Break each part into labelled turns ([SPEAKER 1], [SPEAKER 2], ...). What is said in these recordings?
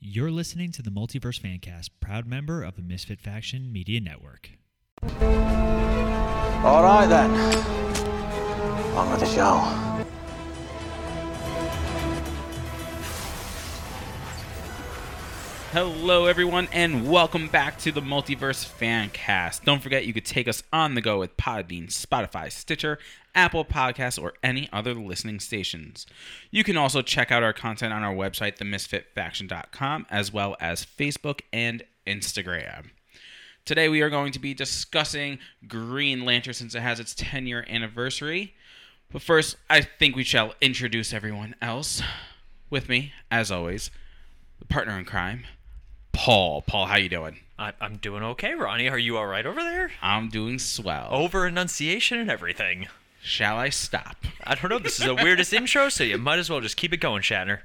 [SPEAKER 1] You're listening to the Multiverse Fancast, proud member of the Misfit Faction Media Network.
[SPEAKER 2] All right then. On with the show.
[SPEAKER 3] Hello, everyone, and welcome back to the Multiverse Fancast. Don't forget, you could take us on the go with Podbean, Spotify, Stitcher, Apple Podcasts, or any other listening stations. You can also check out our content on our website, themisfitfaction.com, as well as Facebook and Instagram. Today, we are going to be discussing Green Lantern since it has its 10 year anniversary. But first, I think we shall introduce everyone else. With me, as always, the partner in crime, Paul. Paul, how you doing?
[SPEAKER 4] I, I'm doing okay, Ronnie. Are you all right over there?
[SPEAKER 3] I'm doing swell.
[SPEAKER 5] Oh.
[SPEAKER 4] Over enunciation and everything.
[SPEAKER 3] Shall I stop?
[SPEAKER 4] I don't know. This is the weirdest intro, so you might as well just keep it going, Shatner.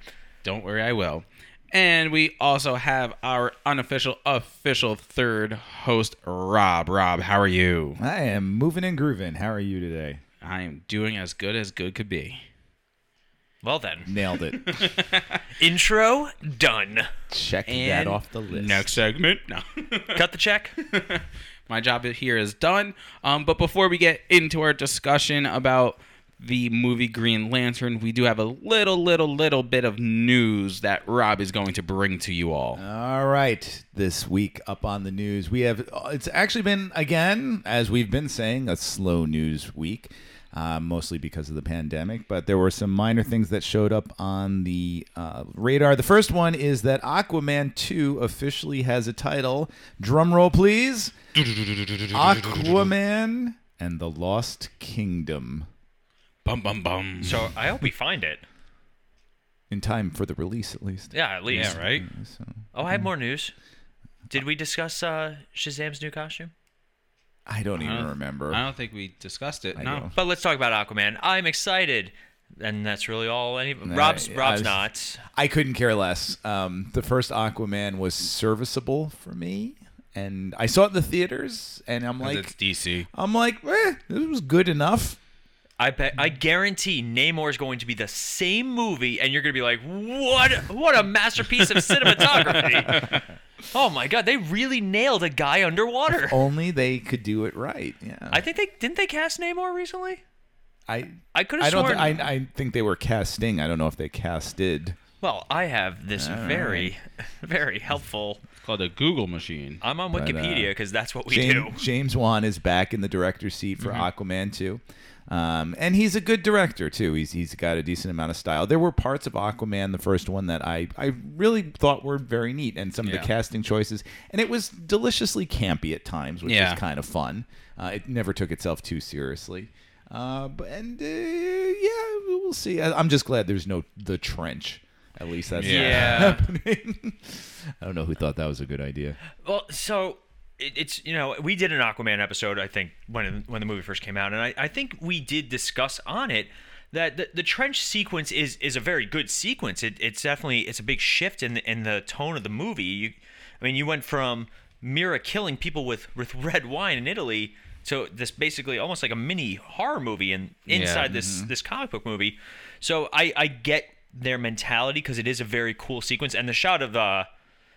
[SPEAKER 3] Don't worry, I will. And we also have our unofficial, official third host, Rob. Rob, how are you?
[SPEAKER 5] I am moving and grooving. How are you today?
[SPEAKER 3] I am doing as good as good could be.
[SPEAKER 4] Well then,
[SPEAKER 5] Nailed it.
[SPEAKER 4] intro done.
[SPEAKER 5] Check
[SPEAKER 3] And
[SPEAKER 5] that off the list.
[SPEAKER 3] Next segment. No.
[SPEAKER 4] Cut the check.
[SPEAKER 3] My job here is done. Um, but before we get into our discussion about the movie Green Lantern, we do have a little, little, little bit of news that Rob is going to bring to you all.
[SPEAKER 5] All right. This week up on the news, we have it's actually been again, as we've been saying, a slow news week. Uh, mostly because of the pandemic, but there were some minor things that showed up on the uh, radar. The first one is that Aquaman 2 officially has a title. Drum roll, please. Aquaman and the Lost Kingdom.
[SPEAKER 3] Bum, bum, bum.
[SPEAKER 4] So I hope we find it.
[SPEAKER 5] In time for the release, at least.
[SPEAKER 4] Yeah, at least.
[SPEAKER 3] yeah, right? Mm.
[SPEAKER 4] Oh, I have more news. Did we discuss uh, Shazam's new costume?
[SPEAKER 5] I don't even
[SPEAKER 3] I don't-
[SPEAKER 5] remember.
[SPEAKER 3] Uh-huh. I don't think we discussed it.
[SPEAKER 5] I
[SPEAKER 3] no.
[SPEAKER 5] don't.
[SPEAKER 4] But let's talk about Aquaman. I'm excited, and that's really all. Any
[SPEAKER 5] Nah,
[SPEAKER 4] Rob's
[SPEAKER 5] I-
[SPEAKER 4] Rob's
[SPEAKER 5] I-
[SPEAKER 4] not.
[SPEAKER 5] I couldn't care less. Um, the first Aquaman was serviceable for me, and I saw it in the theaters, and I'm
[SPEAKER 3] it's
[SPEAKER 5] like,
[SPEAKER 3] DC.
[SPEAKER 5] I'm like, eh, this was good enough.
[SPEAKER 4] I bet I guarantee Namor is going to be the same movie, and you're going to be like, "What? What a masterpiece of cinematography!" oh my god, they really nailed a guy underwater.
[SPEAKER 5] Only they could do it right. Yeah,
[SPEAKER 4] I think they didn't they cast Namor recently.
[SPEAKER 5] I,
[SPEAKER 4] I could
[SPEAKER 5] I
[SPEAKER 4] have
[SPEAKER 5] don't.
[SPEAKER 4] sworn.
[SPEAKER 5] Th- I, I think they were casting. I don't know if they casted.
[SPEAKER 4] well, I have this very, very helpful.
[SPEAKER 3] It's called a Google machine.
[SPEAKER 4] I'm on
[SPEAKER 5] But, uh,
[SPEAKER 4] Wikipedia because that's what we do. Mm-hmm.
[SPEAKER 5] James, James Wan is back in the director's seat for Aquaman 2. Um, and he's a good director too. He's he's got a decent amount of style. There were parts of Aquaman, the first one, that I, I really thought were very neat, and some of
[SPEAKER 3] Yeah.
[SPEAKER 5] the casting choices, and it was deliciously campy at times, which
[SPEAKER 3] Yeah.
[SPEAKER 5] is kind of fun. Uh, it never took itself too seriously, uh, but, and uh, yeah, we'll see. I, I'm just glad there's no the trench. At least that's not
[SPEAKER 4] Yeah.
[SPEAKER 5] happening. I don't know who thought that was a good idea.
[SPEAKER 4] Well, so it, it's you know we did an Aquaman episode I think when when the movie first came out, and I, I think we did discuss on it that the, the trench sequence is is a very good sequence. It, it's definitely it's a big shift in the, in the tone of the movie. You, I mean, you went from Mira killing people with with red wine in Italy. to this basically almost like a mini horror movie in, inside this
[SPEAKER 5] Mm-hmm.
[SPEAKER 4] this comic book movie, so I, I get their mentality because it is a very cool sequence and the shot of uh,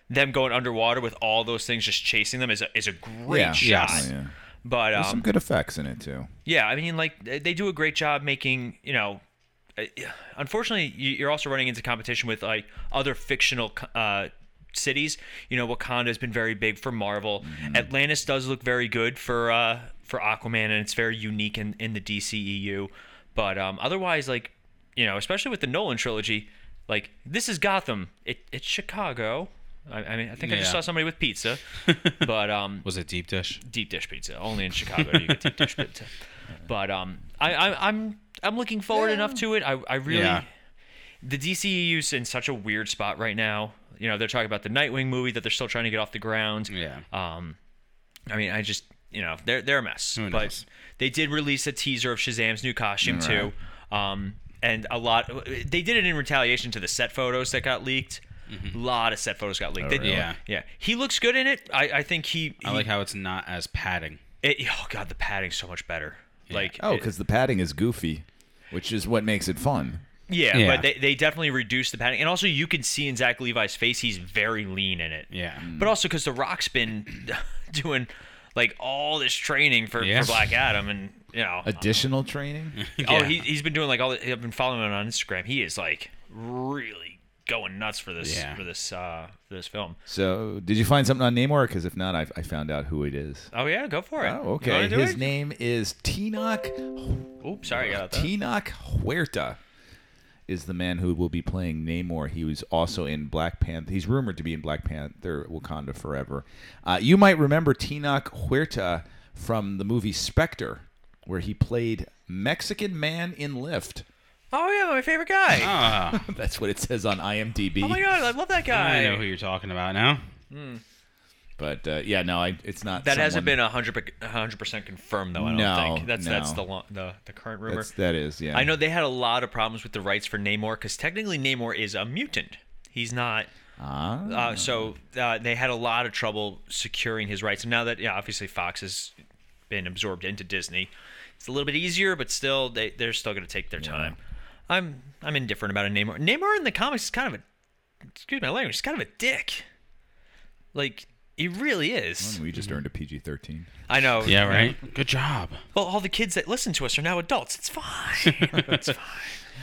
[SPEAKER 4] them going underwater with all those things just chasing them is a, is a great
[SPEAKER 5] Yeah.
[SPEAKER 4] shot.
[SPEAKER 3] Yes.
[SPEAKER 5] Yeah.
[SPEAKER 4] But
[SPEAKER 5] There's some
[SPEAKER 4] um,
[SPEAKER 5] good effects in it too.
[SPEAKER 4] yeah, I mean, like they they do a great job making you know. uh, Unfortunately, you- you're also running into competition with like other fictional uh, cities. You know, Wakanda has been very big for Marvel.
[SPEAKER 3] Mm-hmm.
[SPEAKER 4] Atlantis does look very good for uh, for Aquaman, and it's very unique in in the DCEU. But um, otherwise, like you know, especially with the Nolan trilogy, like this is Gotham. It, it's Chicago. I, I mean, I think I just
[SPEAKER 3] Yeah.
[SPEAKER 4] saw somebody with pizza, but um,
[SPEAKER 3] Was it deep dish?
[SPEAKER 4] deep dish pizza. Only in Chicago do you get deep dish pizza. But um, I, I I'm I'm looking forward enough to it. I I really
[SPEAKER 3] Yeah.
[SPEAKER 4] the DCEU's in such a weird spot right now. You know, they're talking about the Nightwing movie that they're still trying to get off the ground.
[SPEAKER 3] Yeah.
[SPEAKER 4] Um, I mean, I just you know they're they're a mess.
[SPEAKER 3] Who
[SPEAKER 4] But
[SPEAKER 3] knows?
[SPEAKER 4] they did release a teaser of Shazam's new costume too. Um, and a lot they did it in retaliation to the set photos that got leaked. A lot of set photos got leaked. They-
[SPEAKER 3] Mm-hmm. Oh, really? Yeah.
[SPEAKER 4] yeah. He looks good in it. I, I think he.
[SPEAKER 3] I
[SPEAKER 4] he-
[SPEAKER 3] like how it's not as padding.
[SPEAKER 4] it, oh god, the padding's so much better. Like
[SPEAKER 5] Oh,
[SPEAKER 4] it-
[SPEAKER 5] because the padding is goofy, which is what makes it fun.
[SPEAKER 4] Yeah,
[SPEAKER 3] Yeah.
[SPEAKER 4] but they, they definitely reduced the padding. And also, you can see in Zach Levi's face, he's very lean in it.
[SPEAKER 3] Yeah.
[SPEAKER 5] Mm.
[SPEAKER 4] But also because The Rock's been doing like all this training for,
[SPEAKER 3] Yeah.
[SPEAKER 4] for Black Adam, and you know,
[SPEAKER 5] Uh, Additional training?
[SPEAKER 4] oh, he, he's been doing like all. The, I've been following him on Instagram. He is like really going nuts for this
[SPEAKER 3] Yeah.
[SPEAKER 4] for this uh for this film.
[SPEAKER 5] so, did you find something on Namor? Because if not, I, I found out who it is.
[SPEAKER 4] Oh yeah, go for it.
[SPEAKER 5] Oh,
[SPEAKER 4] You
[SPEAKER 5] okay.
[SPEAKER 4] wanna do
[SPEAKER 5] His
[SPEAKER 4] it?
[SPEAKER 5] name is Tinoch
[SPEAKER 4] Oops, sorry about that.
[SPEAKER 5] Tinoch Huerta is the man who will be playing Namor. He was also in Black Panther. He's rumored to be in Black Panther Wakanda Forever. Uh, you might remember Tinoch Huerta from the movie Spectre, where he played Mexican man in Lift.
[SPEAKER 4] Oh yeah, my favorite guy.
[SPEAKER 3] Ah,
[SPEAKER 5] That's what it says on IMDb.
[SPEAKER 4] Oh my god, I love that guy.
[SPEAKER 3] I know who you're talking about now.
[SPEAKER 5] But uh, yeah, no, I, it's not.
[SPEAKER 4] That hasn't
[SPEAKER 5] someone-
[SPEAKER 4] been 100 percent confirmed though. I don't
[SPEAKER 5] No,
[SPEAKER 4] think that's that's
[SPEAKER 5] no.
[SPEAKER 4] the, lo- the the current rumor.
[SPEAKER 5] That's, that is, yeah.
[SPEAKER 4] I know they had a lot of problems with the rights for Namor because technically Namor is a mutant. He's not.
[SPEAKER 5] Ah,
[SPEAKER 4] Uh, so uh, they had a lot of trouble securing his rights. Now that yeah, obviously Fox has been absorbed into Disney, it's a little bit easier, but still they they're still going to take their time. I'm I'm indifferent about a Namor. Namor in the comics is kind of a excuse my language. He's kind of a dick. Like he really is.
[SPEAKER 5] we just earned a PG 13.
[SPEAKER 4] I know.
[SPEAKER 3] Yeah, right. Good job.
[SPEAKER 4] Well, all the kids that listen to us are now adults. It's fine. it's fine.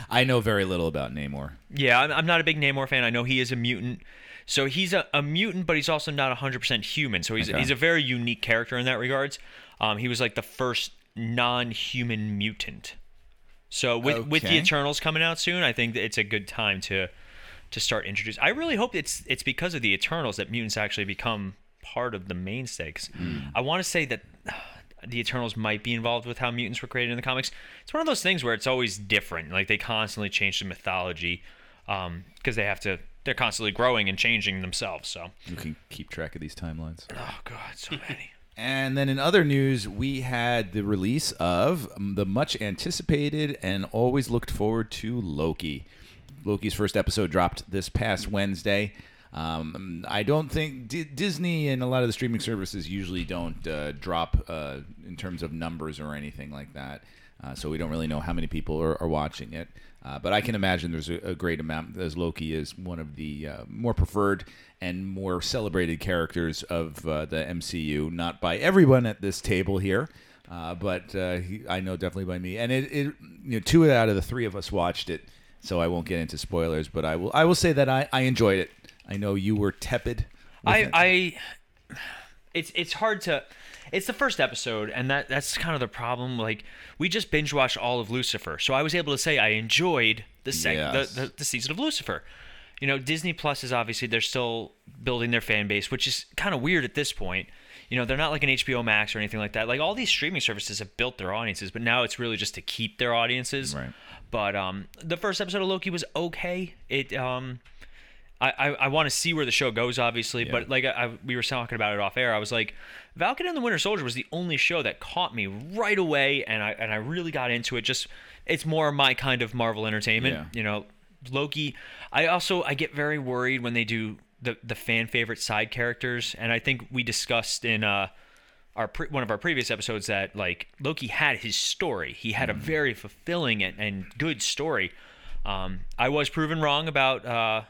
[SPEAKER 5] I know very little about Namor.
[SPEAKER 4] Yeah, I'm, I'm not a big Namor fan. I know he is a mutant. So he's a, a mutant, but he's also not 100% human. So he's,
[SPEAKER 5] Okay.
[SPEAKER 4] he's a very unique character in that regards. Um, he was like the first non human mutant. So with, with the
[SPEAKER 5] Okay.
[SPEAKER 4] Eternals coming out soon, I think that it's a good time to to start introducing. I really hope it's it's because of the Eternals that mutants actually become part of the mainstay. 'Cause I want to say that uh, the Eternals might be involved with how mutants were created in the comics. It's one of those things where it's always different. Like they constantly change the mythology because they have to. They're constantly growing and changing themselves. So.
[SPEAKER 5] You can keep track of these timelines.
[SPEAKER 4] Oh God, so many.
[SPEAKER 5] And then in other news, we had the release of um, the much anticipated and always looked forward to Loki. Loki's first episode dropped this past Wednesday. Um, I don't think D- Disney and a lot of the streaming services usually don't uh, drop uh, in terms of numbers or anything like that. Uh, so we don't really know how many people are, are watching it. Uh, but I can imagine there's a, a great amount, as Loki is one of the uh, more preferred and more celebrated characters of uh, the MCU. Not by everyone at this table here, uh, but uh, he, I know definitely by me. And it, it, you know, two out of the three of us watched it, so I won't get into spoilers. But I will, I will say that I, I enjoyed it. I know you were tepid. with
[SPEAKER 4] I,
[SPEAKER 5] it.
[SPEAKER 4] I, it's it's hard to. It's the first episode, and that that's kind of the problem. Like we just binge watched all of Lucifer, so I was able to say I enjoyed the sec-
[SPEAKER 5] Yes.
[SPEAKER 4] the, the the season of Lucifer. You know, Disney Plus is obviously they're still building their fan base, which is kind of weird at this point. You know, they're not like an HBO Max or anything like that. Like all these streaming services have built their audiences, but now it's really just to keep their audiences.
[SPEAKER 5] Right.
[SPEAKER 4] But um, the first episode of Loki was okay. It um, I, I, I want to see where the show goes, obviously, but like I, I- we were talking about it off air, I was like, Falcon and the Winter Soldier was the only show that caught me right away, and I and I really got into it. Just it's more my kind of Marvel entertainment,
[SPEAKER 5] Yeah.
[SPEAKER 4] you know. Loki. I also I get very worried when they do the the fan favorite side characters, and I think we discussed in uh our pre- one of our previous episodes that like Loki had his story. He had a very fulfilling and, and good story. Um, I was proven wrong about uh,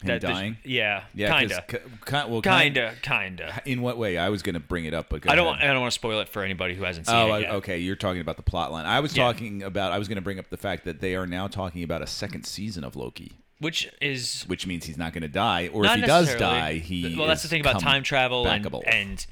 [SPEAKER 5] Him
[SPEAKER 4] the-
[SPEAKER 5] dying?
[SPEAKER 4] yeah,
[SPEAKER 5] yeah, 'cause
[SPEAKER 4] kinda,
[SPEAKER 5] ki- ki- well,
[SPEAKER 4] kinda, kinda.
[SPEAKER 5] In what way? I was going to bring it up, but go
[SPEAKER 4] I don't.
[SPEAKER 5] ahead.
[SPEAKER 4] I don't want to spoil it for anybody who hasn't seen
[SPEAKER 5] Oh,
[SPEAKER 4] it
[SPEAKER 5] I-
[SPEAKER 4] yet.
[SPEAKER 5] okay. You're talking about the plot line. I was
[SPEAKER 4] Yeah.
[SPEAKER 5] talking about. I was going to bring up the fact that they are now talking about a second season of Loki,
[SPEAKER 4] Which is
[SPEAKER 5] which means he's not going to die, or
[SPEAKER 4] Not
[SPEAKER 5] if he does
[SPEAKER 4] necessarily.
[SPEAKER 5] die, he
[SPEAKER 4] well. That's the
[SPEAKER 5] is
[SPEAKER 4] thing about
[SPEAKER 5] come
[SPEAKER 4] time travel and
[SPEAKER 5] backable.
[SPEAKER 4] and.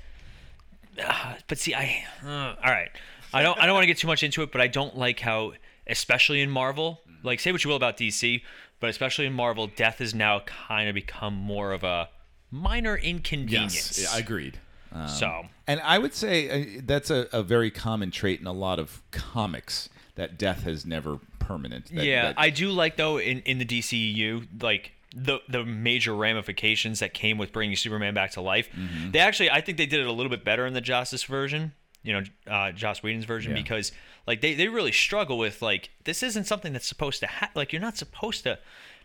[SPEAKER 4] ah, but see, I uh, all right. I don't. I don't want to get too much into it, but I don't like how, especially in Marvel, like say what you will about DC, but especially in Marvel, death has now kind of become more of a minor inconvenience.
[SPEAKER 5] yes, yeah, agreed. Um,
[SPEAKER 4] so
[SPEAKER 5] And I would say uh, that's a, a very common trait in a lot of comics that death is never permanent. That-
[SPEAKER 4] yeah,
[SPEAKER 5] that-
[SPEAKER 4] I do like though in in the DCU like the the major ramifications that came with bringing Superman back to life.
[SPEAKER 5] Mm-hmm.
[SPEAKER 4] They actually I think they did it a little bit better in the Justice version, you know, uh, Joss Whedon's version
[SPEAKER 5] Yeah.
[SPEAKER 4] because like they they really struggle with like this isn't something that's supposed to ha- like you're not supposed to.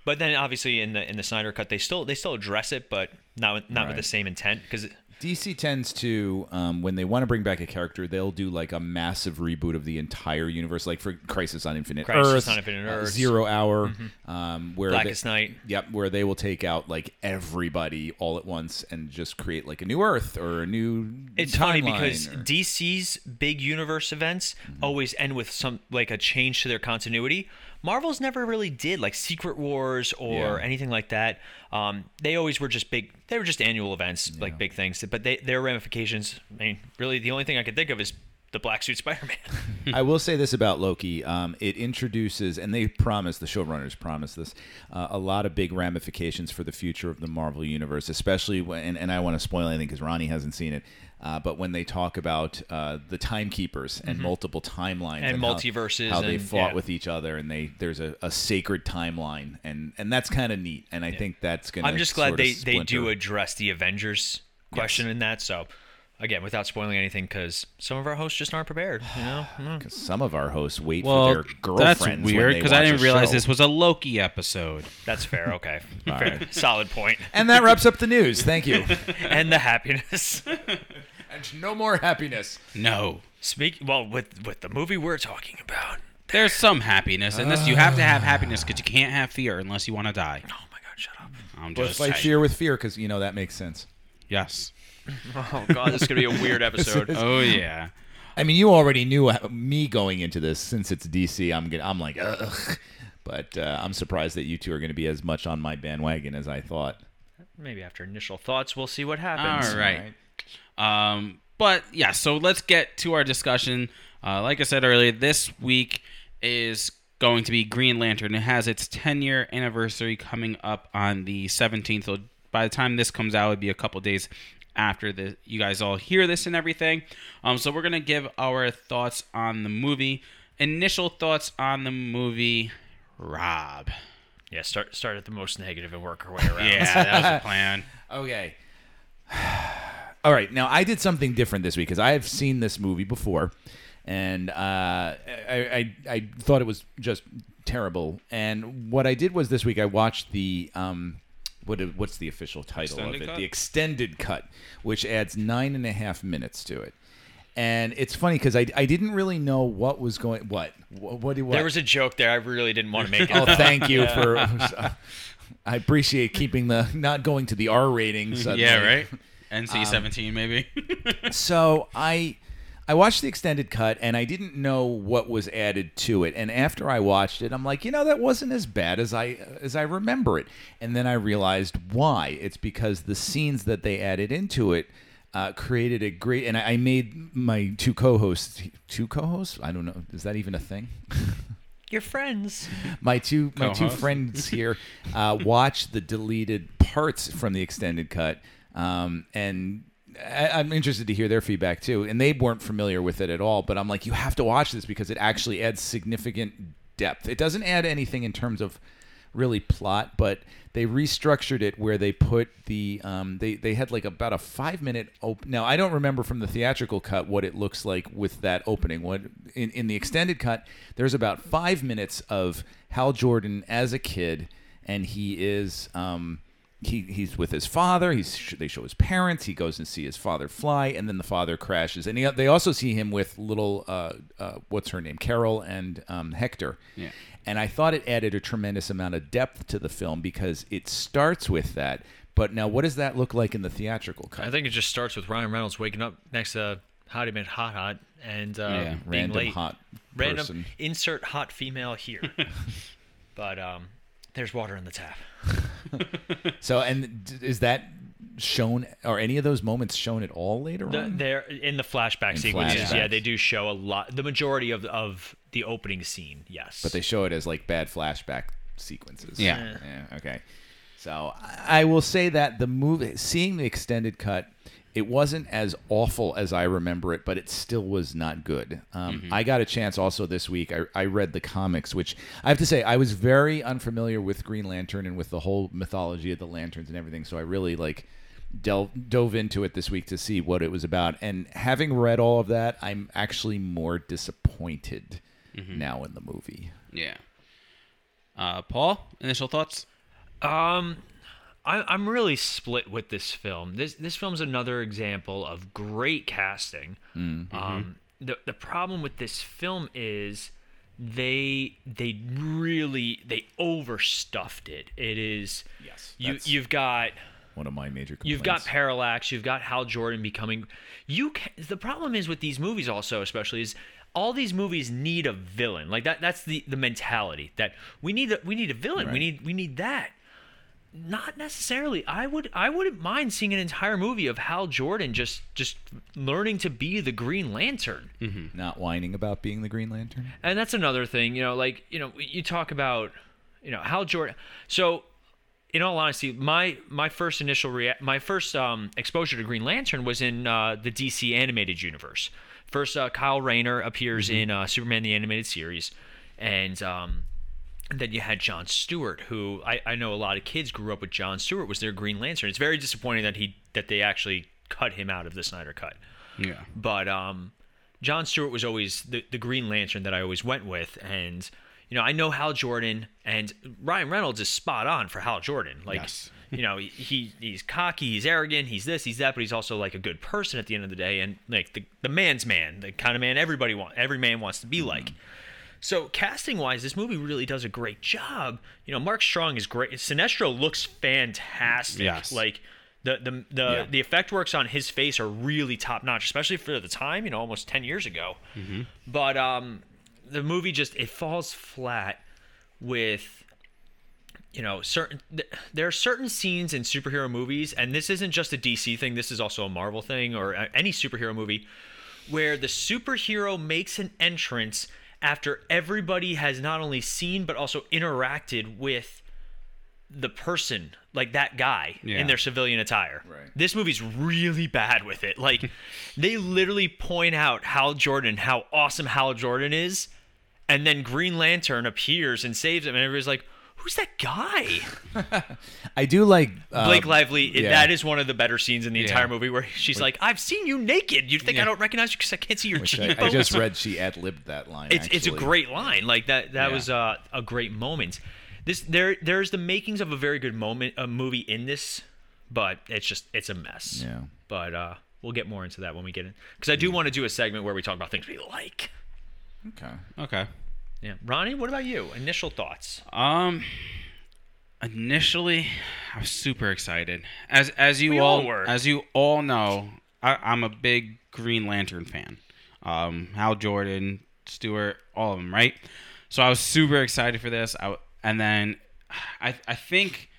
[SPEAKER 4] But then obviously in the in the Snyder cut they still they still address it, but not with- not with
[SPEAKER 5] Right.
[SPEAKER 4] the same intent because
[SPEAKER 5] DC tends to, um, when they want to bring back a character, they'll do like a massive reboot of the entire universe, like for Crisis on Infinite
[SPEAKER 4] Crisis
[SPEAKER 5] Earth,
[SPEAKER 4] on Infinite
[SPEAKER 5] uh,
[SPEAKER 4] Earths. Mm-hmm.
[SPEAKER 5] Zero Hour, um, where
[SPEAKER 4] Blackest
[SPEAKER 5] they-
[SPEAKER 4] Night.
[SPEAKER 5] Yep, where they will take out like everybody all at once and just create like a new Earth or a new.
[SPEAKER 4] It's funny
[SPEAKER 5] timeline
[SPEAKER 4] because
[SPEAKER 5] or- Mm-hmm.
[SPEAKER 4] DC's big universe events always end with some like a change to their continuity. Marvel's never really did like Secret Wars or
[SPEAKER 5] Yeah.
[SPEAKER 4] anything like that. Um, they always were just big. They were just annual events, like big things. But they, their ramifications. I mean, really, the only thing I could think of is the black suit Spider-Man.
[SPEAKER 5] I will say this about Loki. Um, it introduces, and they promise, the showrunners promise this, uh, a lot of big ramifications for the future of the Marvel Universe, especially when, and, and I want to spoil anything because Ronnie hasn't seen it, uh, but when they talk about uh, the timekeepers and multiple timelines
[SPEAKER 4] Mm-hmm. And
[SPEAKER 5] how-
[SPEAKER 4] multiverses
[SPEAKER 5] how, they
[SPEAKER 4] and-
[SPEAKER 5] fought
[SPEAKER 4] yeah.
[SPEAKER 5] with each other, and they there's a, a sacred timeline, and, and that's kind of neat. And I think that's going to
[SPEAKER 4] I'm just glad they, they do address the Avengers question in that. So, again, without spoiling anything, because some of our hosts just aren't prepared. You know, Hmm,
[SPEAKER 5] Some of our hosts wait for
[SPEAKER 3] Well,
[SPEAKER 5] their girlfriends.
[SPEAKER 3] that's
[SPEAKER 5] when
[SPEAKER 3] weird
[SPEAKER 5] they
[SPEAKER 3] because I
[SPEAKER 5] watch a
[SPEAKER 3] didn't realize
[SPEAKER 5] show.
[SPEAKER 3] this was a Loki episode.
[SPEAKER 4] that's fair. Okay, fair. solid point.
[SPEAKER 5] And that wraps up the news. Thank you.
[SPEAKER 4] and the happiness.
[SPEAKER 5] and no more happiness.
[SPEAKER 3] No.
[SPEAKER 4] Speak well with with the movie we're talking about.
[SPEAKER 3] There's some happiness in this. You have to have happiness because you can't have fear unless you want to die.
[SPEAKER 4] Oh my god, shut up!
[SPEAKER 3] I'm
[SPEAKER 5] Or
[SPEAKER 3] just
[SPEAKER 5] fight
[SPEAKER 3] saying.
[SPEAKER 5] fear with fear because you know that makes sense.
[SPEAKER 3] Yes.
[SPEAKER 4] Oh god, this is gonna be a weird episode.
[SPEAKER 3] Oh yeah.
[SPEAKER 5] I mean, you already knew uh, me going into this since it's DC. I'm gonna, I'm like, ugh. But uh, I'm surprised that you two are going to be as much on my bandwagon as I thought.
[SPEAKER 4] Maybe after initial thoughts, we'll see what happens.
[SPEAKER 3] All right. Um, but yeah, so let's get to our discussion. Uh, like I said earlier, this week is going to be Green Lantern. It has its 10 year anniversary coming up on the 17th. So by the time this comes out, it'd be a couple days after the you guys all hear this and everything. Um, so we're gonna give our thoughts on the movie. Initial thoughts on the movie, Rob.
[SPEAKER 4] Yeah, start start at the most negative and work our way around.
[SPEAKER 3] Yeah, that was the plan.
[SPEAKER 5] Okay. All right. Now I did something different this week because I have seen this movie before, and uh, I, I I thought it was just terrible. And what I did was this week I watched the um, what what's the official title
[SPEAKER 3] Extended
[SPEAKER 5] of it?
[SPEAKER 3] cut?
[SPEAKER 5] The extended cut, which adds nine and a half minutes to it. And it's funny because I, I didn't really know what was going what what what, what?
[SPEAKER 4] There was a joke there. I really didn't want to make it.
[SPEAKER 5] Oh, thank you for. I appreciate keeping the not going to the R rating. Suddenly.
[SPEAKER 3] Yeah, right. NC 17 maybe.
[SPEAKER 5] So I I watched the extended cut and I didn't know what was added to it. And after I watched it, I'm like, you know, that wasn't as bad as I as I remember it. And then I realized why. It's because the scenes that they added into it uh, created a great. And I, I made my two co-hosts, two co-hosts. I don't know, is that even a thing?
[SPEAKER 4] Your friends.
[SPEAKER 5] my two my two
[SPEAKER 3] Co-host.
[SPEAKER 5] friends here uh, watch the deleted parts from the extended cut, um, and I, I'm interested to hear their feedback too. And they weren't familiar with it at all, but I'm like, you have to watch this because it actually adds significant depth. It doesn't add anything in terms of really plot, but they restructured it where they put the um, they they had like about a five minute open. Now I don't remember from the theatrical cut what it looks like with that opening. What in in the extended cut, there's about five minutes of Hal Jordan as a kid, and he is. Um, he, he's with his father. He's sh- they show his parents. He goes and see his father fly, and then the father crashes. And he, they also see him with little uh, uh, what's her name, Carol and um, Hector.
[SPEAKER 3] Yeah.
[SPEAKER 5] And I thought it added a tremendous amount of depth to the film because it starts with that. But now, what does that look like in the theatrical cut?
[SPEAKER 4] I think it just starts with Ryan Reynolds waking up next to Hottie Man Hot Hot and uh,
[SPEAKER 3] Yeah,
[SPEAKER 4] being
[SPEAKER 5] random
[SPEAKER 4] late.
[SPEAKER 5] hot
[SPEAKER 4] random
[SPEAKER 5] person.
[SPEAKER 4] insert hot female here. but um, there's water in the tap.
[SPEAKER 5] So, and d- is that shown? Are any of those moments shown at all later
[SPEAKER 4] The,
[SPEAKER 5] on?
[SPEAKER 4] they're in the flashback sequences.
[SPEAKER 5] flashbacks.
[SPEAKER 4] Yeah, they do show a lot. The majority of of the opening scene. Yes,
[SPEAKER 5] but they show it as like bad flashback sequences.
[SPEAKER 3] Yeah.
[SPEAKER 5] Yeah, okay. So I I will say that the movie, seeing the extended cut, it wasn't as awful as I remember it, but it still was not good. Um, I got a chance also this week. I, I read the comics, which I have to say I was very unfamiliar with Green Lantern and with the whole mythology of the lanterns and everything. So I really like delve, dove into it this week to see what it was about. And having read all of that, I'm actually more disappointed now in the movie.
[SPEAKER 3] yeah. Uh, Paul, initial thoughts?
[SPEAKER 4] Um, I, I'm really split with this film. This this film's another example of great casting.
[SPEAKER 5] Mm-hmm.
[SPEAKER 4] Um, the the problem with this film is they they really they overstuffed it. It is
[SPEAKER 5] Yes,
[SPEAKER 4] You
[SPEAKER 5] that's-
[SPEAKER 4] you've got
[SPEAKER 5] One of my major complaints.
[SPEAKER 4] You've got Parallax. You've got Hal Jordan becoming. You can, the problem is with these movies also, especially is all these movies need a villain. Like that. That's the the mentality that we need. A, we need a villain. We
[SPEAKER 5] Right.
[SPEAKER 4] need we need that. Not necessarily. I would I wouldn't mind seeing an entire movie of Hal Jordan just just learning to be the Green Lantern.
[SPEAKER 5] not whining about being the Green Lantern.
[SPEAKER 4] And that's another thing, you know, like, you know, you talk about, you know, Hal Jordan. So, in all honesty, my my first initial rea- my first um, exposure to Green Lantern was in uh, the DC animated universe. First, uh, Kyle Rayner appears in uh, Superman the animated series, and um, and then you had John Stewart, who I, I know a lot of kids grew up with. John Stewart was their Green Lantern. It's very disappointing that he that they actually cut him out of the Snyder Cut
[SPEAKER 3] Yeah.
[SPEAKER 4] but um, John Stewart was always the, the Green Lantern that I always went with, and you know I know Hal Jordan and Ryan Reynolds is spot on for Hal Jordan. Like
[SPEAKER 3] Yes.
[SPEAKER 4] you know he he's cocky, he's arrogant, he's this, he's that, but he's also like a good person at the end of the day, and like the, the man's man, the kind of man everybody wants, every man wants to be like. So casting wise, this movie really does a great job. You know, Mark Strong is great. Sinestro looks fantastic.
[SPEAKER 3] Yes.
[SPEAKER 4] Like the the the, the effect works on his face are really top notch, especially for the time. You know, almost ten years ago. But um, the movie just it falls flat with you know certain th- there are certain scenes in superhero movies and this isn't just a DC thing this is also a Marvel thing or a- any superhero movie where the superhero makes an entrance after everybody has not only seen but also interacted with the person like that guy
[SPEAKER 3] Yeah.
[SPEAKER 4] in their civilian attire.
[SPEAKER 5] Right.
[SPEAKER 4] This movie's really bad with it. Like they literally point out Hal Jordan, how awesome Hal Jordan is, and then Green Lantern appears and saves him and everybody's like, "Who's that guy?"
[SPEAKER 5] I do like uh,
[SPEAKER 4] Blake Lively, it-
[SPEAKER 5] yeah.
[SPEAKER 4] that is one of the better scenes in the entire
[SPEAKER 3] Yeah.
[SPEAKER 4] movie where she's like, "I've seen you naked. You'd think I
[SPEAKER 3] Yeah.
[SPEAKER 4] don't recognize you because I can't see your
[SPEAKER 5] Which I,
[SPEAKER 4] cheekbones."
[SPEAKER 5] I just read she ad libbed that line.
[SPEAKER 4] it's it's a
[SPEAKER 5] actually.
[SPEAKER 4] great line. Like that that
[SPEAKER 3] Yeah.
[SPEAKER 4] was uh, a great moment. This there there's the makings of a very good moment a movie in this, but it's just it's a mess.
[SPEAKER 5] Yeah.
[SPEAKER 4] But uh, we'll get more into that when we get in because I do want to do a segment where we talk about things we like.
[SPEAKER 5] Okay.
[SPEAKER 3] Okay.
[SPEAKER 4] Yeah, Ronnie, what about you? Initial thoughts?
[SPEAKER 5] Uh,
[SPEAKER 3] Um. Initially, I was super excited. As as you
[SPEAKER 4] We all
[SPEAKER 3] all,
[SPEAKER 4] were.
[SPEAKER 3] as you all know, I, I'm a big Green Lantern fan. Um, Hal Jordan, Stewart, all of them, right? So I was super excited for this. I w and then I I think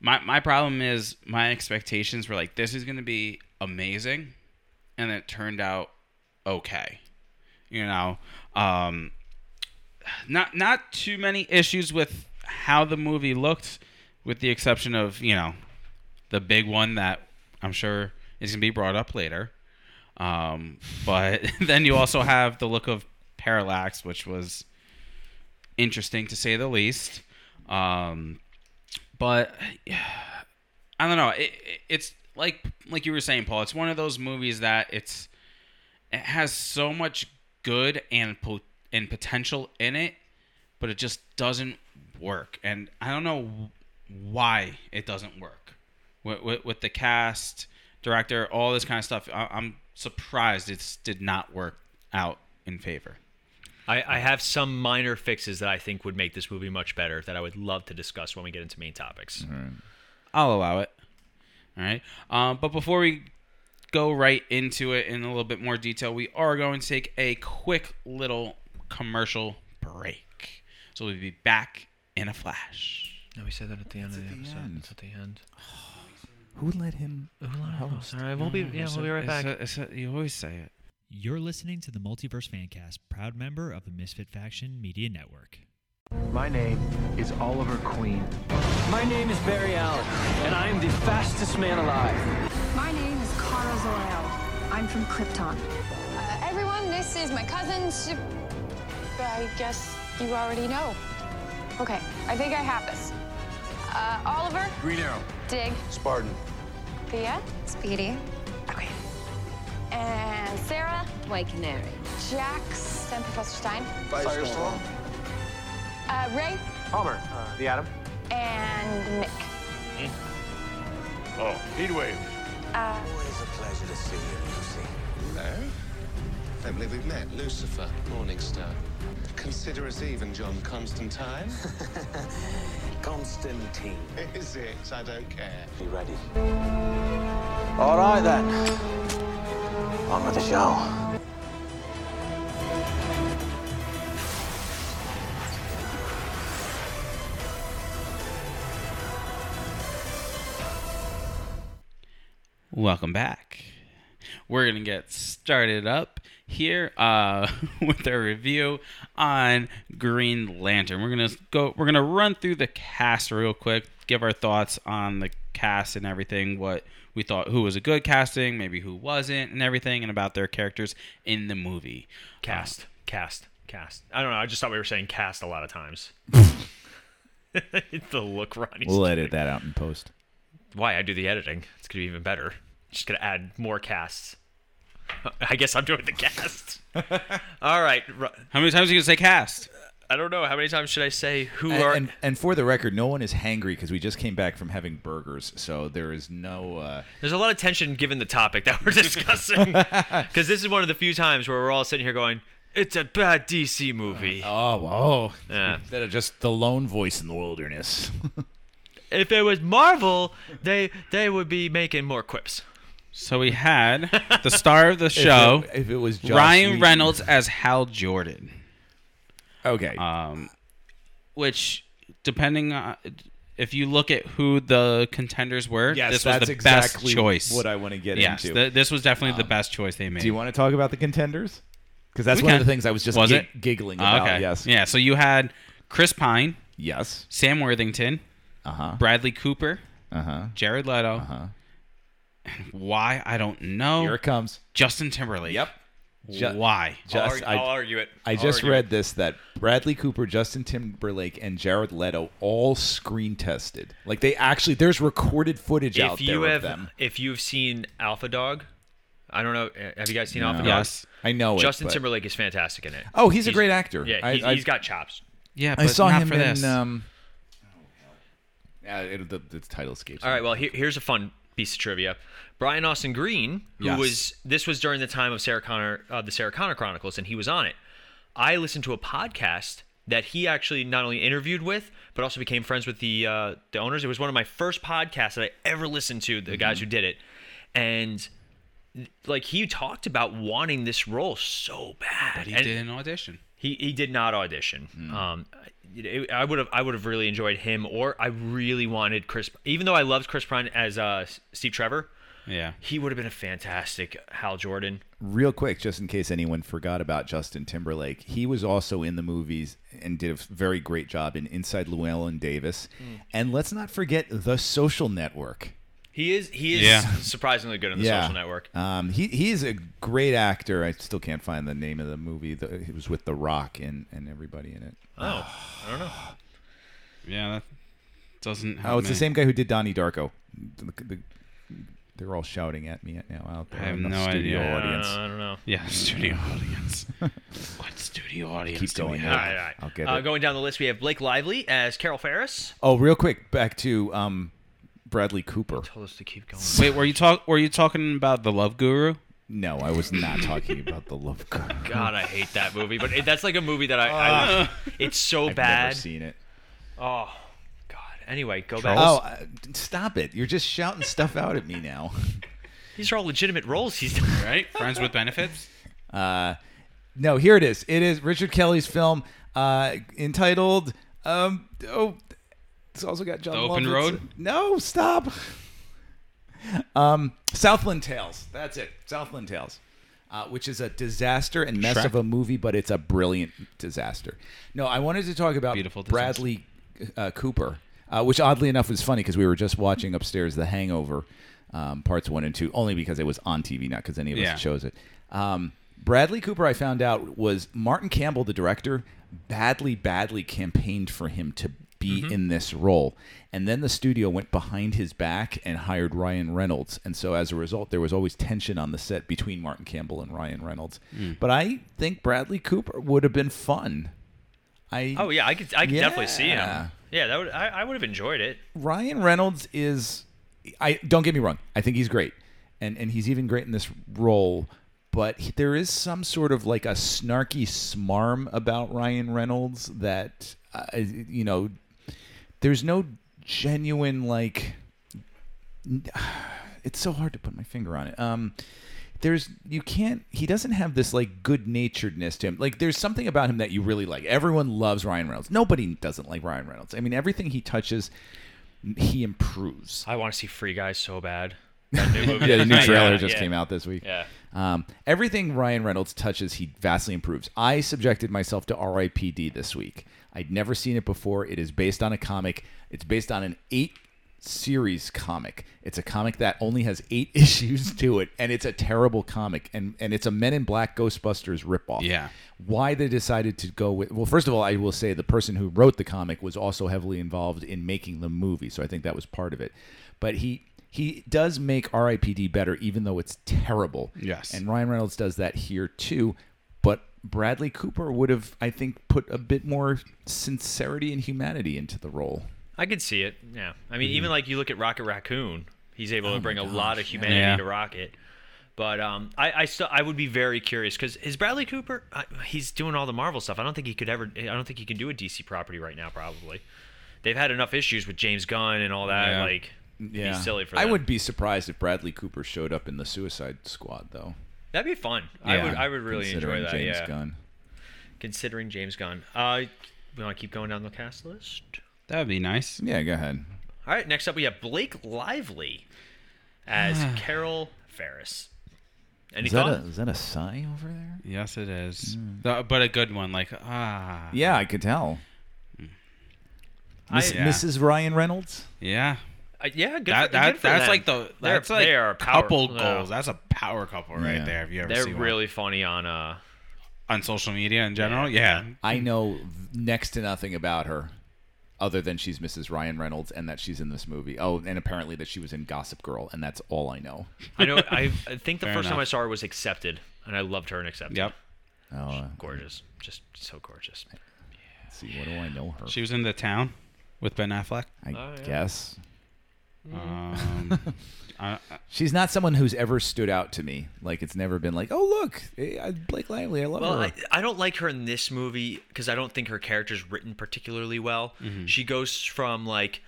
[SPEAKER 3] my my problem is my expectations were like this is gonna be amazing, and it turned out okay. You know, um, not not too many issues with how the movie looked, with the exception of you know the big one that I'm sure is gonna be brought up later. Um, but then you also have the look of Parallax, which was interesting to say the least. Um, but I don't know. It, it- it's like like you were saying, Paul. It's one of those movies that it's it has so much good and po- and potential in it, but it just doesn't work. And I don't know why it doesn't work with, with, with the cast, director, all this kind of stuff. I, I'm surprised it did not work out in favor.
[SPEAKER 4] I, I have some minor fixes that I think would make this movie much better that I would love to discuss when we get into main topics.
[SPEAKER 5] Mm-hmm.
[SPEAKER 3] I'll allow it. All right. Um, but before we go right into it in a little bit more detail, we are going to take a quick little commercial break. So we'll be back in a flash.
[SPEAKER 4] No, we said that at the end of
[SPEAKER 5] the episode. end. It's
[SPEAKER 4] at the end.
[SPEAKER 5] Who let him?
[SPEAKER 4] All right, we'll be yeah, we'll be right back.
[SPEAKER 3] you always say it.
[SPEAKER 1] You're listening to the Multiverse Fancast, proud member of the Misfit Faction Media Network.
[SPEAKER 6] My name is Oliver Queen.
[SPEAKER 7] My name is Barry Allen, and I am the fastest man alive.
[SPEAKER 8] My name is Kara Zor-El. I'm from Krypton.
[SPEAKER 9] Uh, everyone, this is my cousin. Su- I guess you already know. Okay, I think I have this. Uh, Oliver,
[SPEAKER 6] Green Arrow.
[SPEAKER 9] Dig,
[SPEAKER 6] Spartan.
[SPEAKER 9] Thea,
[SPEAKER 8] Speedy.
[SPEAKER 9] okay, and Sarah,
[SPEAKER 8] White Canary.
[SPEAKER 9] Jax, and Professor Stein,
[SPEAKER 6] Firestorm.
[SPEAKER 9] uh, Ray,
[SPEAKER 6] Palmer. Uh, the Atom.
[SPEAKER 9] and Mick.
[SPEAKER 10] Oh, Heatwave.
[SPEAKER 9] Uh,
[SPEAKER 11] Always a pleasure to see you, Lucy.
[SPEAKER 12] Hello? Don't believe we've met. Lucifer, Morningstar. Consider us even, John Constantine.
[SPEAKER 11] Constantine.
[SPEAKER 12] Is it? I don't care.
[SPEAKER 11] You ready?
[SPEAKER 2] All right then. On with the show.
[SPEAKER 3] Welcome back. We're gonna get started up here uh, with our review on Green Lantern. We're gonna go. We're gonna run through the cast real quick. Give our thoughts on the cast and everything. What we thought, who was a good casting, maybe who wasn't, and everything, and about their characters in the movie. Uh,
[SPEAKER 4] Cast,
[SPEAKER 5] Uh-huh.
[SPEAKER 4] cast, cast. I don't know. I just thought we were saying cast a lot of times. the look, Ronnie.
[SPEAKER 5] We'll edit that out in post.
[SPEAKER 4] Why I do the editing? It's gonna be even better. Just gonna add more casts. I guess I'm doing the cast. All right. Ro-
[SPEAKER 3] How many times are you gonna say cast?
[SPEAKER 4] I don't know. How many times should I say who
[SPEAKER 5] And,
[SPEAKER 4] are?
[SPEAKER 5] and, and for the record, no one is hangry because we just came back from having burgers, so there is no. Uh,
[SPEAKER 4] There's a lot of tension given the topic that we're discussing because this is one of the few times where we're all sitting here going, "It's a bad DC movie."
[SPEAKER 5] oh, whoa!
[SPEAKER 4] Yeah.
[SPEAKER 5] Instead of just the lone voice in the wilderness.
[SPEAKER 4] If it was Marvel, they they would be making more quips.
[SPEAKER 3] So we had the star of the show,
[SPEAKER 5] If it, if it was Joss
[SPEAKER 3] Ryan
[SPEAKER 5] Whedon-
[SPEAKER 3] Reynolds as Hal Jordan.
[SPEAKER 5] Okay.
[SPEAKER 3] Um, which, depending on if you look at who the contenders were,
[SPEAKER 5] Yes,
[SPEAKER 3] this was
[SPEAKER 5] that's
[SPEAKER 3] the
[SPEAKER 5] exactly
[SPEAKER 3] best choice.
[SPEAKER 5] what I wanna get
[SPEAKER 3] yes,
[SPEAKER 5] into.
[SPEAKER 3] th- this was definitely the
[SPEAKER 5] Um,
[SPEAKER 3] best choice they made.
[SPEAKER 5] Do you want to talk about the contenders? Because that's
[SPEAKER 3] We
[SPEAKER 5] one
[SPEAKER 3] can.
[SPEAKER 5] of the things I was just
[SPEAKER 3] Was
[SPEAKER 5] gi-
[SPEAKER 3] it?
[SPEAKER 5] giggling
[SPEAKER 3] Oh,
[SPEAKER 5] about.
[SPEAKER 3] okay.
[SPEAKER 5] Yes.
[SPEAKER 3] Yeah. So you had Chris Pine,
[SPEAKER 5] Yes.
[SPEAKER 3] Sam Worthington,
[SPEAKER 5] Uh huh.
[SPEAKER 3] Bradley Cooper,
[SPEAKER 5] Uh huh.
[SPEAKER 3] Jared Leto.
[SPEAKER 5] Uh-huh.
[SPEAKER 3] Why I don't know.
[SPEAKER 5] Here it comes.
[SPEAKER 3] Justin Timberlake.
[SPEAKER 5] Yep. Ju-
[SPEAKER 3] Why?
[SPEAKER 5] Just,
[SPEAKER 4] I'll, argue, I'll
[SPEAKER 5] I,
[SPEAKER 4] argue it.
[SPEAKER 5] I
[SPEAKER 4] I'll
[SPEAKER 5] just
[SPEAKER 4] argue
[SPEAKER 5] read
[SPEAKER 4] it.
[SPEAKER 5] this that Bradley Cooper, Justin Timberlake, and Jared Leto all screen tested. Like they actually, there's recorded footage out
[SPEAKER 4] If you
[SPEAKER 5] there
[SPEAKER 4] have
[SPEAKER 5] of them.
[SPEAKER 4] if you've seen Alpha Dog, I don't know. uh, Have you guys seen Alpha Dog?
[SPEAKER 3] Yes.
[SPEAKER 5] I know it,
[SPEAKER 4] Justin
[SPEAKER 5] but-
[SPEAKER 4] Timberlake is fantastic in it.
[SPEAKER 5] Oh, he's a great actor.
[SPEAKER 4] Yeah,
[SPEAKER 5] I-
[SPEAKER 4] he's,
[SPEAKER 5] I-
[SPEAKER 4] he's got chops.
[SPEAKER 3] Yeah. But
[SPEAKER 5] I saw
[SPEAKER 3] not
[SPEAKER 5] him
[SPEAKER 3] for
[SPEAKER 5] in.
[SPEAKER 3] this.
[SPEAKER 5] Um, yeah, it, the, the title escapes. me.
[SPEAKER 4] All right. Well, here, here's a fun piece of trivia. Brian Austin Green, who
[SPEAKER 5] Yes.
[SPEAKER 4] was this was during the time of Sarah Connor, uh, the Sarah Connor Chronicles, and he was on it. I listened to a podcast that he actually not only interviewed with, but also became friends with the uh, the owners. It was one of my first podcasts that I ever listened to. The guys who did it, and like he talked about wanting this role so bad,
[SPEAKER 3] But he
[SPEAKER 4] And-
[SPEAKER 3] did an audition.
[SPEAKER 4] he he did not audition.
[SPEAKER 5] Hmm.
[SPEAKER 4] Um, it- I would have I would have really enjoyed him, or I really wanted Chris. Even though I loved Chris Pine as uh, S- Steve Trevor,
[SPEAKER 3] Yeah.
[SPEAKER 4] he would have been a fantastic Hal Jordan.
[SPEAKER 5] Real quick, just in case anyone forgot about Justin Timberlake, he was also in the movies and did a very great job in Inside Llewellyn Davis. And let's not forget The Social Network.
[SPEAKER 4] He is he is
[SPEAKER 3] Yeah.
[SPEAKER 4] surprisingly good in the Social Network.
[SPEAKER 5] Um, he he is a great actor. I still can't find the name of the movie. The, he was with The Rock and, and everybody in it.
[SPEAKER 4] Oh, I don't know.
[SPEAKER 3] Yeah. That doesn't.
[SPEAKER 5] Oh,
[SPEAKER 3] help
[SPEAKER 5] it's the
[SPEAKER 3] me.
[SPEAKER 5] same guy who did Donnie Darko. The- the- they're all shouting at me now out there.
[SPEAKER 3] I have
[SPEAKER 5] in the
[SPEAKER 3] no
[SPEAKER 5] studio
[SPEAKER 3] idea.
[SPEAKER 5] Audience.
[SPEAKER 4] Uh, I don't know.
[SPEAKER 3] Yeah, studio audience. what studio audience?
[SPEAKER 5] Keep
[SPEAKER 3] do we
[SPEAKER 5] going.
[SPEAKER 3] have?
[SPEAKER 4] All right, all right.
[SPEAKER 5] I'll get
[SPEAKER 4] uh,
[SPEAKER 5] it.
[SPEAKER 4] Going down the list, we have Blake Lively as Carol Ferris.
[SPEAKER 5] Oh, real quick, back to um, Bradley Cooper.
[SPEAKER 4] Told us to keep going.
[SPEAKER 3] Wait, were you talk? Were you talking about the Love Guru?
[SPEAKER 5] No, I was not talking about the Love Guru.
[SPEAKER 4] God, I hate that movie, but it, that's like a movie that I, I it's so
[SPEAKER 5] Uh. I've
[SPEAKER 4] bad.
[SPEAKER 5] never seen it.
[SPEAKER 4] Oh God. Anyway, go back.
[SPEAKER 5] Oh, uh, stop it! You're just shouting stuff out at me now.
[SPEAKER 4] These are all legitimate roles he's
[SPEAKER 3] Right, Friends with Benefits.
[SPEAKER 5] Uh, no, here it is. It is Richard Kelly's film uh, entitled. Um, oh, it's also got John.
[SPEAKER 3] The Open
[SPEAKER 5] Lovitz.
[SPEAKER 3] Road?
[SPEAKER 5] No, stop. Um, Southland Tales. That's it. Southland Tales. Uh, which is a disaster and mess
[SPEAKER 3] Shrek.
[SPEAKER 5] of a movie, but it's a brilliant disaster. No, I wanted to talk about
[SPEAKER 3] Beautiful disaster.
[SPEAKER 5] Bradley uh, Cooper, uh, which oddly enough was funny because we were just watching upstairs The Hangover, um, parts one and two, only because it was on TV, not because any of
[SPEAKER 3] Yeah.
[SPEAKER 5] us chose it. Um, Bradley Cooper, I found out, was Martin Campbell, the director, badly, badly campaigned for him to be in this role. And then the studio went behind his back and hired Ryan Reynolds. And so as a result, there was always tension on the set between Martin Campbell and Ryan Reynolds. But I think Bradley Cooper would have been fun. I
[SPEAKER 4] Oh yeah, I could I could definitely see him.
[SPEAKER 5] Yeah.
[SPEAKER 4] Yeah, that would I, I would have enjoyed it.
[SPEAKER 5] Ryan Reynolds is I don't get me wrong. I think he's great, and and he's even great in this role. But he- there is some sort of like a snarky smarm about Ryan Reynolds that uh, you know. There's no genuine like. It's so hard to put my finger on it. Um, there's you can't. He doesn't have this like good naturedness to him. Like there's something about him that you really like. Everyone loves Ryan Reynolds. Nobody doesn't like Ryan Reynolds. I mean, everything he touches, he improves.
[SPEAKER 4] I want to see Free Guy so bad.
[SPEAKER 5] yeah, the new trailer
[SPEAKER 4] Yeah,
[SPEAKER 5] just
[SPEAKER 4] yeah.
[SPEAKER 5] came out this week.
[SPEAKER 4] Yeah.
[SPEAKER 5] Um, everything Ryan Reynolds touches, he vastly improves. I subjected myself to R.I.P.D. this week. I'd never seen it before. It is based on a comic. It's based on an eight series comic. It's a comic that only has eight issues to it, and it's a terrible comic. And and it's a Men in Black Ghostbusters ripoff.
[SPEAKER 3] Yeah.
[SPEAKER 5] Why they decided to go with well, first of all, I will say the person who wrote the comic was also heavily involved in making the movie, so I think that was part of it. But he he does make R.I.P.D. better, even though it's terrible.
[SPEAKER 3] Yes.
[SPEAKER 5] And Ryan Reynolds does that here too, but Bradley Cooper would have, I think, put a bit more sincerity and humanity into the role.
[SPEAKER 4] I could see it. Yeah. I mean,
[SPEAKER 5] Mhm.
[SPEAKER 1] Mm-hmm.
[SPEAKER 4] even like you look at Rocket Raccoon, he's able
[SPEAKER 1] Oh
[SPEAKER 4] to bring a lot of humanity
[SPEAKER 5] Yeah.
[SPEAKER 4] to Rocket. But um, I I, still I would be very curious because is Bradley Cooper? I, he's doing all the Marvel stuff. I don't think he could ever. I don't think he can do a DC property right now. Probably, they've had enough issues with James Gunn and all that.
[SPEAKER 5] Yeah.
[SPEAKER 4] Like,
[SPEAKER 5] Yeah.
[SPEAKER 4] he's silly for
[SPEAKER 5] I
[SPEAKER 4] them.
[SPEAKER 5] would be surprised if Bradley Cooper showed up in the Suicide Squad, though.
[SPEAKER 4] That'd be fun. I would. I would really enjoy
[SPEAKER 5] Considering
[SPEAKER 4] that.
[SPEAKER 5] James
[SPEAKER 4] yeah.
[SPEAKER 5] Gunn.
[SPEAKER 4] Considering James Gunn. Uh, we want to keep going down the cast list.
[SPEAKER 3] That would be nice.
[SPEAKER 5] Yeah, go ahead.
[SPEAKER 4] All right. Next up, we have Blake Lively as Carol Ferris. Any
[SPEAKER 5] is, that
[SPEAKER 4] thoughts?
[SPEAKER 5] a, is that a sigh over there?
[SPEAKER 3] Yes, it is.
[SPEAKER 4] Mm.
[SPEAKER 3] Th- but a good one. Like, ah.
[SPEAKER 5] Yeah, I could tell.
[SPEAKER 3] I-
[SPEAKER 5] Miss,
[SPEAKER 3] Yeah.
[SPEAKER 5] Mrs. Ryan Reynolds?
[SPEAKER 3] Yeah.
[SPEAKER 4] Uh, yeah, good
[SPEAKER 3] that,
[SPEAKER 4] for,
[SPEAKER 3] that,
[SPEAKER 4] good for
[SPEAKER 3] that's
[SPEAKER 4] them.
[SPEAKER 3] like the
[SPEAKER 4] They're-
[SPEAKER 3] that's like
[SPEAKER 4] they are a power,
[SPEAKER 3] couple
[SPEAKER 4] yeah.
[SPEAKER 3] goals. That's a power couple right
[SPEAKER 5] Yeah.
[SPEAKER 3] there. If you ever
[SPEAKER 4] They're
[SPEAKER 3] see one.
[SPEAKER 4] really funny on uh
[SPEAKER 3] on social media in general, yeah.
[SPEAKER 5] I know next to nothing about her other than she's Mrs. Ryan Reynolds and that she's in this movie. Oh, and apparently that she was in Gossip Girl, and that's all I know.
[SPEAKER 4] I know I, I think the
[SPEAKER 5] Fair
[SPEAKER 4] first time
[SPEAKER 5] enough.
[SPEAKER 4] I saw her was accepted and I loved her and accepted.
[SPEAKER 3] Yep.
[SPEAKER 5] Oh, uh,
[SPEAKER 4] Gorgeous. Just so gorgeous.
[SPEAKER 5] let's see, what do I know her?
[SPEAKER 3] She was in the town with Ben Affleck.
[SPEAKER 5] I
[SPEAKER 4] Oh, yeah.
[SPEAKER 5] guess.
[SPEAKER 3] Um, I, I-
[SPEAKER 5] She's not someone who's ever stood out to me. Like it's never been like, oh look, eh, I- Blake Lively, I love
[SPEAKER 4] Well,
[SPEAKER 5] her.
[SPEAKER 4] I, I don't like her in this movie because I don't think her character's written particularly well. She goes from like,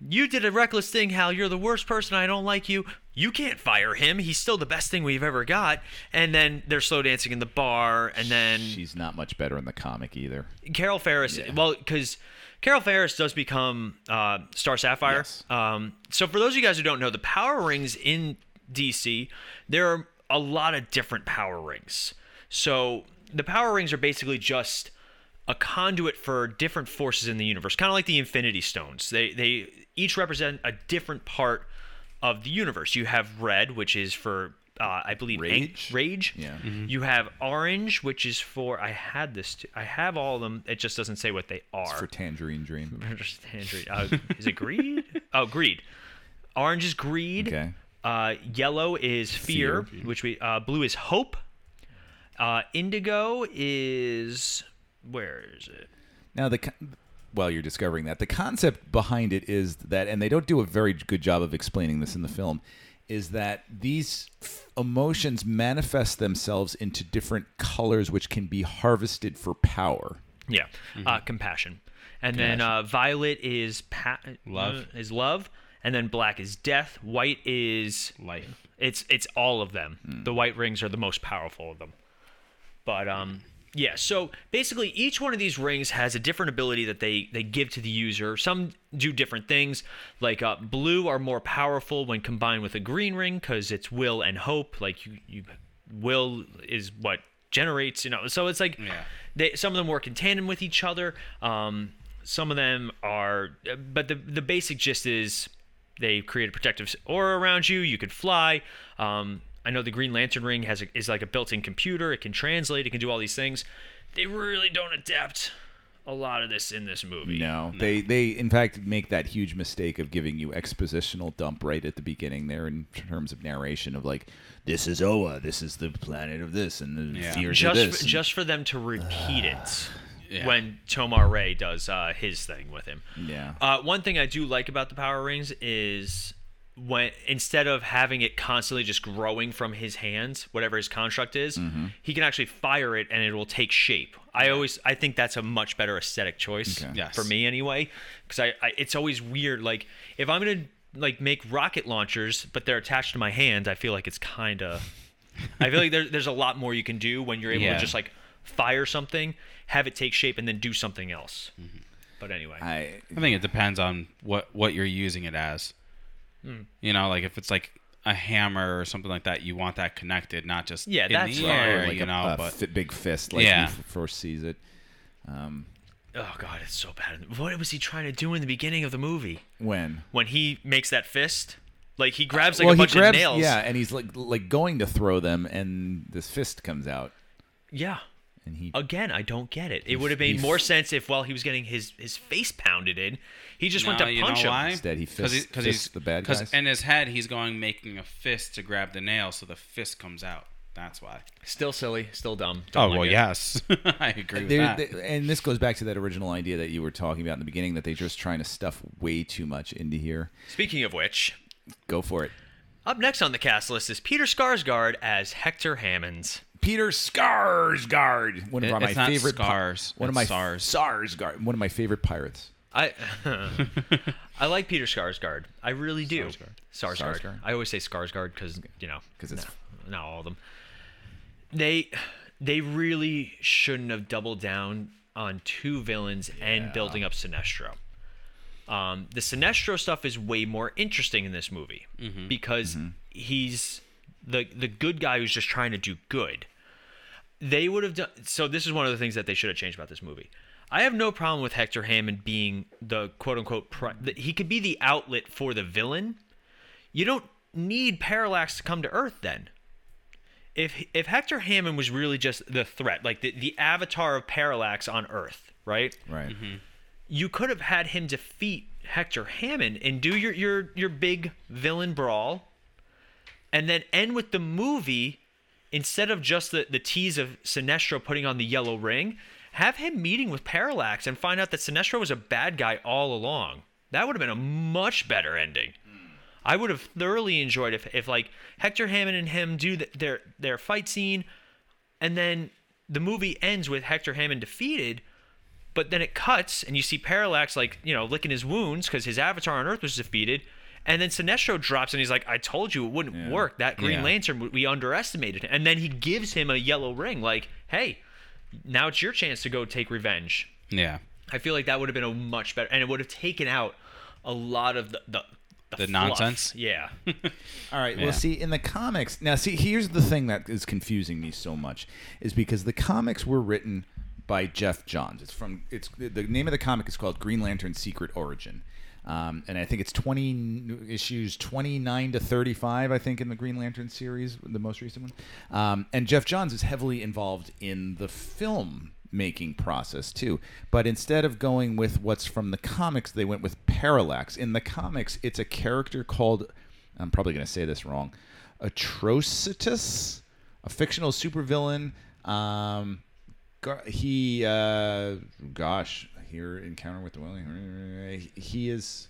[SPEAKER 4] "You did a reckless thing, Hal. You're the worst person. I don't like you. You can't fire him. He's still the best thing we've ever got." And then they're slow dancing in the bar, and then
[SPEAKER 5] she's not much better in the comic either.
[SPEAKER 4] Carol Ferris. Well, because Carol Ferris does become uh, Star Sapphire. Um, so for those of you guys who don't know, the power rings in DC, there are a lot of different power rings. So the power rings are basically just a conduit for different forces in the universe, kind of like the Infinity Stones. They they each represent a different part of the universe. You have red, which is for uh, I believe ang-
[SPEAKER 5] Rage?
[SPEAKER 4] rage.
[SPEAKER 5] Yeah. Mm-hmm.
[SPEAKER 4] You have orange, which is for I had this. Too, I have all of them. It just doesn't say what they are.
[SPEAKER 5] It's for Tangerine Dream.
[SPEAKER 4] Just tangerine. Uh, is it greed? oh, greed. Orange is greed.
[SPEAKER 5] Okay.
[SPEAKER 4] Uh, yellow is fear,
[SPEAKER 5] Fear.
[SPEAKER 4] which we. Uh, blue is hope. Uh, indigo is where is it?
[SPEAKER 5] Now the con- well, you're discovering that the concept behind it is that, and they don't do a very good job of explaining this in the film, is that these f- emotions manifest themselves into different colors, which can be harvested for power.
[SPEAKER 4] Yeah, uh, compassion, and then uh, violet is pa- uh,
[SPEAKER 3] Love.
[SPEAKER 4] is love, and then black is death. White is
[SPEAKER 3] life.
[SPEAKER 4] It's it's all of them. The white rings are the most powerful of them. But um, yeah. So basically, each one of these rings has a different ability that they they give to the user. Some do different things. Like uh, blue are more powerful when combined with a green ring because it's will and hope. Like you you will is what generates you know. So it's like they some of them work in tandem with each other. Um, some of them are, but the the basic gist is they create a protective s- aura around you. You could fly. Um, I know the Green Lantern ring has a, is like a built-in computer. It can translate. It can do all these things. They really don't adapt a lot of this in this movie.
[SPEAKER 5] No, they they in fact make that huge mistake of giving you expositional dump right at the beginning there in terms of narration of like this is Oa, this is the planet of this, and the fears
[SPEAKER 4] Just
[SPEAKER 5] of this.
[SPEAKER 4] for,
[SPEAKER 5] and-
[SPEAKER 4] just for them to repeat it when Tomar Ray does uh, his thing with him.
[SPEAKER 5] yeah.
[SPEAKER 4] Uh, one thing I do like about the Power Rings is when instead of having it constantly just growing from his hands, whatever his construct is,
[SPEAKER 5] Mhm.
[SPEAKER 4] he can actually fire it and it will take shape. I always I think that's a much better aesthetic choice
[SPEAKER 13] Okay. Yes.
[SPEAKER 4] for me anyway, because I, I it's always weird. Like if I'm gonna like make rocket launchers, but they're attached to my hands, I feel like it's kind of. I feel like there, there's a lot more you can do when you're able
[SPEAKER 5] Yeah.
[SPEAKER 4] to just like fire something, have it take shape, and then do something else. But anyway,
[SPEAKER 5] I
[SPEAKER 3] I think it depends on what what you're using it as.
[SPEAKER 4] Hmm.
[SPEAKER 3] You know, like if it's like a hammer or something like that, you want that connected, not just
[SPEAKER 4] Yeah,
[SPEAKER 3] in
[SPEAKER 4] that's
[SPEAKER 3] the
[SPEAKER 4] right.
[SPEAKER 3] air,
[SPEAKER 5] Or like
[SPEAKER 3] you
[SPEAKER 5] a,
[SPEAKER 3] know,
[SPEAKER 5] a
[SPEAKER 3] but
[SPEAKER 5] fi- big fist, like
[SPEAKER 3] Yeah.
[SPEAKER 5] he f- first sees it. Um,
[SPEAKER 4] oh god, it's so bad. What was he trying to do in the beginning of the movie?
[SPEAKER 5] when?
[SPEAKER 4] when he makes that fist, like he grabs like
[SPEAKER 5] well,
[SPEAKER 4] a bunch
[SPEAKER 5] he grabs,
[SPEAKER 4] of nails.
[SPEAKER 5] yeah, and he's like like going to throw them, and this fist comes out.
[SPEAKER 4] Yeah.
[SPEAKER 5] And he-
[SPEAKER 4] again, I don't get it.
[SPEAKER 5] He-
[SPEAKER 4] It would have
[SPEAKER 5] he-
[SPEAKER 4] made more sense if while he was getting his his face pounded in, he just went
[SPEAKER 3] No,
[SPEAKER 4] to
[SPEAKER 3] you
[SPEAKER 4] punch
[SPEAKER 3] know
[SPEAKER 4] him.
[SPEAKER 3] why?
[SPEAKER 5] Instead, he fists-
[SPEAKER 3] because
[SPEAKER 5] fists the bad guys.
[SPEAKER 3] in his head, he's going making a fist to grab the nail, so the fist comes out. That's why.
[SPEAKER 4] Still silly, still dumb.
[SPEAKER 3] oh well, yes, I agree with
[SPEAKER 5] There-
[SPEAKER 3] that.
[SPEAKER 5] there- and this goes back to that original idea that you were talking about in the beginning that they're just trying to stuff way too much into here.
[SPEAKER 4] Speaking of which,
[SPEAKER 5] Go for it.
[SPEAKER 4] up next on the cast list is Peter Skarsgård as Hector Hammonds.
[SPEAKER 5] Peter Skarsgård, one of
[SPEAKER 4] It-
[SPEAKER 5] my
[SPEAKER 4] it's not
[SPEAKER 5] favorite pi-
[SPEAKER 4] Scars,
[SPEAKER 5] one of
[SPEAKER 4] it's
[SPEAKER 5] my
[SPEAKER 4] Sars.
[SPEAKER 5] Sarsgard, one of my favorite pirates.
[SPEAKER 4] I I like Peter Skarsgård. I really do. Skarsgård.
[SPEAKER 5] Skarsgård.
[SPEAKER 4] I always say Skarsgård because you know
[SPEAKER 5] 'Cause it's-
[SPEAKER 4] no, not all of them. They they really shouldn't have doubled down on two villains and building up Sinestro. Um, the Sinestro stuff is way more interesting in this movie
[SPEAKER 5] Mm-hmm.
[SPEAKER 3] Mhm.
[SPEAKER 4] because he's the the good guy who's just trying to do good they would have done so this is one of the things that they should have changed about this movie i have no problem with hector hammond being the quote unquote pri- the, he could be the outlet for the villain you don't need parallax to come to earth then if if hector hammond was really just the threat like the, the avatar of parallax on earth right
[SPEAKER 5] Right.
[SPEAKER 4] you could have had him defeat Hector Hammond and do your your your big villain brawl, and then end with the movie instead of just the the tease of Sinestro putting on the yellow ring. Have him meeting with Parallax and find out that Sinestro was a bad guy all along. That would have been a much better ending. I would have thoroughly enjoyed if, if like Hector Hammond and him do th their their fight scene, and then the movie ends with Hector Hammond defeated, but then it cuts and you see Parallax like you know licking his wounds because his avatar on Earth was defeated, and then Sinestro drops and he's like, "I told you it wouldn't work. That Green
[SPEAKER 3] Yeah.
[SPEAKER 4] Lantern we- we underestimated." And then he gives him a yellow ring, like, "Hey, now it's your chance to go take revenge."
[SPEAKER 3] yeah,
[SPEAKER 4] I feel like that would have been a much better, and it would have taken out a lot of the the,
[SPEAKER 3] The
[SPEAKER 4] fluff.
[SPEAKER 3] nonsense?
[SPEAKER 4] Yeah.
[SPEAKER 5] All right.
[SPEAKER 4] Yeah.
[SPEAKER 5] Well, see, in the comics, now, see, here's the thing that is confusing me so much is because the comics were written by Jeff Johns. It's from, it's the name of the comic is called Green Lantern Secret Origin. Um, and I think it's 20 n- issues 29 to 35, I think, in the Green Lantern series, the most recent one. Um, and Jeff Johns is heavily involved in the film making process too. But instead of going with what's from the comics, they went with Parallax. In the comics, it's a character called I'm probably going to say this wrong. Atrocitus, a fictional supervillain. Um, gar- he, uh, gosh, here encounter with the willing. He is.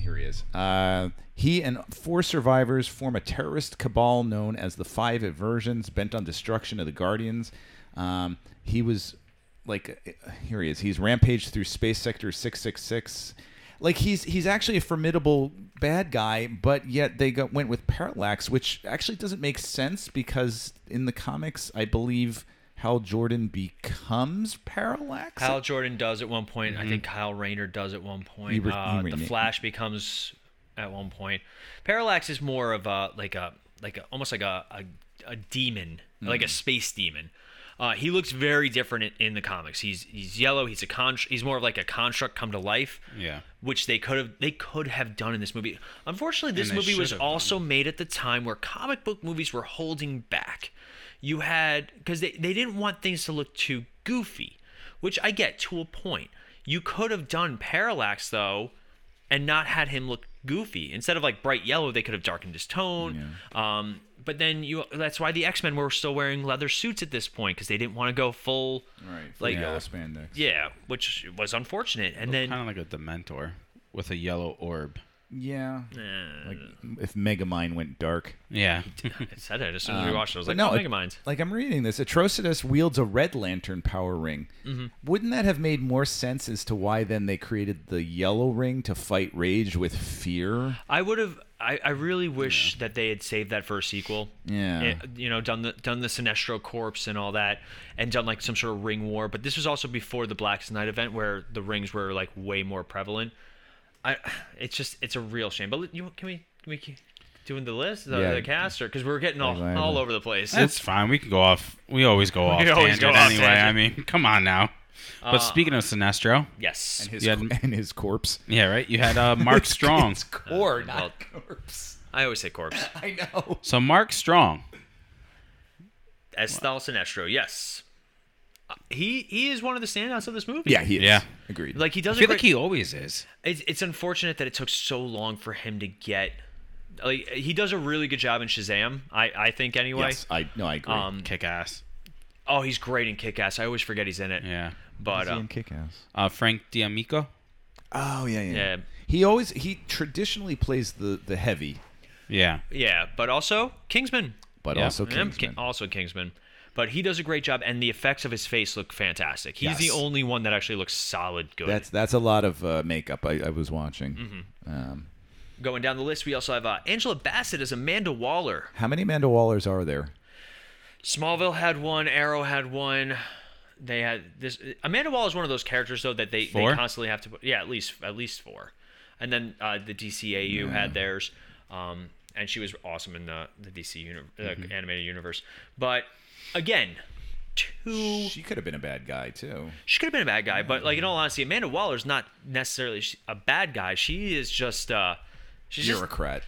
[SPEAKER 5] Here he is. Uh, he and four survivors form a terrorist cabal known as the Five Aversions, bent on destruction of the Guardians. Um, he was like, uh, here he is. He's rampaged through space sector six six six. Like he's he's actually a formidable bad guy, but yet they got, went with Parallax, which actually doesn't make sense because in the comics, I believe Hal Jordan becomes Parallax.
[SPEAKER 4] Kyle Jordan does at one point. I think Kyle Rayner does at one
[SPEAKER 5] Mm-hmm. You
[SPEAKER 4] point.
[SPEAKER 5] were-
[SPEAKER 4] uh,
[SPEAKER 5] you were
[SPEAKER 4] the
[SPEAKER 5] na-
[SPEAKER 4] Flash becomes at one point. Parallax is more of a like a like a, almost like a a, a demon, like a
[SPEAKER 5] Mm-hmm.
[SPEAKER 3] Mm.
[SPEAKER 4] space demon. Uh, he looks very different in, in the comics. He's he's yellow. He's a con. He's more of like a construct come to life,
[SPEAKER 3] yeah.
[SPEAKER 4] which they could have they could have done in this movie. Unfortunately, this
[SPEAKER 3] And they
[SPEAKER 4] movie
[SPEAKER 3] should
[SPEAKER 4] was
[SPEAKER 3] have
[SPEAKER 4] also made at the time where comic book movies were holding back. You had because they, they didn't want things to look too goofy, which I get to a point. You could have done Parallax though, and not had him look goofy. Instead of like bright yellow, they could have darkened his tone. Um, but then you that's why the X Men were still wearing leather suits at this point because they didn't want to go full
[SPEAKER 5] Right, full
[SPEAKER 4] like
[SPEAKER 5] yellow spandex.
[SPEAKER 4] Yeah, which was unfortunate. And then
[SPEAKER 3] kind of like a Dementor with a yellow orb.
[SPEAKER 5] Yeah. Like if Megamind went dark.
[SPEAKER 3] Yeah.
[SPEAKER 4] I said it as soon as we
[SPEAKER 5] Um,
[SPEAKER 4] watched it. I was
[SPEAKER 5] but
[SPEAKER 4] like,
[SPEAKER 5] no,
[SPEAKER 4] no, oh,
[SPEAKER 5] it-
[SPEAKER 4] Megamind.
[SPEAKER 5] Like I'm reading this, Atrocitus wields a Red Lantern power ring.
[SPEAKER 4] Mhm.
[SPEAKER 5] Wouldn't that have made more sense as to why then they created the Yellow Ring to fight Rage with fear?
[SPEAKER 4] I would have. I, I really wish that they had saved that for a sequel.
[SPEAKER 5] Yeah.
[SPEAKER 4] It- you know, done the done the Sinestro corpse and all that, and done like some sort of ring war. But this was also before the Black Knight event, where the rings were like way more prevalent. I, it's just it's a real shame. But you can we can we keep doing the list the,
[SPEAKER 3] Yeah.
[SPEAKER 4] the cast or because we're getting all all over the place.
[SPEAKER 3] That's fine. We can go off. We always go
[SPEAKER 4] We
[SPEAKER 3] off.
[SPEAKER 4] always go
[SPEAKER 3] tangent
[SPEAKER 4] off
[SPEAKER 3] anyway.
[SPEAKER 4] tangent.
[SPEAKER 3] I mean, come on now. But
[SPEAKER 4] Uh,
[SPEAKER 3] speaking of Sinestro,
[SPEAKER 4] Yes. And his
[SPEAKER 3] you
[SPEAKER 4] cor-
[SPEAKER 5] and his corpse.
[SPEAKER 3] Yeah, right. You had uh, Mark
[SPEAKER 4] His-
[SPEAKER 3] Strong.
[SPEAKER 4] his
[SPEAKER 5] Or not
[SPEAKER 4] well,
[SPEAKER 5] corpse.
[SPEAKER 4] I always say corpse.
[SPEAKER 5] I know.
[SPEAKER 3] So Mark Strong.
[SPEAKER 4] Estel Sinestro, yes. Uh, He he is one of the standouts of this movie.
[SPEAKER 5] Yeah, he is. Yeah. Agreed.
[SPEAKER 4] Like he does.
[SPEAKER 3] I
[SPEAKER 4] a
[SPEAKER 3] feel like
[SPEAKER 4] great-
[SPEAKER 3] he always is.
[SPEAKER 4] It's, it's unfortunate that it took so long for him to get. Like he does a really good job in Shazam. I I um, think anyway.
[SPEAKER 5] Yes, I no, I agree.
[SPEAKER 3] Kick ass.
[SPEAKER 4] Oh, he's great in Kick Ass. I always forget he's in it.
[SPEAKER 3] Yeah.
[SPEAKER 4] But uh,
[SPEAKER 5] Kick-Ass?
[SPEAKER 3] Uh, Frank D'Amico.
[SPEAKER 5] Oh yeah, yeah.
[SPEAKER 4] Yeah.
[SPEAKER 5] He always he traditionally plays the the heavy,
[SPEAKER 3] Yeah.
[SPEAKER 4] yeah, but also Kingsman.
[SPEAKER 5] but also
[SPEAKER 4] Yeah,
[SPEAKER 5] Kingsman.
[SPEAKER 4] Ki- oh, also Kingsman. But he does a great job, and the effects of his face look fantastic. He's the
[SPEAKER 5] Yes.
[SPEAKER 4] only one that actually looks solid good.
[SPEAKER 5] That's that's a lot of uh, makeup. I, I was watching.
[SPEAKER 4] Mm-hmm.
[SPEAKER 5] Um,
[SPEAKER 4] Going down the list, we also have uh, Angela Bassett as Amanda Waller.
[SPEAKER 5] how many Amanda Wallers are there?
[SPEAKER 4] Smallville had one, Arrow had one. They had this. Amanda Wall is one of those characters though that they, they
[SPEAKER 3] Four?
[SPEAKER 4] constantly have to put. Yeah, at least at least four. And then uh, the DCAU had theirs, um, and she was awesome in the the DC uni- uh, animated universe. But again, two.
[SPEAKER 5] She could have been a bad guy too.
[SPEAKER 4] She could have been a bad guy, but like in all honesty, Amanda Waller's not necessarily sh- a bad guy. She is just uh, she's just-
[SPEAKER 5] Bureaucrat.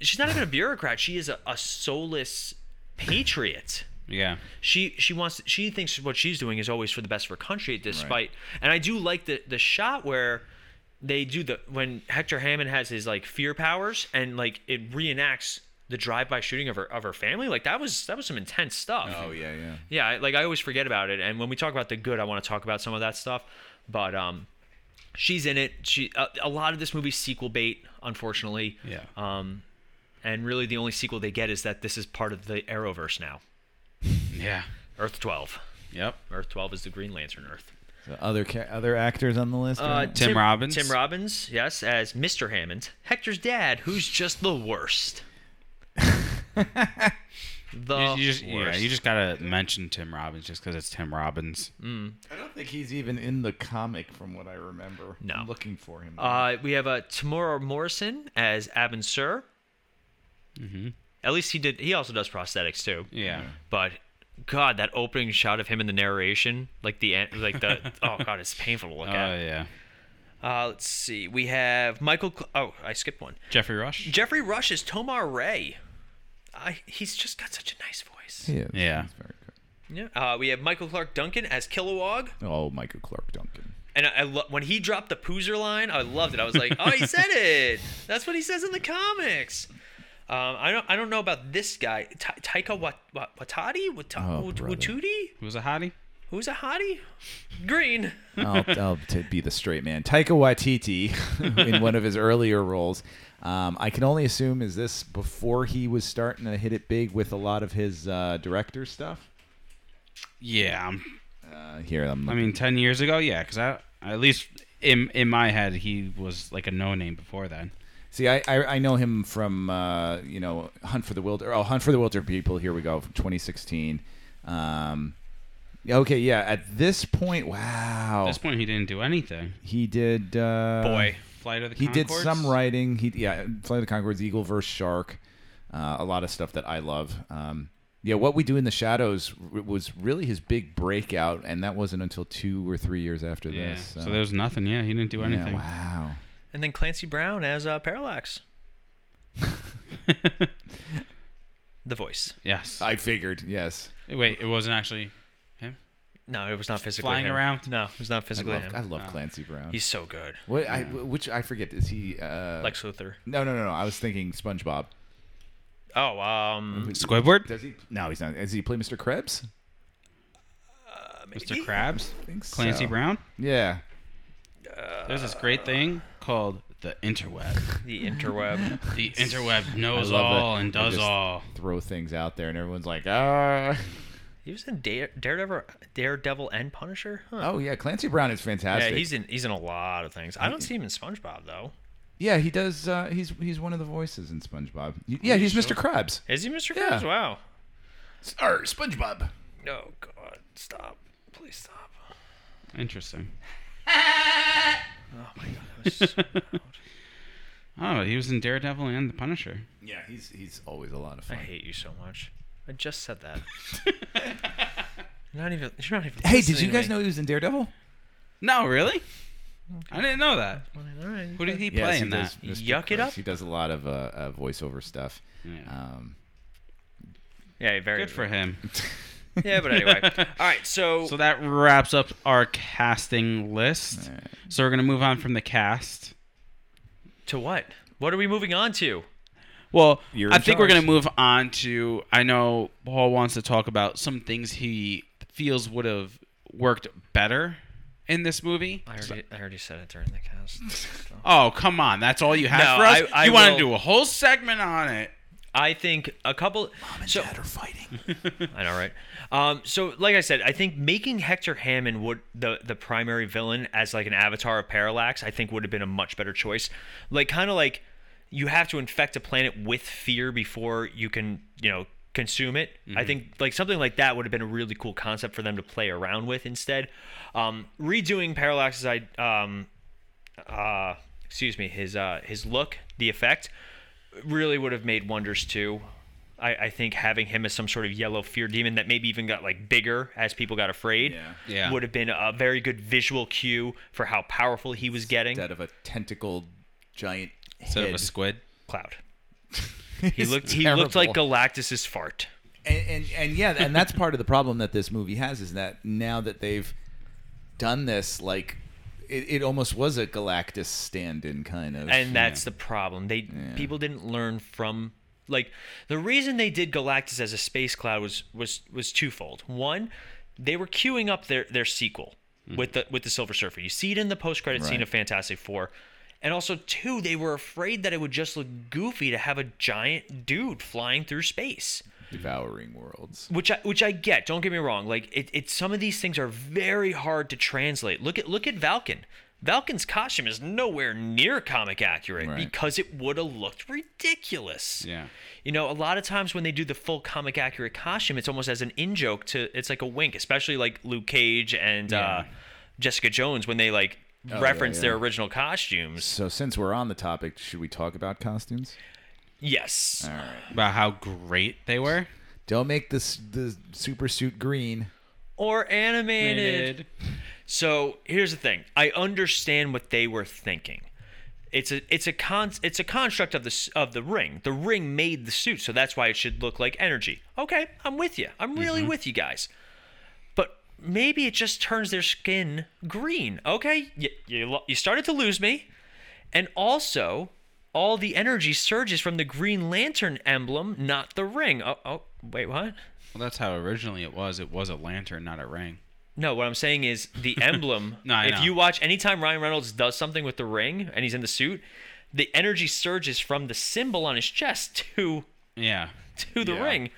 [SPEAKER 4] she's not even a bureaucrat. She is a, a soulless patriot
[SPEAKER 3] Yeah.
[SPEAKER 4] she she wants she thinks what she's doing is always for the best of her country despite and i do like the the shot where they do the when hector hammond has his like fear powers and like it reenacts the drive-by shooting of her of her family like that was that was some intense stuff
[SPEAKER 5] Oh yeah, yeah.
[SPEAKER 4] yeah I- like i always forget about it and when we talk about the good i want to talk about some of that stuff but um she's in it she a, a lot of this movie's sequel bait unfortunately
[SPEAKER 3] Yeah.
[SPEAKER 4] um and really the only sequel they get is that this is part of the arrowverse now
[SPEAKER 3] Yeah.
[SPEAKER 4] earth 12
[SPEAKER 3] Yep.
[SPEAKER 4] Earth 12 is the Green Lantern Earth.
[SPEAKER 5] So other ca- other actors on the list.
[SPEAKER 4] Uh,
[SPEAKER 5] or-
[SPEAKER 3] Tim Robbins.
[SPEAKER 4] Tim Robbins, yes, as Mr. Hammond. Hector's dad, who's just the worst. the
[SPEAKER 3] You, you just yeah.
[SPEAKER 4] Oh, worst.
[SPEAKER 3] You just gotta mention Tim Robbins just because it's Tim Robbins.
[SPEAKER 5] I don't think he's even in the comic from what I remember.
[SPEAKER 4] No.
[SPEAKER 5] I'm looking for him.
[SPEAKER 4] Uh, we have uh, Tamora Morrison as Abin Sur.
[SPEAKER 3] Mhm.
[SPEAKER 4] At least he did. He also does prosthetics too.
[SPEAKER 3] Yeah.
[SPEAKER 4] But God, that opening shot of him in the narration, like the an- like the oh God, it's painful to look
[SPEAKER 3] Oh
[SPEAKER 4] at.
[SPEAKER 3] yeah.
[SPEAKER 4] Uh, let's see. We have Michael. Cl- oh, I skipped one.
[SPEAKER 3] Jeffrey Rush.
[SPEAKER 4] Jeffrey Rush is Tomar Ray. I, he's just got such a nice voice.
[SPEAKER 5] He is.
[SPEAKER 3] Yeah.
[SPEAKER 5] He's very good.
[SPEAKER 4] Yeah. Uh, we have Michael Clark Duncan as Kilowog,
[SPEAKER 5] Oh, Michael Clark Duncan.
[SPEAKER 4] and I, I lo- when he dropped the poozer line, I loved it. I was like, oh, he said it. That's what he says in the comics. Um, I don't. I don't know about this guy, Ta- Taika Wat- Wat- Watati, Wat-
[SPEAKER 5] Oh,
[SPEAKER 4] Wat-
[SPEAKER 5] brother.
[SPEAKER 4] Watiti,
[SPEAKER 3] Who's a hottie?
[SPEAKER 4] who's a hottie, green.
[SPEAKER 5] I'll, I'll t- be the straight man. Taika Waititi, in one of his earlier roles, um, I can only assume is this before he was starting to hit it big with a lot of his uh, director stuff.
[SPEAKER 3] Yeah. I'm,
[SPEAKER 5] Uh, here, I'm.
[SPEAKER 3] I mean, ten years ago, yeah, because I at least in in my head he was like a no name before then.
[SPEAKER 5] see, I, I I know him from uh, you know Hunt for the Wilder. Oh, Hunt for the Wilder People. Here we go, from 2016. Um, yeah, okay, yeah. At this point, wow,
[SPEAKER 3] At this point, he didn't do anything.
[SPEAKER 5] he did. Uh,
[SPEAKER 3] Flight of the
[SPEAKER 5] he did
[SPEAKER 3] Conchords?
[SPEAKER 5] some writing. He yeah, Flight of the Concords, Eagle versus Shark, uh, a lot of stuff that I love. Um, yeah, what we do in the shadows r- was really his big breakout, and that wasn't until two or three years after
[SPEAKER 3] Yeah.
[SPEAKER 5] this.
[SPEAKER 3] So,
[SPEAKER 4] uh,
[SPEAKER 3] there was nothing. Yeah, he didn't do
[SPEAKER 5] yeah,
[SPEAKER 3] anything.
[SPEAKER 5] wow.
[SPEAKER 4] And then Clancy Brown as uh, Parallax. the voice.
[SPEAKER 3] Yes.
[SPEAKER 5] I figured. Yes,
[SPEAKER 3] Wait, it wasn't actually him.
[SPEAKER 4] No, it was not physically
[SPEAKER 3] flying
[SPEAKER 4] him.
[SPEAKER 3] around?
[SPEAKER 4] No, it was not
[SPEAKER 5] I
[SPEAKER 4] physically
[SPEAKER 5] love,
[SPEAKER 4] him.
[SPEAKER 5] I love Clancy Brown.
[SPEAKER 4] He's so good.
[SPEAKER 5] what I which I forget is he? Uh,
[SPEAKER 4] Lex Luthor.
[SPEAKER 5] no, no, no, no. I was thinking SpongeBob.
[SPEAKER 4] Oh, um,
[SPEAKER 3] Squidward.
[SPEAKER 5] Does he? No, he's not. Does he play Mr. Krebs?
[SPEAKER 3] Mr. Krabs.
[SPEAKER 5] I think so.
[SPEAKER 3] Clancy Brown.
[SPEAKER 5] Yeah.
[SPEAKER 3] There's this great thing called The interweb.
[SPEAKER 4] The interweb.
[SPEAKER 3] the interweb knows
[SPEAKER 5] I love
[SPEAKER 3] all
[SPEAKER 5] that
[SPEAKER 3] and
[SPEAKER 5] they
[SPEAKER 3] does
[SPEAKER 5] just
[SPEAKER 3] all.
[SPEAKER 5] Throw things out there, and everyone's like, ah.
[SPEAKER 4] He was in Dare, Daredevil, Daredevil and Punisher. Huh.
[SPEAKER 5] Oh yeah, Clancy Brown is fantastic.
[SPEAKER 4] Yeah, he's in he's in a lot of things. I don't see him in SpongeBob though.
[SPEAKER 5] Yeah, he does. Uh, he's he's one of the voices in SpongeBob. Y- Yeah, he's Mr. Krabs.
[SPEAKER 4] Is he Mr.
[SPEAKER 5] Yeah.
[SPEAKER 4] Krabs? Wow.
[SPEAKER 5] Or SpongeBob.
[SPEAKER 4] No, God, stop! Please stop.
[SPEAKER 3] Interesting.
[SPEAKER 4] Oh my God, that was so loud.
[SPEAKER 3] Oh, he was in Daredevil and The Punisher.
[SPEAKER 5] Yeah, he's he's always a lot of
[SPEAKER 4] I
[SPEAKER 5] fun.
[SPEAKER 4] hate you so much. I just said that. not even. You're not even.
[SPEAKER 5] Hey, did
[SPEAKER 4] listening
[SPEAKER 5] you
[SPEAKER 4] to
[SPEAKER 5] guys
[SPEAKER 4] me.
[SPEAKER 5] know he was in Daredevil?
[SPEAKER 3] No, really? I didn't know that.
[SPEAKER 4] All right.
[SPEAKER 3] Who did he
[SPEAKER 5] Yes,
[SPEAKER 3] play
[SPEAKER 5] he
[SPEAKER 3] in
[SPEAKER 5] does
[SPEAKER 3] that?
[SPEAKER 5] Mr.
[SPEAKER 4] Yuck it
[SPEAKER 5] Krabs.
[SPEAKER 4] up?
[SPEAKER 5] He does a lot of uh, uh, voiceover stuff.
[SPEAKER 3] Yeah.
[SPEAKER 5] Um,
[SPEAKER 4] Yeah, very
[SPEAKER 3] Good for him.
[SPEAKER 4] Yeah, but anyway. All right, so,
[SPEAKER 3] So that wraps up our casting list. So we're gonna move on from the cast.
[SPEAKER 4] to what? What are we moving on to?
[SPEAKER 3] Well,
[SPEAKER 5] You're
[SPEAKER 3] I
[SPEAKER 5] in
[SPEAKER 3] think we're
[SPEAKER 5] charge.
[SPEAKER 3] going to move on to. I know Paul wants to talk about some things he feels would have worked better in this movie.
[SPEAKER 4] I already, I already said it during the cast.
[SPEAKER 3] Oh, come on. That's all you have
[SPEAKER 4] No,
[SPEAKER 3] for us?
[SPEAKER 4] I- I
[SPEAKER 3] you want
[SPEAKER 4] will-
[SPEAKER 3] to do a whole segment on it.
[SPEAKER 4] I think a couple. so,
[SPEAKER 5] fighting.
[SPEAKER 4] I know, right? Um, so, like I said, I think making Hector Hammond would the the primary villain as like an avatar of Parallax, I think would have been a much better choice. Like, kind of like you have to infect a planet with fear before you can, you know, consume it. I think like something like that would have been a really cool concept for them to play around with instead. Um, redoing Parallax's I um, uh, excuse me, his uh, his look, the effect, really would have made wonders too. I, I think having him as some sort of yellow fear demon that maybe even got like bigger as people got afraid
[SPEAKER 5] Yeah.
[SPEAKER 3] Yeah.
[SPEAKER 4] would have been a very good visual cue for how powerful he was getting.
[SPEAKER 5] Instead of a tentacled giant
[SPEAKER 3] Instead of
[SPEAKER 5] head.
[SPEAKER 3] a squid.
[SPEAKER 4] Cloud.
[SPEAKER 5] he
[SPEAKER 4] He looked he looked like Galactus's fart.
[SPEAKER 5] and, and and yeah, and that's part of the problem that this movie has is that now that they've done this, like it, it almost was a Galactus stand-in kind of.
[SPEAKER 4] And that's the problem. They people didn't learn from like the reason they did Galactus as a space cloud was was was twofold. One, they were queuing up their their sequel with the with the Silver Surfer. You see it in the post credit scene
[SPEAKER 5] Right.
[SPEAKER 4] of Fantastic Four. And also two, they were afraid that it would just look goofy to have a giant dude flying through space.
[SPEAKER 5] devouring worlds.
[SPEAKER 4] which I which I get. Don't get me wrong. Like it, it some of these things are very hard to translate. Look at look at Valken. Valken's costume is nowhere near comic accurate
[SPEAKER 5] Right.
[SPEAKER 4] because it would have looked ridiculous.
[SPEAKER 3] Yeah.
[SPEAKER 4] You know, a lot of times when they do the full comic accurate costume, it's almost as an in joke to it's like a wink, especially like Luke Cage and uh, Jessica Jones when they like
[SPEAKER 5] Oh, yeah,
[SPEAKER 4] reference their
[SPEAKER 5] yeah.
[SPEAKER 4] original costumes.
[SPEAKER 5] So since we're on the topic, should we talk about costumes?
[SPEAKER 4] Yes.
[SPEAKER 5] All right.
[SPEAKER 3] About how great they were.
[SPEAKER 5] Don't make this the super suit green.
[SPEAKER 4] Or animated. So here's the thing. I understand what they were thinking. It's a it's a con it's a construct of the s- of the ring. The ring made the suit, so that's why it should look like energy. Okay, I'm with you. I'm really with you guys. But maybe it just turns their skin green. Okay, you you, lo- you started to lose me, and also all the energy surges from the Green Lantern emblem, not the ring. Oh, oh wait, what?
[SPEAKER 3] Well, that's how originally it was. It was a lantern, not a ring.
[SPEAKER 4] No, what I'm saying is the emblem.
[SPEAKER 3] No, I
[SPEAKER 4] if
[SPEAKER 3] know.
[SPEAKER 4] you watch anytime Ryan Reynolds does something with the ring and he's in the suit, the energy surges from the symbol on his chest to
[SPEAKER 3] Yeah.
[SPEAKER 4] to the ring.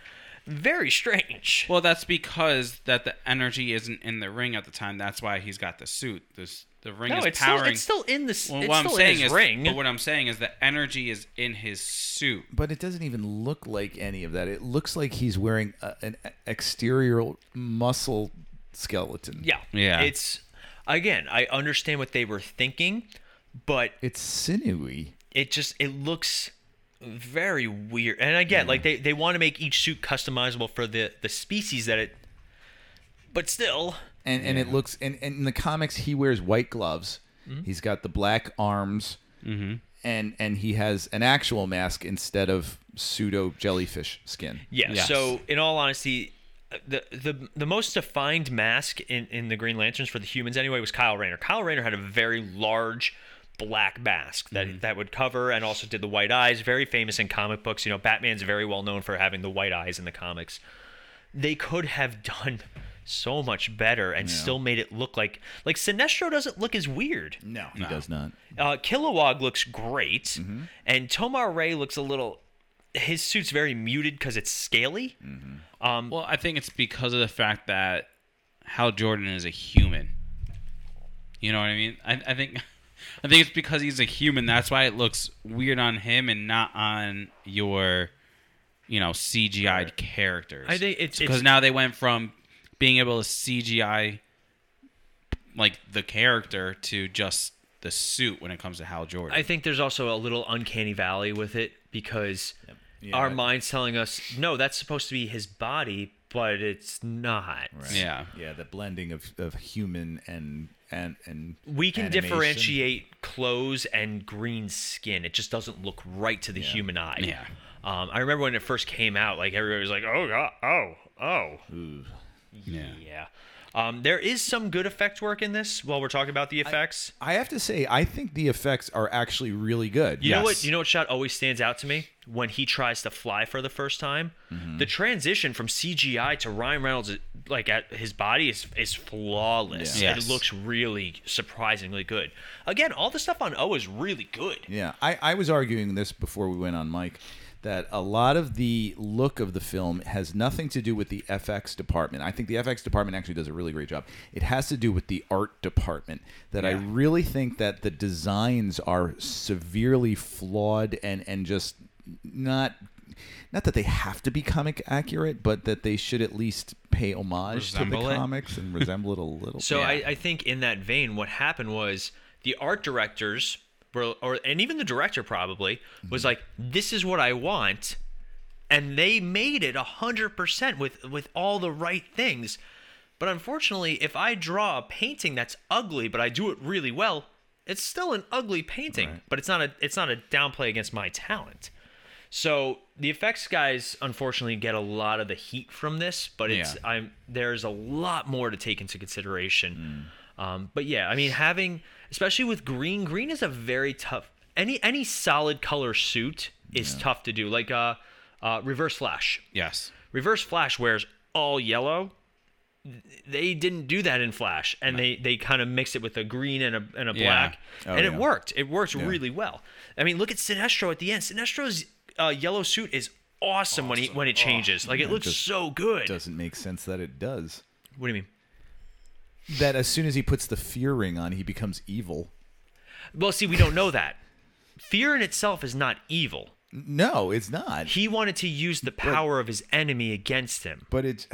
[SPEAKER 4] Very strange.
[SPEAKER 3] Well, that's because that the energy isn't in the ring at the time. That's why he's got the suit. This the ring
[SPEAKER 4] no,
[SPEAKER 3] is
[SPEAKER 4] it's
[SPEAKER 3] powering.
[SPEAKER 4] still it's still in the s-
[SPEAKER 3] Well,
[SPEAKER 4] it's
[SPEAKER 3] what
[SPEAKER 4] still
[SPEAKER 3] I'm
[SPEAKER 4] in
[SPEAKER 3] saying is,
[SPEAKER 4] his ring.
[SPEAKER 3] but what I'm saying is the energy is in his suit.
[SPEAKER 5] But it doesn't even look like any of that. It looks like he's wearing a, an exterior muscle skeleton.
[SPEAKER 4] yeah.
[SPEAKER 3] Yeah.
[SPEAKER 4] It's again, I understand what they were thinking, but
[SPEAKER 5] It's sinewy.
[SPEAKER 4] it just it looks very weird. And again, like they, they want to make each suit customizable for the the species that it but still
[SPEAKER 5] and and it looks and, and in the comics he wears white gloves.
[SPEAKER 4] Mm-hmm.
[SPEAKER 5] He's got the black arms,
[SPEAKER 3] Mm-hmm.
[SPEAKER 5] and and he has an actual mask instead of pseudo jellyfish skin.
[SPEAKER 4] Yeah.
[SPEAKER 3] Yes.
[SPEAKER 4] So in all honesty, uh, the the the most defined mask in in the Green Lanterns for the humans anyway was Kyle Rayner. Kyle Rayner had a very large black mask that that would cover and also did the white eyes. Very famous in comic books. You know, Batman's very well known for having the white eyes in the comics. They could have done so much better and
[SPEAKER 5] Yeah.
[SPEAKER 4] still made it look like like Sinestro doesn't look as weird.
[SPEAKER 5] No, he does not.
[SPEAKER 4] Uh, Kilowog looks great, and Tomar Ray looks a little. His suit's very muted because it's scaly. Um,
[SPEAKER 3] well, I think it's because of the fact that Hal Jordan is a human. You know what I mean? I, I think I think it's because he's a human. That's why it looks weird on him and not on your, you know, CGI characters.
[SPEAKER 4] I think it's-
[SPEAKER 3] because
[SPEAKER 4] it's-
[SPEAKER 3] now they went from being able to CGI like the character to just the suit when it comes to Hal Jordan.
[SPEAKER 4] I think there's also a little uncanny valley with it because our mind's telling us no, that's supposed to be his body, but it's not.
[SPEAKER 3] Yeah.
[SPEAKER 5] Yeah, the blending of, of human and and and
[SPEAKER 4] We can
[SPEAKER 5] animation.
[SPEAKER 4] differentiate clothes and green skin. It just doesn't look right to the human eye.
[SPEAKER 3] Yeah.
[SPEAKER 4] Um, I remember when it first came out, like everybody was like, "Oh god, oh, oh."
[SPEAKER 3] Yeah.
[SPEAKER 4] Yeah. Um, there is some good effect work in this. While we're talking about the effects,
[SPEAKER 5] I have to say, I think the effects are actually really good.
[SPEAKER 4] You know what? You know what shot always stands out to me when he tries to fly for the first time.
[SPEAKER 5] Mm-hmm.
[SPEAKER 4] The transition from CGI to Ryan Reynolds, like at his body, is is flawless.
[SPEAKER 5] Yeah.
[SPEAKER 4] It
[SPEAKER 5] Yes.
[SPEAKER 4] looks really surprisingly good. Again, all the stuff on O is really good.
[SPEAKER 5] Yeah, I, I was arguing this before we went on mic that a lot of the look of the film has nothing to do with the FX department. I think the FX department actually does a really great job. It has to do with the art department that I really think that the designs are severely flawed and and just not not that they have to be comic accurate, but that they should at least pay homage to
[SPEAKER 4] Resemble
[SPEAKER 5] the
[SPEAKER 4] it.
[SPEAKER 5] comics and resemble it a little.
[SPEAKER 4] So
[SPEAKER 5] bit.
[SPEAKER 4] I, I think in that vein, what happened was the art directors were, or and even the director probably was
[SPEAKER 5] Mm-hmm.
[SPEAKER 4] like, "This is what I want," and they made it hundred percent with with all the right things. But unfortunately, if I draw a painting that's ugly, but I do it really well, it's still an ugly painting. But it's not a it's not a downplay against my talent. So the effects guys unfortunately get a lot of the heat from this, but it's
[SPEAKER 3] Yeah.
[SPEAKER 4] I'm there's a lot more to take into consideration. Um, but yeah, I mean having especially with green, green is a very tough any any solid color suit is tough to do. Like uh, uh, Reverse Flash.
[SPEAKER 3] Yes.
[SPEAKER 4] Reverse Flash wears all yellow. They didn't do that in Flash, and they they kind of mixed it with a green and a and a
[SPEAKER 3] Yeah.
[SPEAKER 4] black,
[SPEAKER 3] Oh,
[SPEAKER 4] and it
[SPEAKER 3] yeah.
[SPEAKER 4] worked. It worked really well. I mean, look at Sinestro at the end. Sinestro's uh, yellow suit is awesome, when he when it changes. like it
[SPEAKER 3] Oh,
[SPEAKER 5] Yeah,
[SPEAKER 4] looks
[SPEAKER 5] just
[SPEAKER 4] so good.
[SPEAKER 5] Doesn't make sense that it does.
[SPEAKER 4] What do you mean?
[SPEAKER 5] that as soon as he puts the fear ring on, he becomes evil.
[SPEAKER 4] Well, see, we don't know that. Fear in itself is not evil.
[SPEAKER 5] No, it's not.
[SPEAKER 4] He wanted to use the power of his enemy against him.
[SPEAKER 5] But it's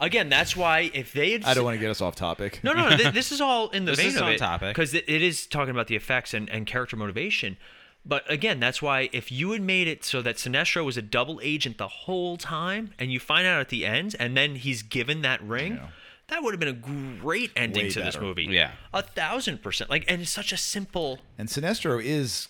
[SPEAKER 4] Again, that's why if they had
[SPEAKER 5] I don't want to get us off topic.
[SPEAKER 4] No, no, th- this is all in the
[SPEAKER 5] This
[SPEAKER 4] vein
[SPEAKER 5] is
[SPEAKER 4] of
[SPEAKER 5] on
[SPEAKER 4] it.
[SPEAKER 5] topic.
[SPEAKER 4] because it is talking about the effects and, and character motivation. But again, that's why if you had made it so that Sinestro was a double agent the whole time, and you find out at the end, and then he's given that ring, that would have been a great ending
[SPEAKER 5] Way
[SPEAKER 4] to this
[SPEAKER 5] better.
[SPEAKER 4] movie.
[SPEAKER 5] Yeah.
[SPEAKER 4] a thousand percent. Like, and it's such a simple.
[SPEAKER 5] And Sinestro is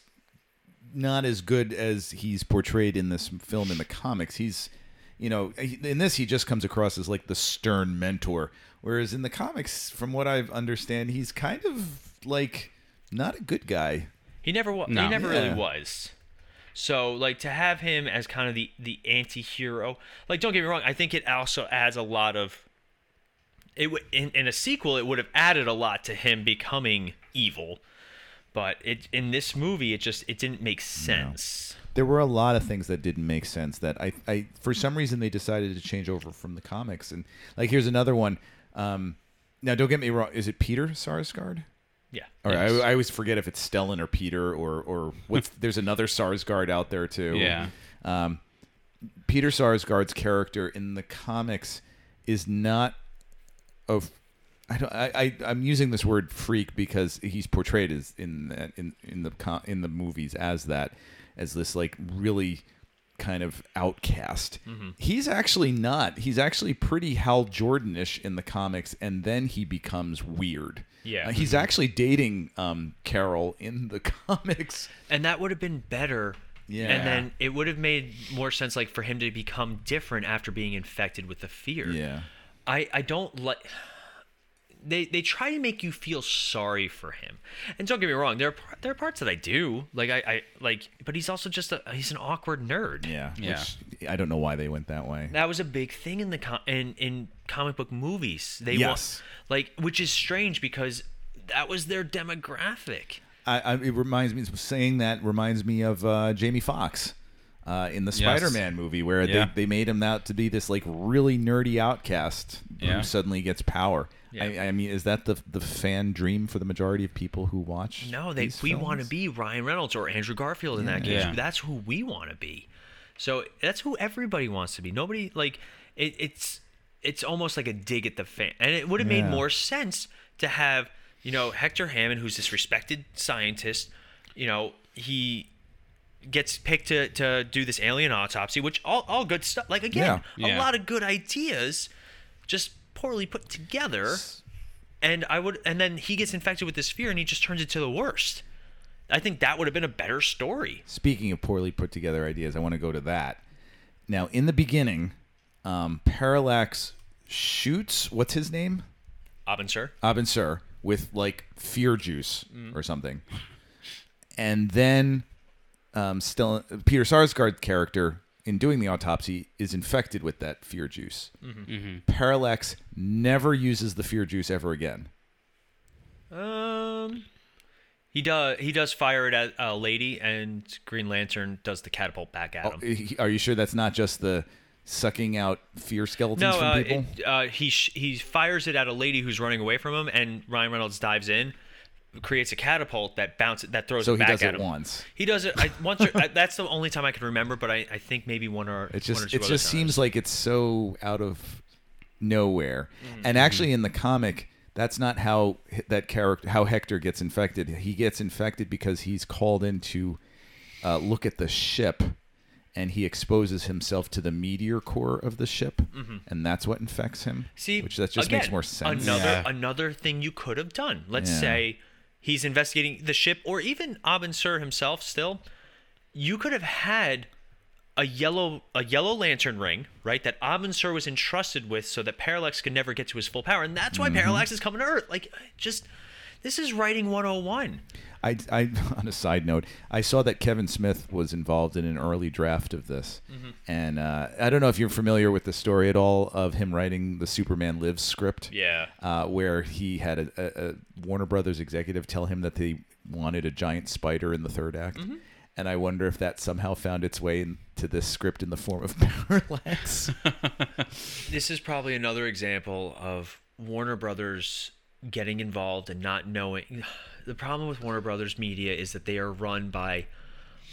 [SPEAKER 5] not as good as he's portrayed in this film in the comics. He's, you know, in this he just comes across as like the stern mentor, whereas in the comics, from what I understand, he's kind of like not a good guy.
[SPEAKER 4] He never was.
[SPEAKER 5] No.
[SPEAKER 4] He never
[SPEAKER 5] Yeah.
[SPEAKER 4] really was. So like to have him as kind of the the anti-hero. Like don't get me wrong, I think it also adds a lot of it would in, in a sequel it would have added a lot to him becoming evil. But it in this movie it just it didn't make sense.
[SPEAKER 5] There were a lot of things that didn't make sense that I, I for some reason they decided to change over from the comics and like here's another one. Um, now don't get me wrong, is it Peter Sarsgaard?
[SPEAKER 4] Yeah.
[SPEAKER 5] All right, I, I always forget if it's Stellan or Peter or or what's. there's another Sarsgaard out there too.
[SPEAKER 3] Yeah.
[SPEAKER 5] Um, Peter Sarsgaard's character in the comics is not of. I don't. I, I I'm using this word freak because he's portrayed as in that in in the co- in the movies as that as this like really kind of outcast.
[SPEAKER 10] Mhm.
[SPEAKER 5] He's actually not. He's actually pretty Hal Jordanish in the comics, and then he becomes weird.
[SPEAKER 4] Yeah.
[SPEAKER 5] Uh, he's actually dating um, Carol in the comics.
[SPEAKER 4] And that would have been better.
[SPEAKER 5] Yeah.
[SPEAKER 4] And then it would have made more sense like for him to become different after being infected with the fear.
[SPEAKER 5] Yeah.
[SPEAKER 4] I I don't like they they try to make you feel sorry for him. And don't get me wrong, there are par- there are parts that I do like I, I like, but he's also just a he's an awkward nerd.
[SPEAKER 5] Yeah, Which, I don't know why they went that way.
[SPEAKER 4] That was a big thing in the com- in in comic book movies. They
[SPEAKER 5] Yes.
[SPEAKER 4] want like which is strange because that was their demographic.
[SPEAKER 5] I, I, it reminds me saying that reminds me of uh, Jamie Foxx uh, in the
[SPEAKER 4] Yes.
[SPEAKER 5] Spider-Man movie where
[SPEAKER 4] Yeah.
[SPEAKER 5] they, they made him out to be this like really nerdy outcast
[SPEAKER 4] Yeah.
[SPEAKER 5] who suddenly gets power.
[SPEAKER 4] Yeah.
[SPEAKER 5] I, I mean, is that the the fan dream for the majority of people who watch?
[SPEAKER 4] No, they
[SPEAKER 5] these
[SPEAKER 4] we want to
[SPEAKER 5] films?
[SPEAKER 4] be Ryan Reynolds or Andrew Garfield in that
[SPEAKER 5] Yeah.
[SPEAKER 4] case.
[SPEAKER 5] Yeah.
[SPEAKER 4] That's who we want to be. So that's who everybody wants to be. Nobody like it, it's it's almost like a dig at the fan, and it would have
[SPEAKER 5] Yeah.
[SPEAKER 4] made more sense to have you know Hector Hammond, who's this respected scientist. You know he gets picked to, to do this alien autopsy, which all all good stuff. Like again,
[SPEAKER 13] Yeah.
[SPEAKER 4] a
[SPEAKER 13] Yeah.
[SPEAKER 4] lot of good ideas, just poorly put together. And I would, and then he gets infected with this fear, and he just turns it to the worst. I think that would have been a better story.
[SPEAKER 5] Speaking of poorly put together ideas, I want to go to that. Now, in the beginning, um, Parallax shoots. What's his name?
[SPEAKER 4] Abin Sur.
[SPEAKER 5] Abin Sur with like fear juice
[SPEAKER 4] Mm.
[SPEAKER 5] or something. And then um, Stellan, Peter Sarsgaard's character in doing the autopsy is infected with that fear juice.
[SPEAKER 4] Mhm.
[SPEAKER 5] Parallax never uses the fear juice ever again.
[SPEAKER 4] Um, he does. He does fire it at a lady, and Green Lantern does the catapult back at him.
[SPEAKER 5] Oh, He- Are you sure that's not just the sucking out fear skeletons
[SPEAKER 4] no,
[SPEAKER 5] from
[SPEAKER 4] uh,
[SPEAKER 5] people?
[SPEAKER 4] it- uh, he sh- he fires it at a lady who's running away from him, and Ryan Reynolds dives in, creates a catapult that bounces that throws.
[SPEAKER 5] So
[SPEAKER 4] it
[SPEAKER 5] he
[SPEAKER 4] back
[SPEAKER 5] does
[SPEAKER 4] at
[SPEAKER 5] it
[SPEAKER 4] him.
[SPEAKER 5] once.
[SPEAKER 4] He does it I, once. Or, I, that's the only time I can remember, but I, I think maybe one or
[SPEAKER 5] It
[SPEAKER 4] one or
[SPEAKER 5] just
[SPEAKER 4] two
[SPEAKER 5] it
[SPEAKER 4] other
[SPEAKER 5] just
[SPEAKER 4] times.
[SPEAKER 5] seems like it's so out of nowhere.
[SPEAKER 4] Mm.
[SPEAKER 5] And actually, in the comic, that's not how h- that character how Hector gets infected. He gets infected because he's called in to uh, look at the ship, and he exposes himself to the meteor core of the ship,
[SPEAKER 4] Mhm.
[SPEAKER 5] and that's what infects him.
[SPEAKER 4] See,
[SPEAKER 5] which that just makes
[SPEAKER 4] again,
[SPEAKER 5] more sense.
[SPEAKER 4] Another another thing you could have done. Let's
[SPEAKER 5] Yeah.
[SPEAKER 4] say he's investigating the ship, or even Abin Sur himself. Still, you could have had a yellow a yellow lantern ring, right? That Abin Sur was entrusted with, so that Parallax could never get to his full power, and that's why
[SPEAKER 5] Mhm.
[SPEAKER 4] Parallax is coming to Earth. Like, just this is writing 101.
[SPEAKER 5] I, I on a side note, I saw that Kevin Smith was involved in an early draft of this,
[SPEAKER 4] Mhm.
[SPEAKER 5] and uh, I don't know if you're familiar with the story at all of him writing the Superman Lives script.
[SPEAKER 4] Yeah.
[SPEAKER 5] uh, where he had a, a, a Warner Brothers executive tell him that they wanted a giant spider in the third act.
[SPEAKER 4] Mm-hmm.
[SPEAKER 5] And I wonder if that somehow found its way into this script in the form of Parallax.
[SPEAKER 4] this is probably another example of Warner Brothers getting involved and not knowing. The problem with Warner Brothers media is that they are run by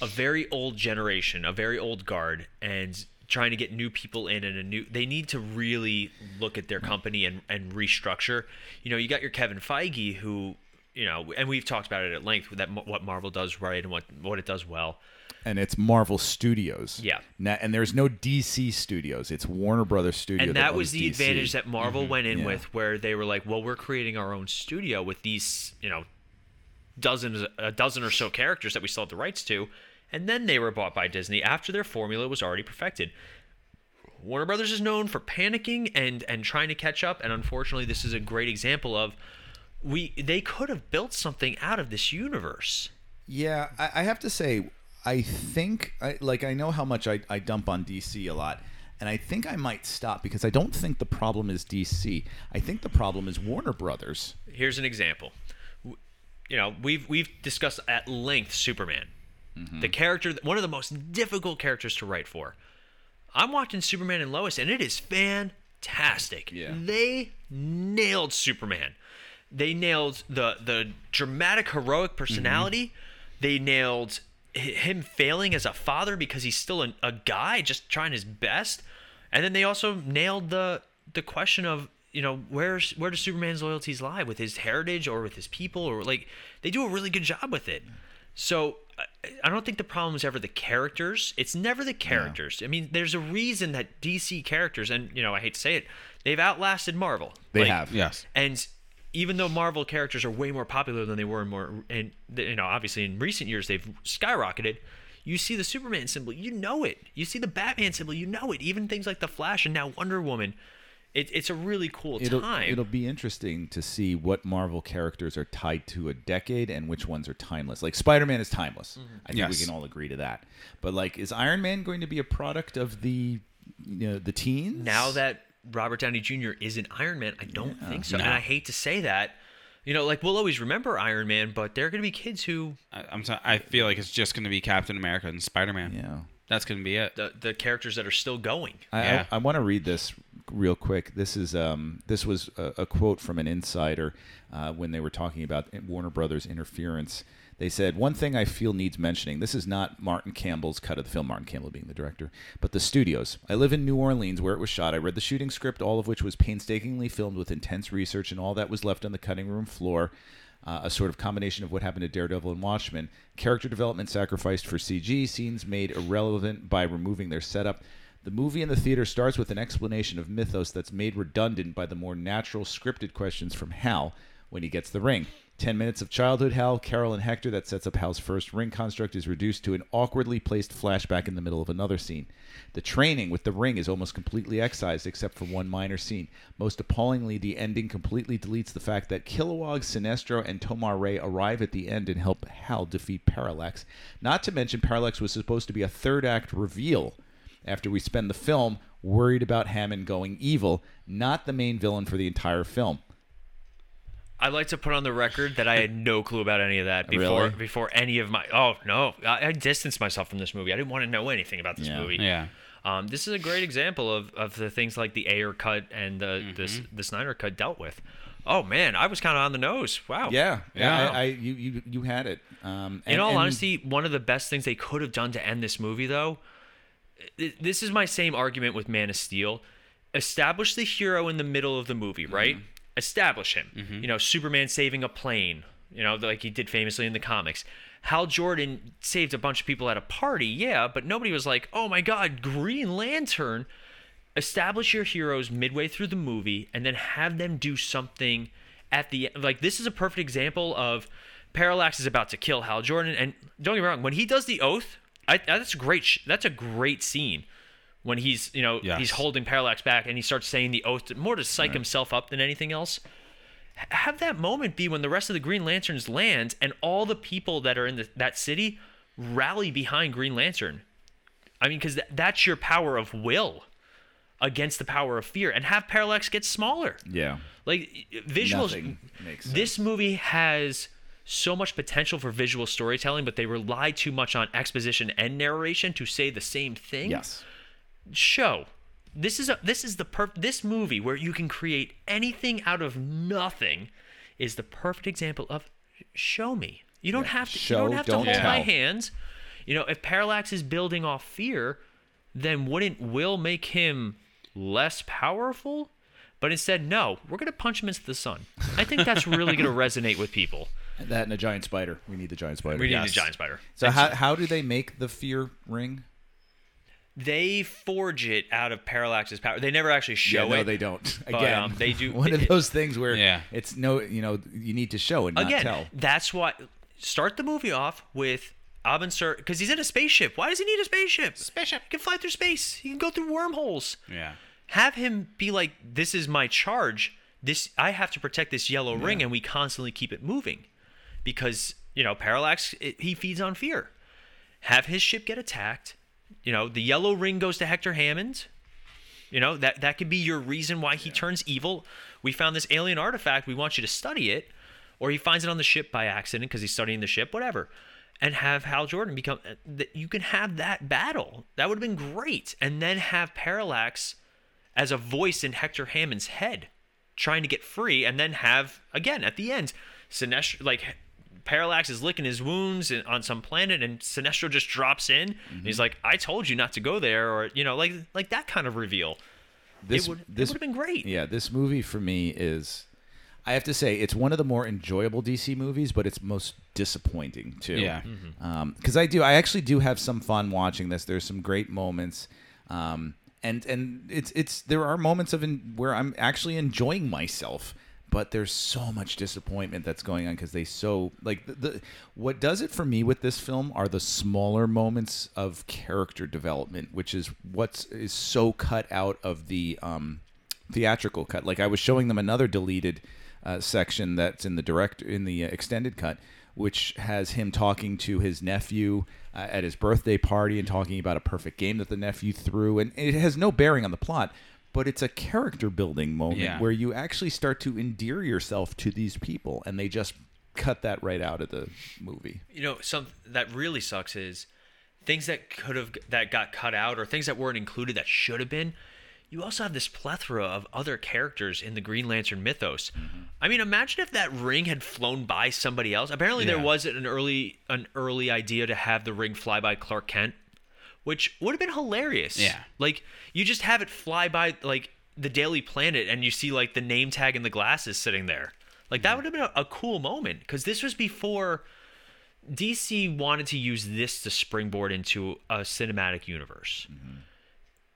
[SPEAKER 4] a very old generation, a very old guard, and trying to get new people in and a new they need to really look at their company and, and restructure you know you got your kevin feige who you know and we've talked about it at length that m- what marvel does right and what what it does well
[SPEAKER 5] and it's Marvel Studios.
[SPEAKER 4] Yeah.
[SPEAKER 5] Na- and there's no DC Studios. It's Warner Brothers Studio.
[SPEAKER 4] and that,
[SPEAKER 5] owns
[SPEAKER 4] was the
[SPEAKER 5] DC.
[SPEAKER 4] advantage that Marvel went in
[SPEAKER 5] Yeah.
[SPEAKER 4] with, where they were like, "Well, we're creating our own studio with these, you know, dozens, a dozen or so characters that we still have the rights to," and then they were bought by Disney after their formula was already perfected. Warner Brothers is known for panicking and and trying to catch up, and unfortunately, this is a great example of we they could have built something out of this universe.
[SPEAKER 5] Yeah, I, I have to say, I think I like I know how much I, I dump on DC a lot, and I think I might stop because I don't think the problem is DC. I think the problem is Warner Brothers.
[SPEAKER 4] here's an example. W- You know, we've we've discussed at length Superman, the character, one of the most difficult characters to write for. I'm watching Superman and Lois, and it is fantastic. Yeah. They nailed Superman. They nailed the the dramatic heroic personality. They nailed hi- him failing as a father because he's still a, a guy just trying his best. And then they also nailed the the question of you know where's where do Superman's loyalties lie with his heritage or with his people or like they do a really good job with it. So I- I don't think the problem is ever the characters. It's never the characters. I mean, there's a reason that DC characters and you know I hate to say it, they've outlasted Marvel.
[SPEAKER 5] They
[SPEAKER 4] Like,
[SPEAKER 5] have. Yes.
[SPEAKER 4] and even though Marvel characters are way more popular than they were in more, and you know, obviously in recent years they've skyrocketed. You see the Superman symbol, you know it. You see the Batman symbol, you know it. Even things like the Flash and now Wonder Woman, It, it's a really cool
[SPEAKER 5] It'll,
[SPEAKER 4] time.
[SPEAKER 5] it'll be interesting to see what Marvel characters are tied to a decade and which ones are timeless. Like Spider Man is timeless.
[SPEAKER 4] Mm-hmm.
[SPEAKER 5] I think
[SPEAKER 3] Yes.
[SPEAKER 5] we can all agree to that. But like, is Iron Man going to be a product of the you know the teens?
[SPEAKER 4] now that Robert Downey Jr. isn't Iron Man, I don't think so.
[SPEAKER 3] No.
[SPEAKER 4] And I hate to say that. You know, like we'll always remember Iron Man, but there are going to be kids who
[SPEAKER 3] I, I'm so, I feel like it's just going to be Captain America and Spider Man.
[SPEAKER 5] Yeah.
[SPEAKER 3] That's going to be it.
[SPEAKER 4] the the characters that are still going.
[SPEAKER 5] I,
[SPEAKER 3] Yeah.
[SPEAKER 5] I, I want to read this real quick. This is um, this was a, a quote from an insider uh, when they were talking about Warner Brothers interference. They said one thing I feel needs mentioning. This is not Martin Campbell's cut of the film. Martin Campbell being the director, but the studios. I live in New Orleans where it was shot. I read the shooting script, all of which was painstakingly filmed with intense research, and all that was left on the cutting room floor. Uh, a sort of combination of what happened to Daredevil and Watchmen. Character development sacrificed for CG, scenes made irrelevant by removing their setup. The movie in the theater starts with an explanation of mythos that's made redundant by the more natural scripted questions from Hal when he gets the ring. 10 minutes of childhood Hal, Carol, and Hector that sets up Hal's first ring construct is reduced to an awkwardly placed flashback in the middle of another scene. The training with the ring is almost completely excised except for one minor scene. Most appallingly, the ending completely deletes the fact that Kilowog, Sinestro, and Tomar Ray arrive at the end and help Hal defeat Parallax. Not to mention, Parallax was supposed to be a third act reveal after we spend the film worried about Hammond going evil, not the main villain for the entire film.
[SPEAKER 4] I'd like to put on the record that I had no clue about any of that before
[SPEAKER 5] Really?
[SPEAKER 4] before any of my. Oh no, I, I distanced myself from this movie. I didn't want to know anything about this
[SPEAKER 5] Yeah.
[SPEAKER 4] movie.
[SPEAKER 3] Yeah.
[SPEAKER 4] Um, this is a great example of, of the things like the Ayer cut and the
[SPEAKER 5] Mm-hmm.
[SPEAKER 4] this the Snyder cut dealt with. Oh man, I was kind of on the nose. Wow.
[SPEAKER 5] Yeah, yeah.
[SPEAKER 4] Yeah.
[SPEAKER 5] I, I you, you you had it. Um,
[SPEAKER 4] In
[SPEAKER 5] and-
[SPEAKER 4] all
[SPEAKER 5] and-
[SPEAKER 4] honesty, one of the best things they could have done to end this movie, though, i- this is my same argument with Man of Steel. Establish the hero in the middle of the movie, right? Establish him. You know, Superman saving a plane, you know, like he did famously in the comics. Hal Jordan saved a bunch of people at a party, yeah, but nobody was like, oh my God, Green Lantern. Establish your heroes midway through the movie and then have them do something at the end. Like, this is a perfect example of Parallax is about to kill Hal Jordan. And don't get me wrong, when he does the oath, I, that's a great. Sh- that's a great scene when he's you know
[SPEAKER 3] Yes.
[SPEAKER 4] he's holding Parallax back and he starts saying the oath to- more to psych himself up than anything else. H- have that moment be when the rest of the Green Lanterns land and all the people that are in the, that city rally behind Green Lantern. I mean, because that's your power of will against the power of fear, and have Parallax get smaller.
[SPEAKER 5] yeah,
[SPEAKER 4] Like visuals.
[SPEAKER 5] Nothing makes
[SPEAKER 4] This movie has so much potential for visual storytelling, but they rely too much on exposition and narration to say the same thing.
[SPEAKER 5] yes,
[SPEAKER 4] Show. This is a this is the perf- this movie where you can create anything out of nothing is the perfect example of show me. You don't have to
[SPEAKER 5] Show,
[SPEAKER 4] you don't have
[SPEAKER 5] don't
[SPEAKER 4] to hold my
[SPEAKER 5] tell.
[SPEAKER 4] hands. You know, if Parallax is building off fear, then wouldn't Will make him less powerful? But instead, no, we're gonna punch him into the sun. I think that's really gonna resonate with people.
[SPEAKER 5] that and a giant spider. We need the giant spider.
[SPEAKER 4] We need
[SPEAKER 5] Yes.
[SPEAKER 4] the giant spider.
[SPEAKER 5] So how how do they make the fear ring?
[SPEAKER 4] They forge it out of Parallax's power. They never actually show
[SPEAKER 5] yeah, no,
[SPEAKER 4] it.
[SPEAKER 5] they don't.
[SPEAKER 4] but,
[SPEAKER 5] Again,
[SPEAKER 4] um, they do-
[SPEAKER 5] one of those things where
[SPEAKER 3] Yeah.
[SPEAKER 5] it's no, you know, you need to show and not
[SPEAKER 4] Again,
[SPEAKER 5] tell.
[SPEAKER 4] that's why start the movie off with Abin Sur because he's in a spaceship. Why does he need a spaceship? Spaceship. He can fly through space. He can go through wormholes.
[SPEAKER 3] Yeah.
[SPEAKER 4] Have him be like, "This is my charge. This I have to protect this yellow ring," and we constantly keep it moving because you know Parallax it, he feeds on fear. Have his ship get attacked. You know the yellow ring goes to Hector Hammond. You know that that could be your reason why he turns evil. We found this alien artifact. We want you to study it, or he finds it on the ship by accident because he's studying the ship. Whatever, and have Hal Jordan become. uh, That you can have that battle. That would have been great, and then have Parallax as a voice in Hector Hammond's head, trying to get free, and then have again at the end, Sinestro like Parallax is licking his wounds in- on some planet, and Sinestro just drops in. And he's like, "I told you not to go there," or you know, like like that kind of reveal.
[SPEAKER 5] This
[SPEAKER 4] would- it
[SPEAKER 5] this
[SPEAKER 4] would've been great.
[SPEAKER 5] Yeah, this movie for me is. I have to say, it's one of the more enjoyable DC movies, but it's most disappointing too.
[SPEAKER 3] Yeah.
[SPEAKER 5] because I do. I actually do have some fun watching this. There's some great moments, um, and and it's it's there are moments of in, where I'm actually enjoying myself, but there's so much disappointment that's going on because they so like the, the what does it for me with this film are the smaller moments of character development, which is what's is so cut out of the um, theatrical cut. Like I was showing them another deleted uh, section that's in the direct in the uh, extended cut, which has him talking to his nephew uh, at his birthday party and talking about a perfect game that the nephew threw, and it has no bearing on the plot. But it's a character building moment
[SPEAKER 3] Yeah.
[SPEAKER 5] where you actually start to endear yourself to these people, and they just cut that right out of the movie.
[SPEAKER 1] You know, some that really sucks is things that could have that got cut out or things that weren't included that should have been. You also have this plethora of other characters in the Green Lantern mythos.
[SPEAKER 4] Mm-hmm.
[SPEAKER 1] I mean, imagine if that ring had flown by somebody else. Apparently, there
[SPEAKER 3] Yeah.
[SPEAKER 1] was an early an early idea to have the ring fly by Clark Kent, which would have been hilarious.
[SPEAKER 3] Yeah.
[SPEAKER 1] like you just have it fly by like the Daily Planet, and you see like the name tag and the glasses sitting there. Like
[SPEAKER 3] Mm-hmm.
[SPEAKER 1] that would have been a, a cool moment because this was before DC wanted to use this to springboard into a cinematic universe.
[SPEAKER 3] Mm-hmm.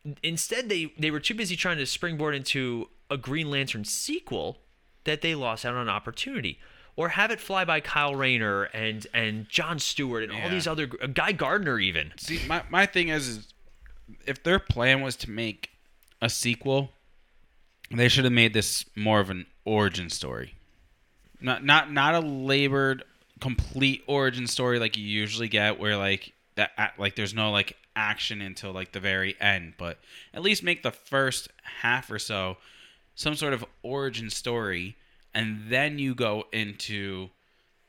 [SPEAKER 1] N- Instead, they they were too busy trying to springboard into a Green Lantern sequel that they lost out on an opportunity, or have it fly by Kyle Rayner and and John Stewart and all
[SPEAKER 3] Yeah.
[SPEAKER 1] these other uh, Guy Gardner even.
[SPEAKER 3] See, my, my thing is, is, if their plan was to make a sequel, they should have made this more of an origin story. Not not not a labored complete origin story like you usually get where like that a- like there's no like action until like the very end, but at least make the first half or so some sort of origin story and then you go into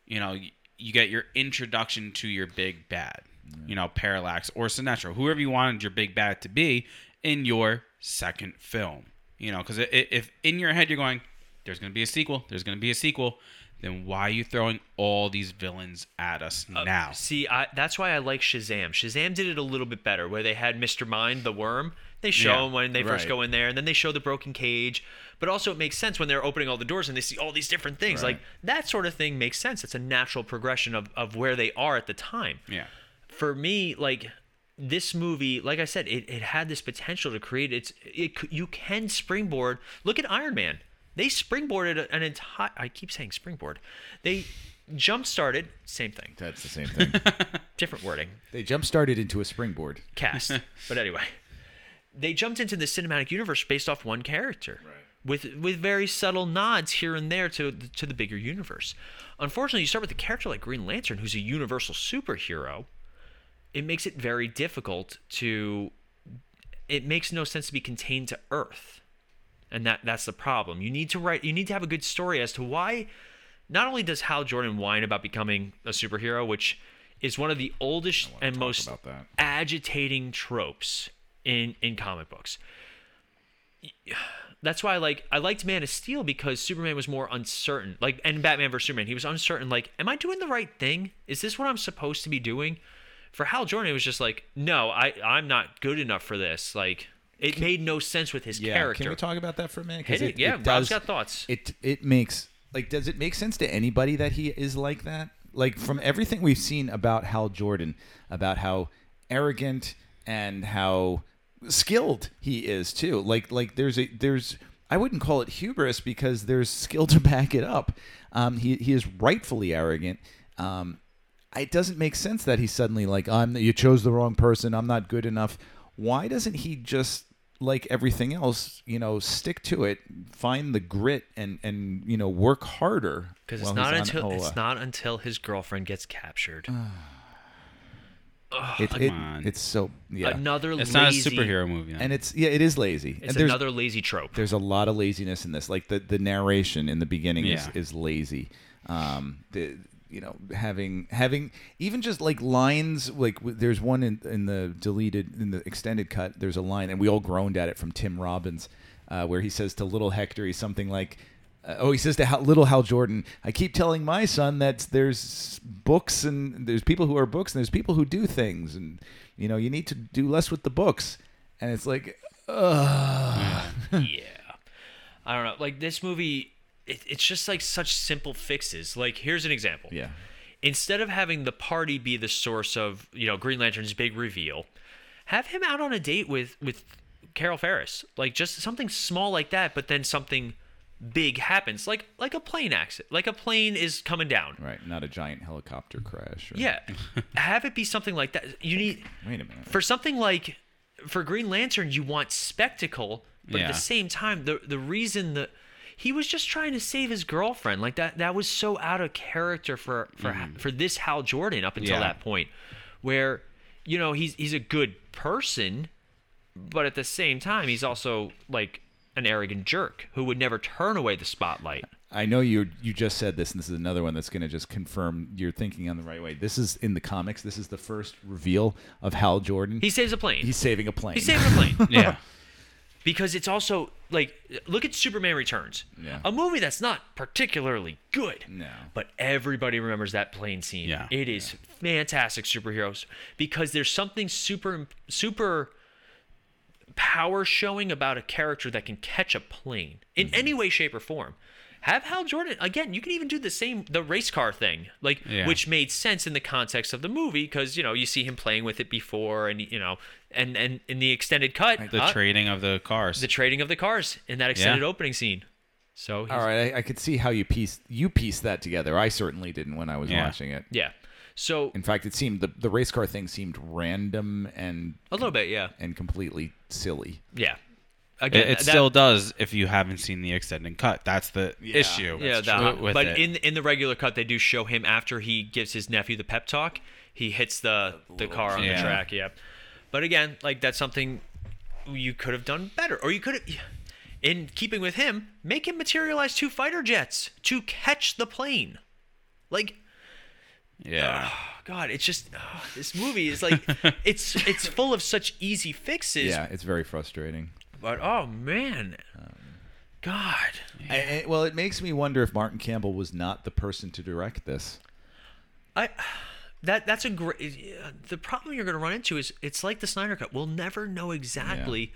[SPEAKER 3] you know, y- you get your introduction to your big bad, you know, Parallax or Sinestro, whoever you wanted your big bad to be in your second film. You know, because if in your head you're going, there's going to be a sequel, there's going to be a sequel, then why are you throwing all these villains at us
[SPEAKER 4] Uh,
[SPEAKER 3] now?
[SPEAKER 1] See, I, that's why I like Shazam. Shazam did it a little bit better, where they had Mr. Mind, the worm. They show
[SPEAKER 3] Yeah,
[SPEAKER 1] him when they first
[SPEAKER 3] right.
[SPEAKER 1] go in there, and then they show the broken cage. But also, it makes sense when they're opening all the doors and they see all these different things.
[SPEAKER 3] Right.
[SPEAKER 1] Like that sort of thing makes sense. It's a natural progression of, of where they are at the time.
[SPEAKER 3] Yeah.
[SPEAKER 1] For me, like this movie, like I said, it, it had this potential to create. It's it c- you can springboard. Look at Iron Man. They springboarded an entire. I keep saying springboard. They jump started. Same thing
[SPEAKER 5] That's the same thing.
[SPEAKER 1] different wording
[SPEAKER 5] they jump started into a springboard.
[SPEAKER 1] cast but anyway they jumped into the cinematic universe based off one character with with very subtle nods here and there to the, to the bigger universe unfortunately you start with a character like green lantern who's a universal superhero it makes it very difficult to it makes no sense to be contained to earth and that that's the problem you need to write you need to have a good story as to why not only does hal jordan whine about becoming a superhero which is one of the oldest and most
[SPEAKER 5] about that.
[SPEAKER 1] agitating tropes in in comic books that's why I like I liked Man of Steel because Superman was more uncertain. Like and Batman versus Superman, he was uncertain. Like, am I doing the right thing? Is this what I'm supposed to be doing? For Hal Jordan, it was just like, no, I I'm not good enough for this. Like, it made no sense with his character.
[SPEAKER 5] Can we talk about that for a minute? 'Cause
[SPEAKER 1] Hit it. Yeah, Rob's got thoughts.
[SPEAKER 5] It it makes like does it make sense to anybody that he is like that? Like from everything we've seen about Hal Jordan, about how arrogant and how skilled he is too. Like like there's a there's I wouldn't call it hubris because there's skill to back it up. Um, he he is rightfully arrogant. Um, it doesn't make sense that he's suddenly like I'm you chose the wrong person I'm not good enough why doesn't he just like everything else you know stick to it find the grit and and you know work harder
[SPEAKER 1] Because
[SPEAKER 5] while
[SPEAKER 1] it's not
[SPEAKER 5] he's on
[SPEAKER 1] until
[SPEAKER 5] Oa. Uh,
[SPEAKER 1] it's not until his girlfriend gets captured. Ugh,
[SPEAKER 5] It-
[SPEAKER 1] a-
[SPEAKER 5] it-
[SPEAKER 3] on.
[SPEAKER 5] it's so yeah
[SPEAKER 1] Another
[SPEAKER 3] It's not a
[SPEAKER 1] lazy,
[SPEAKER 3] superhero movie.
[SPEAKER 5] and it's yeah it is lazy
[SPEAKER 1] It's
[SPEAKER 5] and there's
[SPEAKER 1] another lazy trope.
[SPEAKER 5] there's a lot of laziness in this like the the narration in the beginning
[SPEAKER 3] Yeah.
[SPEAKER 5] is, is lazy um the you know having having even just like lines like w- there's one in, in the deleted in the extended cut there's a line and we all groaned at it from tim robbins uh, where he says to little hector he's something like uh, oh, he says to Hal, little Hal Jordan, I keep telling my son that there's books and there's people who are books and there's people who do things. And, you know, you need to do less with the books. And it's like, ugh.
[SPEAKER 1] yeah i don't know like this movie it, it's just like such simple fixes like here's an example
[SPEAKER 5] Yeah.
[SPEAKER 1] instead of having the party be the source of you know green lantern's big reveal have him out on a date with with carol ferris like just something small like that but then something big happens like like a plane accident like a plane is coming down
[SPEAKER 5] Right, not a giant helicopter crash. Or,
[SPEAKER 1] yeah have it be something like that you need
[SPEAKER 5] Wait a minute.
[SPEAKER 1] for something like for Green Lantern, you want spectacle,
[SPEAKER 4] But at
[SPEAKER 3] Yeah.
[SPEAKER 4] the same time, the the reason that he was just trying to save his girlfriend, like that that was so out of character for for for this Hal Jordan up until
[SPEAKER 3] Mm. Yeah.
[SPEAKER 4] that point, where you know he's he's a good person, but at the same time he's also like an arrogant jerk who would never turn away the spotlight.
[SPEAKER 5] I know you you just said this, and this is another one that's going to just confirm you're thinking on the right way. This is in the comics. This is the first reveal of Hal Jordan.
[SPEAKER 4] He saves a plane.
[SPEAKER 5] He's saving a plane.
[SPEAKER 4] He's saving a plane.
[SPEAKER 3] Yeah.
[SPEAKER 4] because it's also like look at Superman Returns.
[SPEAKER 5] Yeah.
[SPEAKER 4] A movie that's not particularly good.
[SPEAKER 5] No.
[SPEAKER 4] But everybody remembers that plane scene.
[SPEAKER 3] Yeah.
[SPEAKER 4] It is fantastic superheroes because there's something super super power showing about a character that can catch a plane in
[SPEAKER 3] Mm-hmm.
[SPEAKER 4] any way shape or form. Have Hal Jordan again, you can even do the same the race car thing. Like
[SPEAKER 3] Yeah.
[SPEAKER 4] which made sense in the context of the movie because you know you see him playing with it before and you know and and in the extended cut
[SPEAKER 3] The
[SPEAKER 4] uh,
[SPEAKER 3] trading of the cars.
[SPEAKER 4] the trading of the cars in that extended
[SPEAKER 3] Yeah.
[SPEAKER 4] opening scene. So he's,
[SPEAKER 5] All right, I, I could see how you piece you pieced that together. I certainly didn't when I was
[SPEAKER 3] Yeah.
[SPEAKER 5] watching it.
[SPEAKER 4] yeah. So
[SPEAKER 5] In fact, it seemed the the race car thing seemed random and
[SPEAKER 4] a little bit, yeah,
[SPEAKER 5] and completely silly.
[SPEAKER 4] yeah.
[SPEAKER 3] it
[SPEAKER 4] Again,
[SPEAKER 3] it
[SPEAKER 4] that-
[SPEAKER 3] still does if you haven't seen the extended cut. That's the issue.
[SPEAKER 4] yeah,
[SPEAKER 3] that's
[SPEAKER 4] that,
[SPEAKER 3] true with
[SPEAKER 4] but
[SPEAKER 3] it.
[SPEAKER 4] in in the regular cut, they do show him after he gives his nephew the pep talk. He hits the the car on
[SPEAKER 3] Yeah.
[SPEAKER 4] the track. Yeah, but again, like that's something you could have done better, or you could have, in keeping with him, make him materialize two fighter jets to catch the plane. Like oh
[SPEAKER 3] yeah,
[SPEAKER 4] God, it's just ah, this movie is like it's it's full of such easy fixes.
[SPEAKER 5] Yeah, it's very frustrating.
[SPEAKER 4] But oh man, God,
[SPEAKER 5] I- I- well, it makes me wonder if Martin Campbell was not the person to direct this.
[SPEAKER 4] I that that's a great. uh, The problem you're going to run into is it's like the Snyder Cut. We'll never know exactly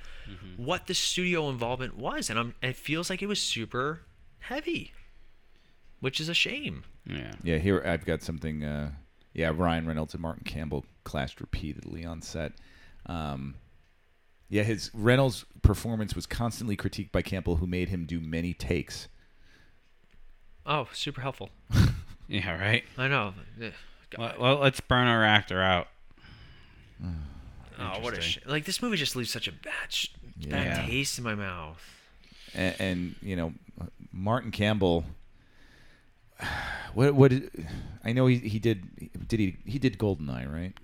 [SPEAKER 4] what the studio involvement was, and I'm, it feels like it was super heavy, which is a shame.
[SPEAKER 3] yeah.
[SPEAKER 5] Yeah, here I've got something. Uh, yeah, Ryan Reynolds and Martin Campbell clashed repeatedly on set. Um, yeah, his Reynolds' performance was constantly critiqued by Campbell, who made him do many takes.
[SPEAKER 4] Oh, super helpful.
[SPEAKER 3] Yeah, right.
[SPEAKER 4] I know. Ugh, God.
[SPEAKER 3] Let, let, us burn our actor out.
[SPEAKER 4] Oh, what a sh-
[SPEAKER 3] Interesting.
[SPEAKER 4] like this movie just leaves such a bad, sh-
[SPEAKER 5] Yeah.
[SPEAKER 4] bad taste in my mouth.
[SPEAKER 5] and, and you know Martin Campbell. What what did- I know he he did did he he did Goldeneye right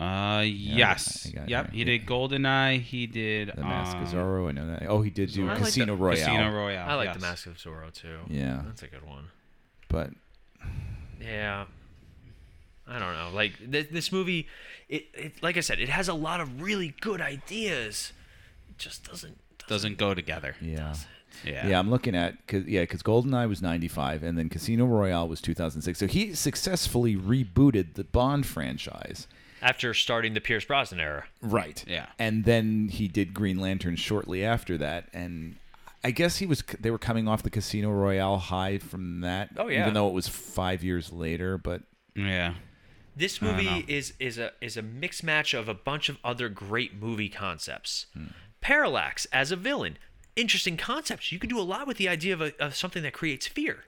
[SPEAKER 3] Uh, yes.
[SPEAKER 5] I got it
[SPEAKER 3] yep.
[SPEAKER 5] right.
[SPEAKER 3] He did GoldenEye. He did
[SPEAKER 5] the Mask
[SPEAKER 3] um,
[SPEAKER 5] of Zorro I know that oh he did do
[SPEAKER 4] I like the-
[SPEAKER 5] Casino Royale
[SPEAKER 3] Casino Royale.
[SPEAKER 4] I like
[SPEAKER 3] Oh, yes.
[SPEAKER 4] the Mask of Zorro too.
[SPEAKER 5] Yeah.
[SPEAKER 4] that's a good one.
[SPEAKER 5] but
[SPEAKER 4] Yeah. I don't know. Like th- this movie, it, it like I said, it has a lot of really good ideas. It just doesn't.
[SPEAKER 3] Doesn't go together.
[SPEAKER 5] yeah
[SPEAKER 3] Yeah.
[SPEAKER 5] yeah, I'm looking at cause, yeah because Goldeneye was 95 and then Casino Royale was 2006 so he successfully rebooted the Bond franchise
[SPEAKER 4] After starting the Pierce Brosnan era,
[SPEAKER 5] Right.
[SPEAKER 3] Yeah.
[SPEAKER 5] And then he did Green Lantern shortly after that, and I guess he was they were coming off the Casino Royale high from that.
[SPEAKER 4] Oh, yeah.
[SPEAKER 5] Even though it was five years later, but
[SPEAKER 3] Yeah.
[SPEAKER 4] this
[SPEAKER 3] don't
[SPEAKER 4] movie
[SPEAKER 3] know.
[SPEAKER 4] is is a is a mixed match of a bunch of other great movie concepts.
[SPEAKER 3] Hmm.
[SPEAKER 4] Parallax as a villain, interesting concepts. You can do a lot with the idea of, a, of something that creates fear.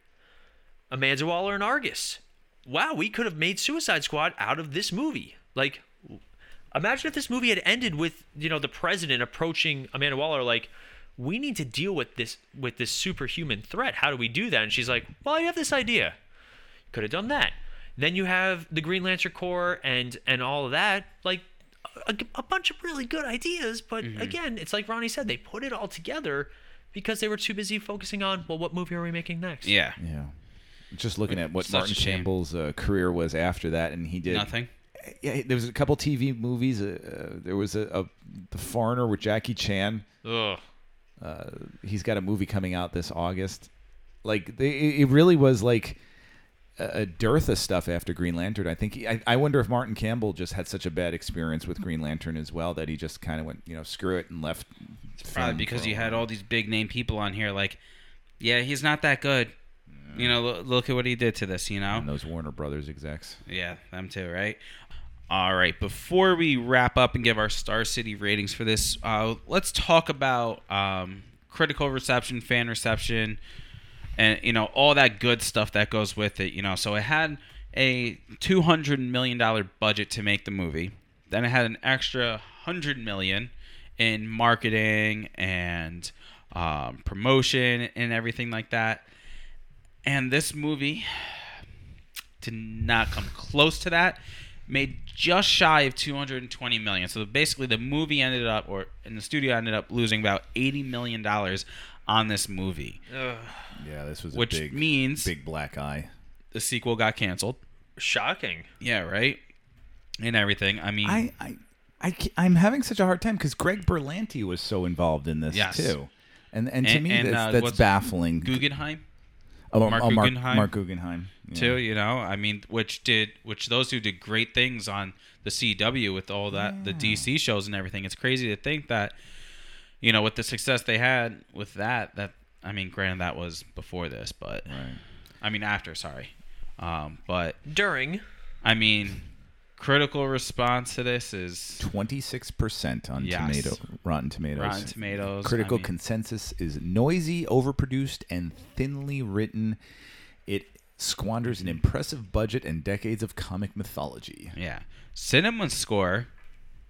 [SPEAKER 4] Amanda Waller and Argus. Wow, we could have made Suicide Squad out of this movie. Like, w- imagine if this movie had ended with you know the president approaching Amanda Waller like, we need to deal with this with this superhuman threat. How do we do that? And she's like, well, I have this idea. Could have done that. Then you have the Green Lantern Corps and and all of that. Like. A, a bunch of really good ideas, but again, it's like Ronnie said, they put it all together because they were too busy focusing on, well, what movie are we making next?
[SPEAKER 3] Yeah.
[SPEAKER 5] yeah. Just looking at what
[SPEAKER 3] Such a
[SPEAKER 5] Martin
[SPEAKER 3] shame.
[SPEAKER 5] Campbell's uh, career was after that, and he did
[SPEAKER 3] Nothing.
[SPEAKER 5] Yeah, there was a couple TV movies. Uh, uh, there was a, a The Foreigner with Jackie Chan.
[SPEAKER 4] Ugh.
[SPEAKER 5] he's got a movie coming out this August. Like they, it it really was like a a dearth of stuff after Green Lantern. I think he, I, I wonder if Martin Campbell just had such a bad experience with Green Lantern as well that he just kind of went, you know, screw it and left. It's
[SPEAKER 3] Probably because you had all these big name people on here. Like, yeah, he's not that good. You know, look, look at what he did to this. You know.
[SPEAKER 5] and those Warner Brothers execs.
[SPEAKER 3] Yeah, them too, right? All right. Before we wrap up and give our Star City ratings for this, uh, let's talk about um, critical reception, fan reception, and you know all that good stuff that goes with it. You know, so it had a two hundred million dollar budget to make the movie. Then it had an extra hundred million in marketing and um, promotion and everything like that. And this movie did not come close to that. Made just shy of 220 million. So basically, the movie ended up, or and the studio ended up losing about 80 million dollars on this movie.
[SPEAKER 5] Yeah, this was a
[SPEAKER 3] Which
[SPEAKER 5] big,
[SPEAKER 3] means-
[SPEAKER 5] big black eye.
[SPEAKER 3] The sequel got canceled.
[SPEAKER 4] Shocking.
[SPEAKER 3] Yeah, right. And everything. I mean,
[SPEAKER 5] I, I, I ca- I'm having such a hard time because Greg Berlanti was so involved in this
[SPEAKER 3] Yes.
[SPEAKER 5] too, and and to
[SPEAKER 3] And-
[SPEAKER 5] me
[SPEAKER 3] and,
[SPEAKER 5] that's,
[SPEAKER 3] uh,
[SPEAKER 5] that's
[SPEAKER 3] what's-
[SPEAKER 5] baffling.
[SPEAKER 3] Guggenheim.
[SPEAKER 5] Oh,
[SPEAKER 3] Mark
[SPEAKER 5] oh,
[SPEAKER 3] Guggenheim?
[SPEAKER 5] Mark Guggenheim. yeah.
[SPEAKER 3] too. You know, I mean, which did which those two did great things on the CW with all that the DC shows and everything. It's crazy to think that, you know, with the success they had with that, that I mean, granted that was before this, but I mean after, sorry, um, but
[SPEAKER 4] During.
[SPEAKER 3] I mean, critical response to this is
[SPEAKER 5] 26% on
[SPEAKER 3] Yes.
[SPEAKER 5] tomato rotten tomatoes
[SPEAKER 3] Rotten Tomatoes,
[SPEAKER 5] critical
[SPEAKER 3] I mean-
[SPEAKER 5] consensus is noisy overproduced and thinly written it squanders an impressive budget and decades of comic mythology
[SPEAKER 3] yeah, cinema score,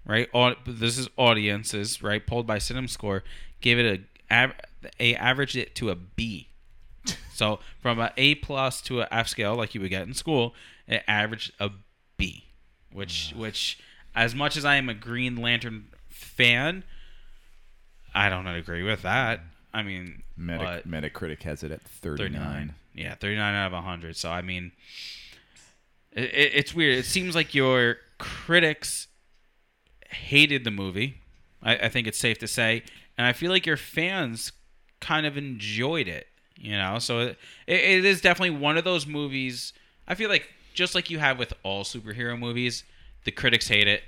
[SPEAKER 3] right? Au- this is audiences, right? Pulled by cinema score, gave it a av- a averaged it to a B. So from a A plus to a F scale, like you would get in school, it averaged a B, which which as much as I am a Green Lantern fan, I don't agree with that. I mean,
[SPEAKER 5] Meta-
[SPEAKER 3] but-
[SPEAKER 5] metacritic has it at 39,
[SPEAKER 3] 39. Yeah, 39 out of 100. So, I mean, it, it, it's weird. It seems like your critics hated the movie. I, I think it's safe to say. And I feel like your fans kind of enjoyed it, you know? So, it, it, it is definitely one of those movies. I feel like, just like you have with all superhero movies, the critics hate it.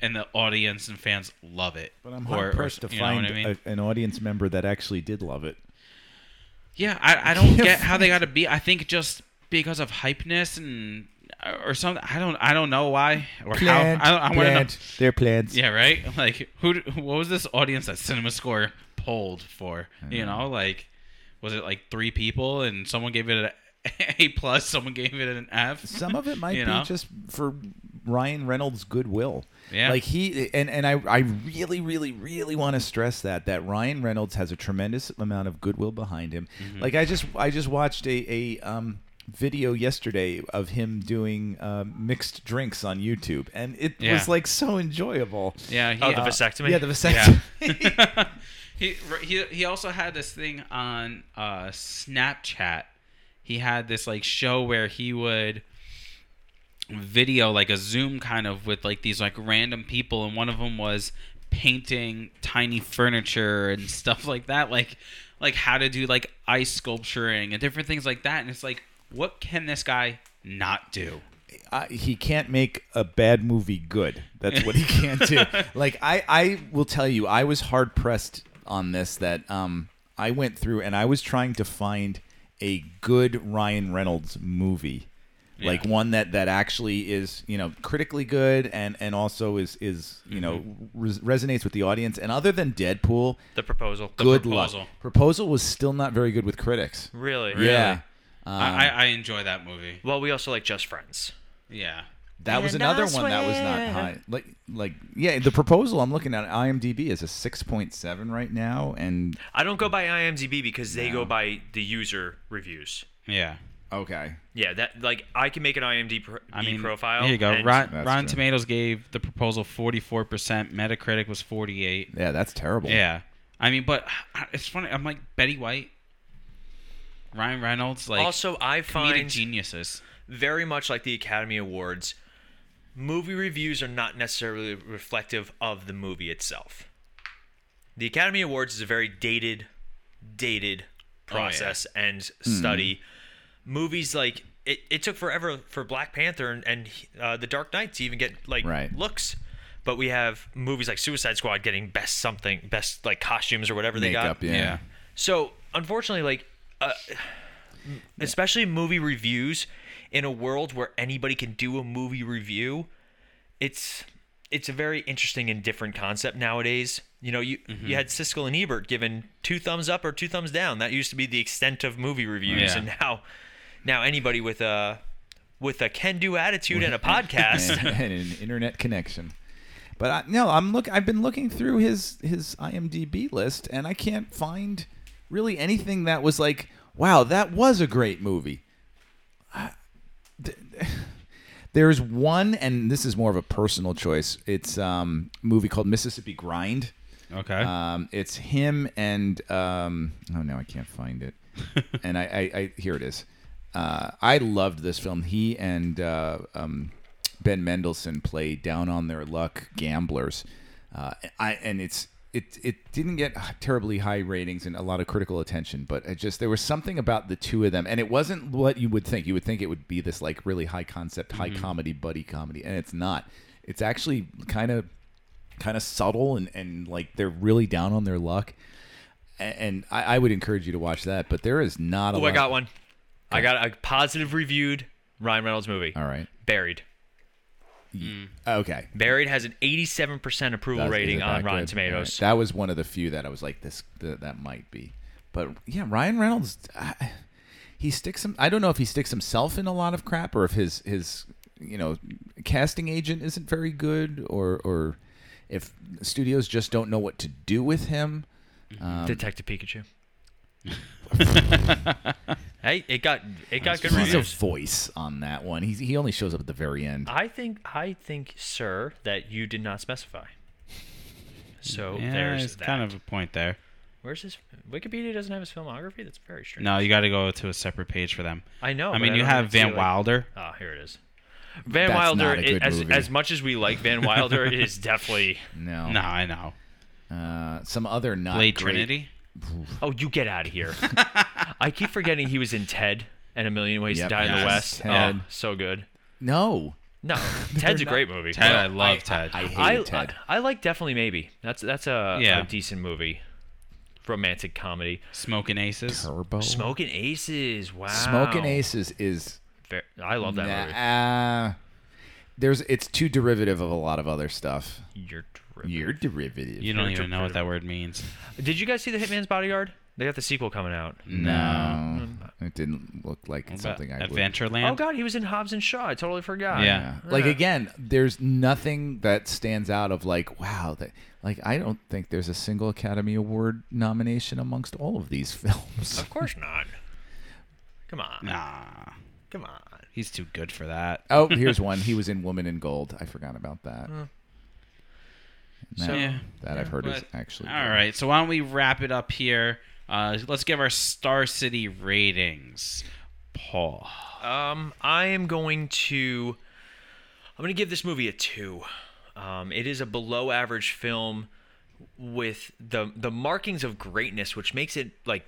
[SPEAKER 3] And the audience and fans love it.
[SPEAKER 5] but i'm
[SPEAKER 3] Or- or-
[SPEAKER 5] hard pressed to
[SPEAKER 3] you know what
[SPEAKER 5] find
[SPEAKER 3] I mean?
[SPEAKER 5] a- an audience member that actually did love it
[SPEAKER 3] Yeah, I, I don't get how they got to be. I think just because of hypeness and uh, or something. I don't I don't know why or how. I, don't, I want to know.
[SPEAKER 5] they're plans
[SPEAKER 3] Yeah, right. Like who? d- What was this audience that CinemaScore polled for? You know, like was it like three people and someone gave it a A plus, someone gave it an F.
[SPEAKER 5] some of it might
[SPEAKER 3] You
[SPEAKER 5] be
[SPEAKER 3] know?
[SPEAKER 5] just for Ryan Reynolds' goodwill.
[SPEAKER 3] Yeah.
[SPEAKER 5] Like he and and I I really really really want to stress that that Ryan Reynolds has a tremendous amount of goodwill behind him.
[SPEAKER 3] Mm-hmm.
[SPEAKER 5] Like I just I just watched a a um video yesterday of him doing uh, mixed drinks on YouTube and it
[SPEAKER 3] Yeah.
[SPEAKER 5] was like so enjoyable.
[SPEAKER 3] Yeah. He,
[SPEAKER 4] Oh, the
[SPEAKER 3] uh,
[SPEAKER 4] vasectomy.
[SPEAKER 5] Yeah, the vasectomy.
[SPEAKER 3] he he he also had this thing on uh, Snapchat. He had this like show where he would video like a Zoom kind of with like these like random people, and one of them was painting tiny furniture and stuff like that, like like how to do like ice sculpturing and different things like that. And it's like, what can this guy not do?
[SPEAKER 5] I, he can't make a bad movie good. That's what he can't do. like I, I will tell you, I was hard pressed on this. That um, I went through and I was trying to find a good Ryan Reynolds movie, like one that that actually is you know critically good and and also is is you know
[SPEAKER 4] Mm-hmm.
[SPEAKER 5] res- resonates with the audience. And other than Deadpool,
[SPEAKER 4] The proposal.
[SPEAKER 5] good
[SPEAKER 3] Proposal.
[SPEAKER 5] luck. Proposal was still not very good with critics.
[SPEAKER 4] Really?
[SPEAKER 5] Yeah,
[SPEAKER 3] I, I I enjoy that movie.
[SPEAKER 4] Well, we also like Just Friends.
[SPEAKER 3] Yeah.
[SPEAKER 5] That was another one that was not high. Like, like, yeah, the proposal I'm looking at IMDb is a 6.7 right now, and
[SPEAKER 4] I don't go by IMDb because they go by the user reviews.
[SPEAKER 3] Yeah.
[SPEAKER 5] okay,
[SPEAKER 4] Yeah, that like I can make an IMDb pro-
[SPEAKER 3] I mean,
[SPEAKER 4] E profile.
[SPEAKER 3] Here you go.
[SPEAKER 4] and-
[SPEAKER 3] Rotten,
[SPEAKER 5] That's
[SPEAKER 3] Rotten
[SPEAKER 5] true.
[SPEAKER 3] Tomatoes gave the proposal 44%. Metacritic was 48.
[SPEAKER 5] yeah, that's terrible.
[SPEAKER 3] Yeah. I mean, but it's funny. I'm like Betty White, Ryan Reynolds, like
[SPEAKER 4] also, I
[SPEAKER 3] comedic
[SPEAKER 4] find
[SPEAKER 3] geniuses.
[SPEAKER 4] very much like the Academy Awards, movie reviews are not necessarily reflective of the movie itself. The Academy Awards is a very dated, dated
[SPEAKER 3] Oh, yeah.
[SPEAKER 4] process and
[SPEAKER 5] Hmm.
[SPEAKER 4] study. Movies like it, it took forever for Black Panther and, and uh, The Dark Knight to even get like
[SPEAKER 5] Right.
[SPEAKER 4] looks. But we have movies like Suicide Squad getting best something, best like costumes or whatever they
[SPEAKER 5] Makeup,
[SPEAKER 4] got.
[SPEAKER 5] yeah.
[SPEAKER 3] Yeah.
[SPEAKER 4] So unfortunately, like, uh, especially movie reviews, in a world where anybody can do a movie review, it's it's a very interesting and different concept nowadays. You know, you
[SPEAKER 5] Mm-hmm.
[SPEAKER 4] you had Siskel and Ebert given two thumbs up or two thumbs down. That used to be the extent of movie reviews,
[SPEAKER 3] Yeah.
[SPEAKER 4] and now now anybody with a with a can-do attitude and a podcast
[SPEAKER 5] and, and an internet connection. But I, no, I'm look. I've been looking through his his IMDb list, and I can't find really anything that was like, wow, that was a great movie. I- th- There's one, and this is more of a personal choice. It's um, a movie called Mississippi Grind.
[SPEAKER 3] Okay.
[SPEAKER 5] Um, it's him and um, oh no, I can't find it. and I, I, I here it is. Uh, I loved this film. He and uh, um, Ben Mendelsohn play down on their luck gamblers. Uh, I and it's it it didn't get terribly high ratings and a lot of critical attention, but it just there was something about the two of them, and it wasn't what you would think. You would think it would be this like really high concept, high
[SPEAKER 10] Mhm.
[SPEAKER 5] comedy, buddy comedy, and it's not. It's actually kind of kind of subtle and and like they're really down on their luck. A- And I, I would encourage you to watch that, but there is not a
[SPEAKER 4] Oh,
[SPEAKER 5] lot.
[SPEAKER 4] I got one. I got a positive reviewed Ryan Reynolds movie.
[SPEAKER 5] All right.
[SPEAKER 4] Buried.
[SPEAKER 5] Okay.
[SPEAKER 4] Buried has an 87% approval
[SPEAKER 5] That- is
[SPEAKER 4] rating
[SPEAKER 5] it
[SPEAKER 4] on
[SPEAKER 5] that
[SPEAKER 4] Rotten
[SPEAKER 5] good?
[SPEAKER 4] Tomatoes.
[SPEAKER 5] All right. That was one of the few that I was like, this th- that might be. But yeah, Ryan Reynolds, I- he sticks him. I don't know if he sticks himself in a lot of crap or if his his you know casting agent isn't very good or or if studios just don't know what to do with him. Um,
[SPEAKER 4] Detective Pikachu. hey, it got it got good
[SPEAKER 5] he's a
[SPEAKER 4] reviews.
[SPEAKER 5] voice on that one. He's, he only shows up at the very end.
[SPEAKER 4] I think I think, sir, that you did not specify. So
[SPEAKER 3] Yeah,
[SPEAKER 4] Oh, there's
[SPEAKER 3] it's
[SPEAKER 4] that.
[SPEAKER 3] kind of a point there.
[SPEAKER 4] Where's his Wikipedia doesn't have his filmography? That's very strange.
[SPEAKER 3] No, you got to go to a separate page for them.
[SPEAKER 4] I know.
[SPEAKER 3] I
[SPEAKER 4] but
[SPEAKER 3] mean, you
[SPEAKER 4] don't
[SPEAKER 3] have
[SPEAKER 4] see,
[SPEAKER 3] Van
[SPEAKER 4] like-
[SPEAKER 3] Wilder.
[SPEAKER 4] Ah, here it is. Van
[SPEAKER 3] That's
[SPEAKER 4] Wilder,
[SPEAKER 3] not a
[SPEAKER 4] i-
[SPEAKER 3] good
[SPEAKER 4] as,
[SPEAKER 3] movie.
[SPEAKER 4] as much as we like Van Wilder, it is definitely.
[SPEAKER 5] No.
[SPEAKER 3] No, I know.
[SPEAKER 5] Uh, some other not
[SPEAKER 3] Blade
[SPEAKER 5] great-
[SPEAKER 3] Trinity.
[SPEAKER 4] Oh, you get out of here. I keep forgetting he was in Ted and A Million Ways
[SPEAKER 5] Yep,
[SPEAKER 4] to Die in the
[SPEAKER 5] yes,
[SPEAKER 4] West.
[SPEAKER 5] Ted.
[SPEAKER 4] Oh, so good.
[SPEAKER 5] No.
[SPEAKER 4] No,
[SPEAKER 5] They're
[SPEAKER 4] Ted's a
[SPEAKER 5] not-
[SPEAKER 4] great movie.
[SPEAKER 3] Ted,
[SPEAKER 4] But
[SPEAKER 3] I love Ted.
[SPEAKER 5] I hated
[SPEAKER 4] I,
[SPEAKER 5] Ted.
[SPEAKER 4] I, I like definitely maybe. That's that's a,
[SPEAKER 3] Yeah.
[SPEAKER 4] a decent movie. Romantic comedy.
[SPEAKER 3] Smoking Aces.
[SPEAKER 5] Turbo.
[SPEAKER 4] Smoking Aces. Wow.
[SPEAKER 5] Smoking Aces is
[SPEAKER 4] Fair- I love that movie.
[SPEAKER 5] Nah, uh, there's it's too derivative of a lot of other stuff.
[SPEAKER 4] You're
[SPEAKER 5] derivative. You're derivative.
[SPEAKER 3] You don't even know what that word means.
[SPEAKER 4] Did you guys see The Hitman's Bodyguard? They got the sequel coming out.
[SPEAKER 5] No, it didn't look like
[SPEAKER 3] Mm. What about
[SPEAKER 5] something I would.
[SPEAKER 4] Oh
[SPEAKER 3] Adventureland.
[SPEAKER 4] God, he was in Hobbs and Shaw. I totally forgot.
[SPEAKER 3] Yeah.
[SPEAKER 5] Like again, there's nothing that stands out of like wow that like I don't think there's a single Academy Award nomination amongst all of these films.
[SPEAKER 4] Of course not. Come on.
[SPEAKER 3] Nah,
[SPEAKER 4] Come on.
[SPEAKER 3] he's too good for that.
[SPEAKER 5] oh, here's one. He was in Woman in Gold. I forgot about that.
[SPEAKER 4] Hmm.
[SPEAKER 5] That,
[SPEAKER 3] So- Yeah.
[SPEAKER 5] that I've heard is
[SPEAKER 3] But-
[SPEAKER 5] actually
[SPEAKER 3] All right, so why don't we wrap it up here? Uh, let's give our Star City ratings. Paul.
[SPEAKER 4] Um, I am going to. I'm going to give this movie a two. Um, it is a below average film with the the markings of greatness, which makes it like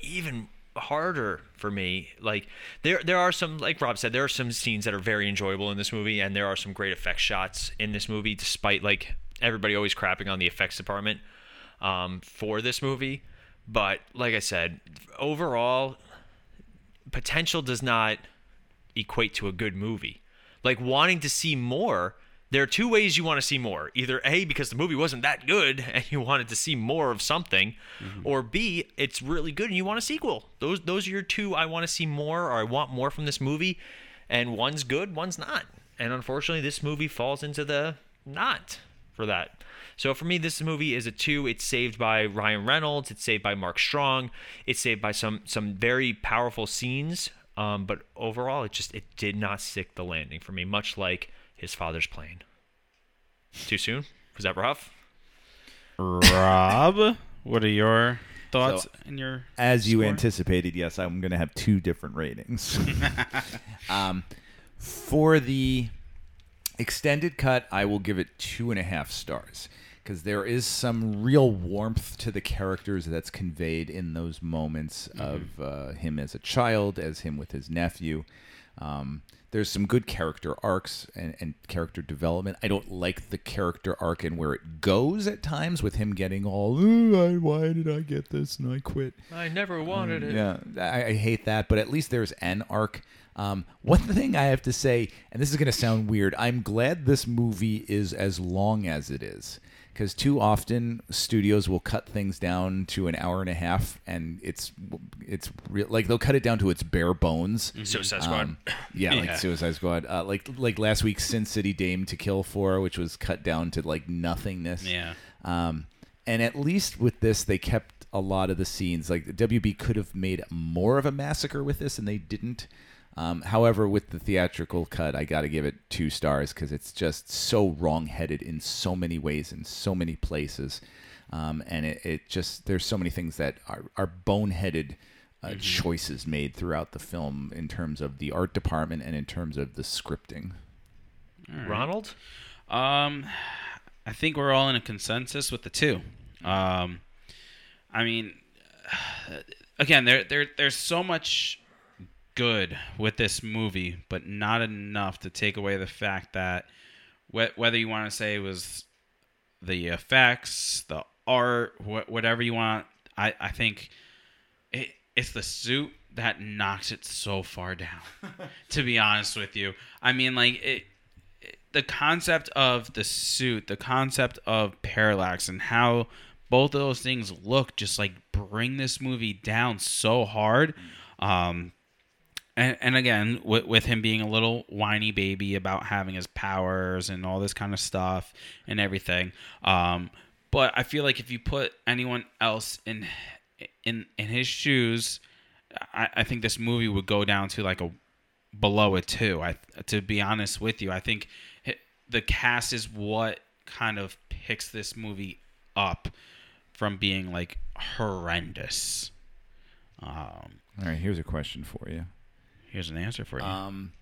[SPEAKER 4] even harder for me. Like there there are some like Rob said, there are some scenes that are very enjoyable in this movie, and there are some great effects shots in this movie, despite like everybody always crapping on the effects department um, for this movie. But like I said, overall, potential does not equate to a good movie. Like wanting to see more, there are two ways you want to see more. Either A, because the movie wasn't that good and you wanted to see more of something, or B, it's really good and you want a sequel. Those those are your two I want to see more or I want more from this movie, and one's good, one's not. And unfortunately, this movie falls into the not for that. So for me, this movie is a two. It's saved by Ryan Reynolds. It's saved by Mark Strong. It's saved by some some very powerful scenes. Um, but overall, it just it did not stick the landing for me. Much like his father's plane. Too soon? Was that rough?
[SPEAKER 3] Rob, what are your thoughts
[SPEAKER 5] So,
[SPEAKER 3] and your
[SPEAKER 5] as you
[SPEAKER 3] score?
[SPEAKER 5] anticipated yes i'm going to have two different ratings um, for the extended cut i will give it two and a half stars because there is some real warmth to the characters that's conveyed in those moments of uh, him as a child as him with his nephew um, there's some good character arcs and, and character development. I don't like the character arc and where it goes at times with him getting all, "Ooh, I- why did I get this and I quit?
[SPEAKER 4] I never wanted it.
[SPEAKER 5] Yeah, I, I hate that, but at least there's an arc. Um, one thing I have to say, and this is going to sound weird, I'm glad this movie is as long as it is. because too often studios will cut things down to an hour and a half, and it's it's re- like they'll cut it down to its bare bones.
[SPEAKER 13] Suicide Squad.
[SPEAKER 5] Um, yeah, like
[SPEAKER 13] Yeah.
[SPEAKER 5] Suicide Squad. Uh, like like last week's Sin City Dame to Kill for, which was cut down to like nothingness.
[SPEAKER 3] Yeah.
[SPEAKER 5] Um, and at least with this, they kept a lot of the scenes. Like WB could have made more of a massacre with this, and they didn't. Um, however, with the theatrical cut, I got to give it two stars because it's just so wrong-headed in so many ways, in so many places, um, and it, it just there's so many things that are are boneheaded uh, choices made throughout the film in terms of the art department and in terms of the scripting.
[SPEAKER 3] All right.
[SPEAKER 4] Ronald?
[SPEAKER 3] Um, I think we're all in a consensus with the two. Um, I mean, again, there, there, there's so much good with this movie, but not enough to take away the fact that wh- whether you want to say it was the effects, the art, wh- whatever you want, I, I think it, it's the suit that knocks it so far down. to be honest with you, I mean, like it, it- the concept of the suit, the concept of parallax, and how both of those things look just like bring this movie down so hard. Um, and, and again, with, with him being a little whiny baby about having his powers and all this kind of stuff and everything. Um, but I feel like if you put anyone else in in in his shoes, I, I think this movie would go down to like a below a two. I to be honest with you, I think hi- the cast is what kind of picks this movie up from being like horrendous. Um,
[SPEAKER 5] All right, here's a question for you.
[SPEAKER 3] here's an answer for you.
[SPEAKER 5] Um,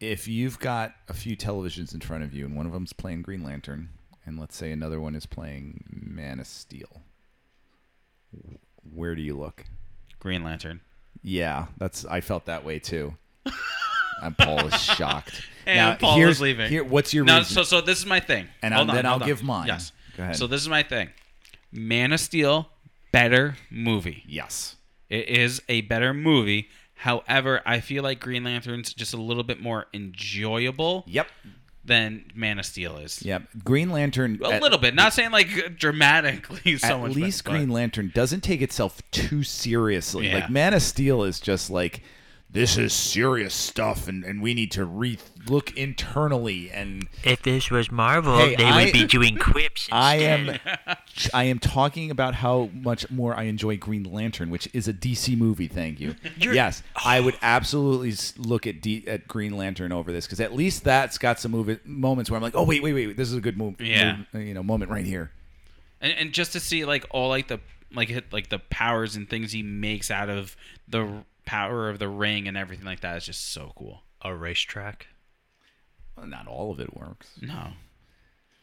[SPEAKER 5] if you've got a few televisions in front of you and one of them's playing Green Lantern, and let's say another one is playing Man of Steel, where do you look?
[SPEAKER 3] Green Lantern.
[SPEAKER 5] Yeah, that's I felt that way too. and Paul is shocked.
[SPEAKER 3] And
[SPEAKER 5] now,
[SPEAKER 3] Paul
[SPEAKER 5] here's,
[SPEAKER 3] is leaving.
[SPEAKER 5] Here, what's your
[SPEAKER 3] no,
[SPEAKER 5] reason?
[SPEAKER 3] So, so this is my thing.
[SPEAKER 5] And
[SPEAKER 3] Hold
[SPEAKER 5] I'll-
[SPEAKER 3] on,
[SPEAKER 5] then I'll
[SPEAKER 3] hold on.
[SPEAKER 5] give mine.
[SPEAKER 3] Yes.
[SPEAKER 5] Go ahead.
[SPEAKER 3] So this is my thing. Man of Steel, better movie.
[SPEAKER 5] yes.
[SPEAKER 3] It is a better movie. However, I feel like Green Lantern's just a little bit more enjoyable.
[SPEAKER 5] Yep.
[SPEAKER 3] Than Man of Steel is.
[SPEAKER 5] Yep. Green Lantern.
[SPEAKER 3] A
[SPEAKER 5] at-
[SPEAKER 3] little bit. Not saying like dramatically so
[SPEAKER 5] at
[SPEAKER 3] much. but-
[SPEAKER 5] least
[SPEAKER 3] but-
[SPEAKER 5] Green Lantern doesn't take itself too seriously.
[SPEAKER 3] Yeah.
[SPEAKER 5] Like Man of Steel is just like this is serious stuff, and, and we need to re look internally. And
[SPEAKER 10] If this was Marvel,
[SPEAKER 5] Hey,
[SPEAKER 10] they
[SPEAKER 5] I-
[SPEAKER 10] would be doing quips.
[SPEAKER 5] I am
[SPEAKER 10] instead.
[SPEAKER 5] I am talking about how much more I enjoy Green Lantern, which is a DC movie. Thank you. yes, I would absolutely s- look at D, at Green Lantern over this because at least that's got some movie, moments where I'm like, oh wait, wait, wait, this is a good move.
[SPEAKER 3] Yeah.
[SPEAKER 5] move, you know, moment right here.
[SPEAKER 3] and, and just to see like all like the like hit like the powers and things he makes out of the r- power of the ring and everything like that is just so cool.
[SPEAKER 4] A racetrack?
[SPEAKER 5] Well, not all of it works.
[SPEAKER 3] No.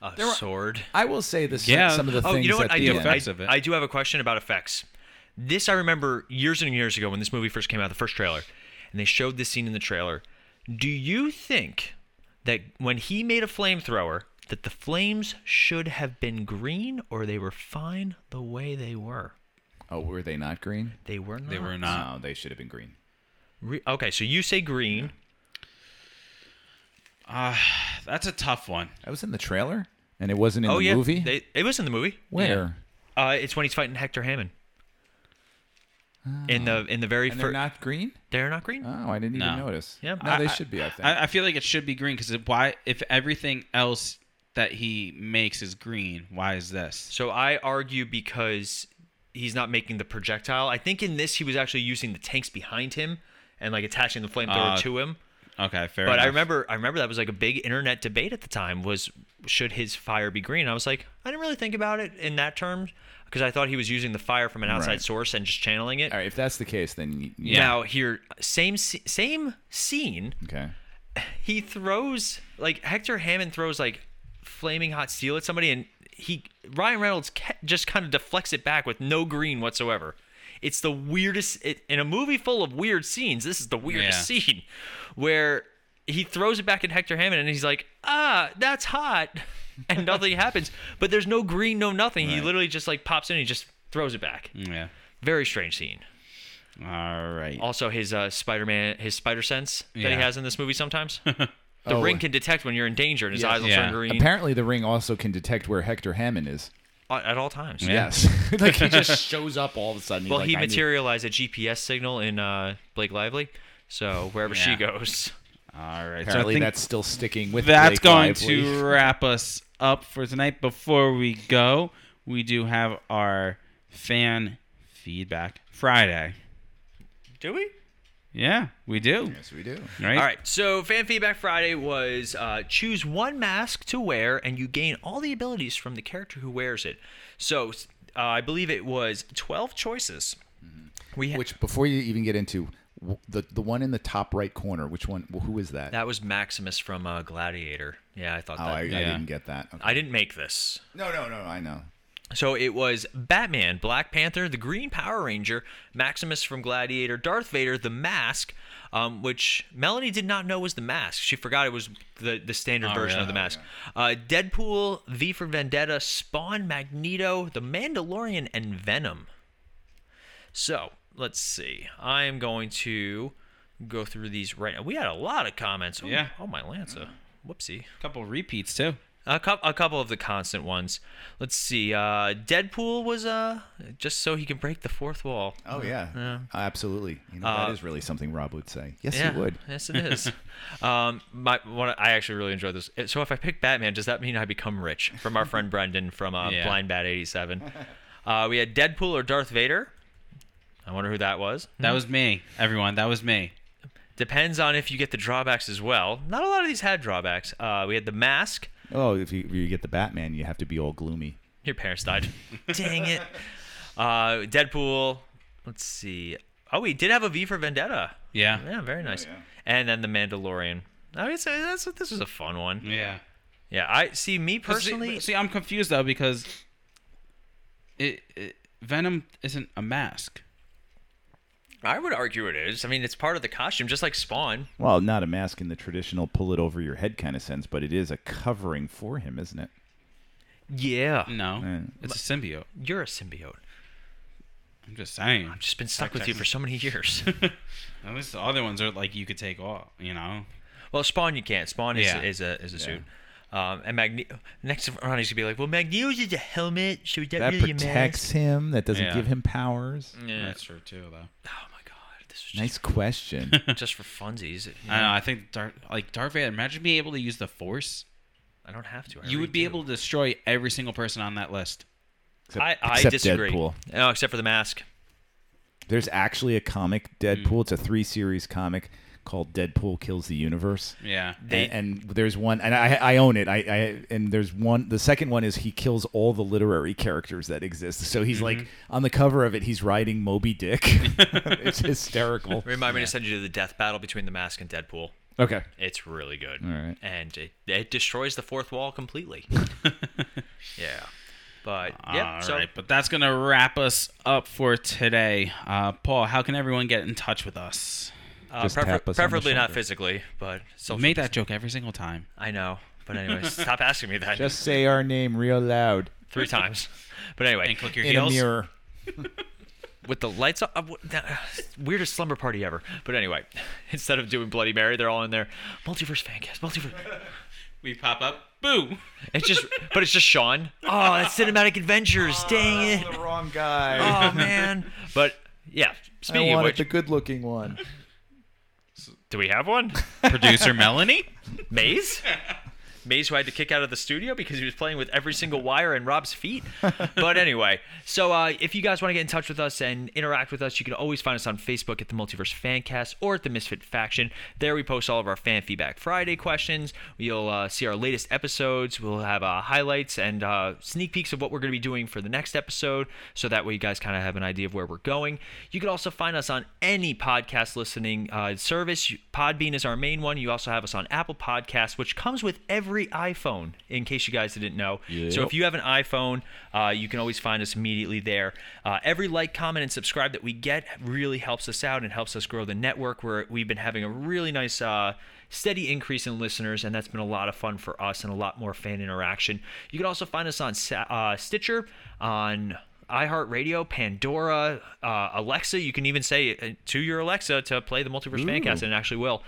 [SPEAKER 4] A
[SPEAKER 5] were-
[SPEAKER 4] sword?
[SPEAKER 5] I will say this.
[SPEAKER 3] Yeah.
[SPEAKER 5] Some of the
[SPEAKER 4] oh,
[SPEAKER 5] things
[SPEAKER 4] you know what?
[SPEAKER 5] at
[SPEAKER 4] I
[SPEAKER 5] the
[SPEAKER 4] do,
[SPEAKER 5] end.
[SPEAKER 4] I,
[SPEAKER 3] of it.
[SPEAKER 4] I do have a question about effects. This I remember years and years ago when this movie first came out, the first trailer, and they showed this scene in the trailer. Do you think that when he made a flamethrower, that the flames should have been green, or they were fine the way they were?
[SPEAKER 5] Oh, were they not green?
[SPEAKER 4] They were not.
[SPEAKER 3] They were not.
[SPEAKER 5] no, they should have been green.
[SPEAKER 4] Re- okay, so you say green.
[SPEAKER 3] That's a tough one.
[SPEAKER 5] That was in the trailer, and it wasn't in
[SPEAKER 4] oh
[SPEAKER 5] the
[SPEAKER 4] yeah,
[SPEAKER 5] movie.
[SPEAKER 4] They, it was in the movie.
[SPEAKER 5] Where?
[SPEAKER 4] Uh, it's when he's fighting Hector Hammond. In the in the very
[SPEAKER 5] Ah. And they're
[SPEAKER 4] first,
[SPEAKER 5] not green.
[SPEAKER 4] they're not green.
[SPEAKER 5] Oh, I didn't even
[SPEAKER 3] No.
[SPEAKER 5] notice.
[SPEAKER 4] Yeah.
[SPEAKER 5] no, they should be. I think.
[SPEAKER 3] I, I feel like it should be green because why? If everything else that he makes is green, why is this?
[SPEAKER 4] So I argue because he's not making the projectile. I think in this he was actually using the tanks behind him and like attaching the flamethrower
[SPEAKER 3] Uh,
[SPEAKER 4] to him.
[SPEAKER 3] Okay, fair.
[SPEAKER 4] But I
[SPEAKER 3] enough.
[SPEAKER 4] remember I remember that was like a big internet debate at the time was should his fire be green? I was like, I didn't really think about it in that term because I thought he was using the fire from an outside
[SPEAKER 5] Right.
[SPEAKER 4] source and just channeling it.
[SPEAKER 5] All right, if that's the case, then you,
[SPEAKER 3] Yeah.
[SPEAKER 4] Now here same sc- same scene
[SPEAKER 5] okay.
[SPEAKER 4] he throws like Hector Hammond throws like flaming hot steel at somebody, and he Ryan Reynolds ca- just kind of deflects it back with no green whatsoever. It's the weirdest it, in a movie full of weird scenes. This is the weirdest
[SPEAKER 3] Yeah.
[SPEAKER 4] scene where he throws it back at Hector Hammond, and he's like, "Ah, that's hot," and nothing happens. But there's no green, no nothing. He literally just like pops in, and he just throws it back.
[SPEAKER 3] Mm, Yeah.
[SPEAKER 4] Very strange scene.
[SPEAKER 3] All right.
[SPEAKER 4] Also, his uh, Spider-Man, his spider sense that
[SPEAKER 3] Yeah.
[SPEAKER 4] he has in this movie sometimes. the
[SPEAKER 5] Oh.
[SPEAKER 4] ring can detect when you're in danger, and his eyes will
[SPEAKER 3] Yeah.
[SPEAKER 4] turn green.
[SPEAKER 5] Apparently, the ring also can detect where Hector Hammond is.
[SPEAKER 4] at all times.
[SPEAKER 5] Yes. like he just shows up all of a sudden. He's
[SPEAKER 4] Well,
[SPEAKER 5] like,
[SPEAKER 4] he
[SPEAKER 5] "I need-"
[SPEAKER 4] materialized a GPS signal in uh, Blake Lively, so wherever she
[SPEAKER 3] Yeah.
[SPEAKER 4] goes.
[SPEAKER 3] All right. so I
[SPEAKER 5] Apparently,
[SPEAKER 3] think
[SPEAKER 5] that's still sticking with.
[SPEAKER 3] that's
[SPEAKER 5] Blake
[SPEAKER 3] going
[SPEAKER 5] Lively.
[SPEAKER 3] to wrap us up for tonight. Before we go, we do have our fan feedback Friday.
[SPEAKER 4] Do we?
[SPEAKER 3] Yeah, we do.
[SPEAKER 5] Yes, we do.
[SPEAKER 3] Right.
[SPEAKER 4] All right. So fan feedback Friday was uh, choose one mask to wear, and you gain all the abilities from the character who wears it. So uh, I believe it was twelve choices. We ha-
[SPEAKER 5] Which before you even get into w- the the one in the top right corner, which one? Well, who is that?
[SPEAKER 4] that was Maximus from uh, Gladiator. Yeah, I thought
[SPEAKER 5] oh,
[SPEAKER 4] that.
[SPEAKER 5] I, I
[SPEAKER 3] yeah.
[SPEAKER 5] didn't get that. Okay.
[SPEAKER 4] I didn't make this.
[SPEAKER 5] No, no, no. I know.
[SPEAKER 4] So it was Batman, Black Panther, the Green Power Ranger, Maximus from Gladiator, Darth Vader, the Mask, um, which Melanie did not know was the Mask. She forgot it was the, the standard version of the Mask. Uh, Deadpool, V for Vendetta, Spawn, Magneto, The Mandalorian, and Venom. So let's see. I am going to go through these right now. We had a lot of comments. Ooh,
[SPEAKER 3] Yeah.
[SPEAKER 4] Oh my Lanza. Whoopsie.
[SPEAKER 3] A couple repeats too.
[SPEAKER 4] A, cou- a couple of the constant ones. Let's see. Uh, Deadpool was uh, just so he can break the fourth wall.
[SPEAKER 5] Oh yeah, absolutely. You know, that is really something Rob would say. Yes,
[SPEAKER 4] Uh, yeah,
[SPEAKER 5] he would.
[SPEAKER 4] Yes, it is. um, my what I actually really enjoyed this. Uh, So if I pick Batman, does that mean I become rich? From our friend Brendan from uh,
[SPEAKER 3] Yeah.
[SPEAKER 4] Blind Bat eighty seven. Uh, we had Deadpool or Darth Vader. I wonder who that was.
[SPEAKER 5] Hmm.
[SPEAKER 3] That was me, everyone. That was me.
[SPEAKER 4] Depends on if you get the drawbacks as well. Not a lot of these had drawbacks. Uh, we had the mask.
[SPEAKER 5] Oh, if you, if you get the Batman, you have to be all gloomy.
[SPEAKER 4] Your parents died. Dang it. Uh, Deadpool. Let's see. Oh, we did have a V for Vendetta.
[SPEAKER 3] Yeah.
[SPEAKER 4] Oh, Yeah, very nice. And then the Mandalorian. I mean, so that's this was a fun one.
[SPEAKER 3] Yeah.
[SPEAKER 4] Yeah, I see. Me personally,
[SPEAKER 3] Mm. see, see, I'm confused though because it, it Venom isn't a mask.
[SPEAKER 4] I would argue it is. I mean, it's part of the costume, just like Spawn.
[SPEAKER 5] Well, not a mask in the traditional pull it over your head kind of sense, but it is a covering for him, isn't it?
[SPEAKER 4] Yeah,
[SPEAKER 3] No,
[SPEAKER 5] Mm.
[SPEAKER 3] it's a symbiote.
[SPEAKER 4] you're a symbiote.
[SPEAKER 3] I'm just saying.
[SPEAKER 4] I've just been stuck with you for so many years.
[SPEAKER 3] At least the other ones are like you could take off. You know.
[SPEAKER 4] well, Spawn you can't. Spawn is,
[SPEAKER 3] Yeah.
[SPEAKER 4] is a is a suit. Um, and Magne- next Ronnie's gonna be like, well, Magneto's is a helmet, so is that,
[SPEAKER 5] That
[SPEAKER 4] really a mask? Mm.
[SPEAKER 5] protects him. That doesn't
[SPEAKER 3] Yeah.
[SPEAKER 5] give him powers.
[SPEAKER 4] Yeah.
[SPEAKER 3] That's true too, though.
[SPEAKER 4] Oh my god, this was
[SPEAKER 5] Nice question.
[SPEAKER 4] just, just for funsies. you
[SPEAKER 3] I
[SPEAKER 4] know?
[SPEAKER 3] don't know. I think Dark, like Darth Vader. Imagine being able to use the Force.
[SPEAKER 4] I don't have to.
[SPEAKER 3] you
[SPEAKER 4] I already
[SPEAKER 3] would be
[SPEAKER 4] do.
[SPEAKER 3] able to destroy every single person on that list.
[SPEAKER 5] Except,
[SPEAKER 4] I, I
[SPEAKER 5] except
[SPEAKER 4] disagree.
[SPEAKER 5] Deadpool.
[SPEAKER 4] No, Oh, except for the mask.
[SPEAKER 5] There's actually a comic, Deadpool.
[SPEAKER 4] Mm.
[SPEAKER 5] It's a three series comic called Deadpool Kills the Universe.
[SPEAKER 3] Yeah.
[SPEAKER 4] They-
[SPEAKER 5] and, and there's one, and I, I own it. I, I and there's one. The second one is he kills all the literary characters that exist. So he's like
[SPEAKER 4] Mm-hmm.
[SPEAKER 5] on the cover of it, he's riding Moby Dick. it's hysterical.
[SPEAKER 4] Remind me to send you to the death battle between the mask and Deadpool.
[SPEAKER 5] Okay.
[SPEAKER 4] It's really good.
[SPEAKER 5] right.
[SPEAKER 4] And it, it destroys the fourth wall completely. yeah. But
[SPEAKER 3] All right,
[SPEAKER 4] yeah, so
[SPEAKER 3] but that's gonna wrap us up for today. Uh, Paul, how can everyone get in touch with us?
[SPEAKER 4] uh,
[SPEAKER 5] Just
[SPEAKER 4] prefer-
[SPEAKER 5] tap us on the
[SPEAKER 4] preferably not
[SPEAKER 5] shoulder.
[SPEAKER 4] physically, but
[SPEAKER 3] You
[SPEAKER 4] social.
[SPEAKER 3] make that joke every single time.
[SPEAKER 4] I know. But anyway, stop asking me that
[SPEAKER 5] Just say our name real loud
[SPEAKER 4] three times. But anyway,
[SPEAKER 3] And click your
[SPEAKER 5] in a
[SPEAKER 3] heels.
[SPEAKER 5] mirror.
[SPEAKER 4] with the lights uh, up. weirdest slumber party ever. But anyway, instead of doing Bloody Mary, they're all in there. Multiverse fancast, multiverse.
[SPEAKER 3] We pop up. Boo.
[SPEAKER 4] It's just, but it's just Sean. Oh, that's cinematic adventures. Dang it.
[SPEAKER 5] wrong guy.
[SPEAKER 4] Oh man. But yeah. Speaking of which,
[SPEAKER 5] good looking one.
[SPEAKER 4] do we have one?
[SPEAKER 3] Producer Melanie.
[SPEAKER 4] Maze. Maze, who I had to kick out of the studio because he was playing with every single wire in Rob's feet. But anyway, so uh, if you guys want to get in touch with us and interact with us, you can always find us on Facebook at the Multiverse Fancast or at the Misfit Faction. There we post all of our fan feedback Friday questions. You'll uh, see our latest episodes. We'll have uh, highlights and uh, sneak peeks of what we're going to be doing for the next episode, so that way you guys kind of have an idea of where we're going. You can also find us on any podcast listening uh, service. You- Podbean is our main one. You also have us on Apple Podcasts, which comes with every iPhone, in case you guys didn't know. So if you have an iPhone, uh, you can always find us immediately there. Uh, every like, comment, and subscribe that we get really helps us out and helps us grow the network. Where we've been having a really nice. Uh, steady increase in listeners, and that's been a lot of fun for us and a lot more fan interaction. You can also find us on Sa- uh, Stitcher, on iHeartRadio, Pandora, uh, Alexa. You can even say uh, to your Alexa to play the Multiverse Fancast, and it actually will,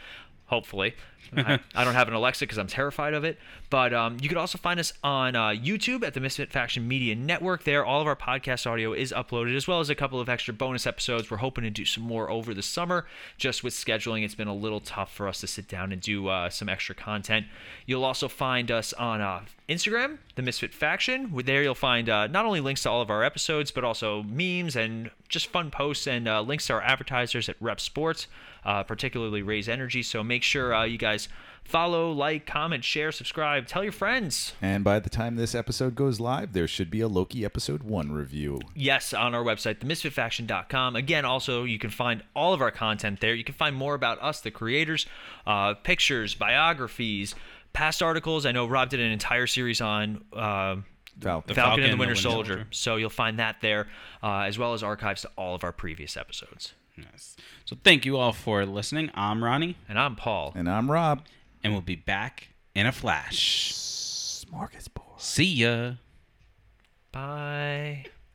[SPEAKER 4] hopefully. I, I don't have an Alexa because I'm terrified of it. But um, you could also find us on uh, YouTube at the Misfit Faction Media Network. There, all of our podcast audio is uploaded, as well as a couple of extra bonus episodes. We're hoping to do some more over the summer. Just with scheduling, it's been a little tough for us to sit down and do uh, some extra content. You'll also find us on uh, Instagram, the Misfit Faction. There, you'll find uh, not only links to all of our episodes, but also memes and just fun posts and uh, links to our advertisers at Rep Sports, uh, particularly Raise Energy. So make sure uh, you guys follow, like, comment, share, subscribe, tell your friends.
[SPEAKER 5] And by the time this episode goes live, there should be a Loki episode one review.
[SPEAKER 4] Yes, on our website, themisfitfaction.com. Again, also, you can find all of our content there. You can find more about us, the creators, uh, pictures, biographies, past articles. I know Rob did an entire series on. Uh,
[SPEAKER 5] Falcon.
[SPEAKER 4] Falcon, and the Winter, Soldier. So you'll find that there, uh, as well as archives to all of our previous episodes.
[SPEAKER 3] Nice. So thank you all for listening. I'm Ronnie.
[SPEAKER 4] And I'm Paul.
[SPEAKER 5] And I'm Rob.
[SPEAKER 3] And we'll be back in a flash.
[SPEAKER 5] Smorgasbord.
[SPEAKER 3] See ya.
[SPEAKER 4] Bye.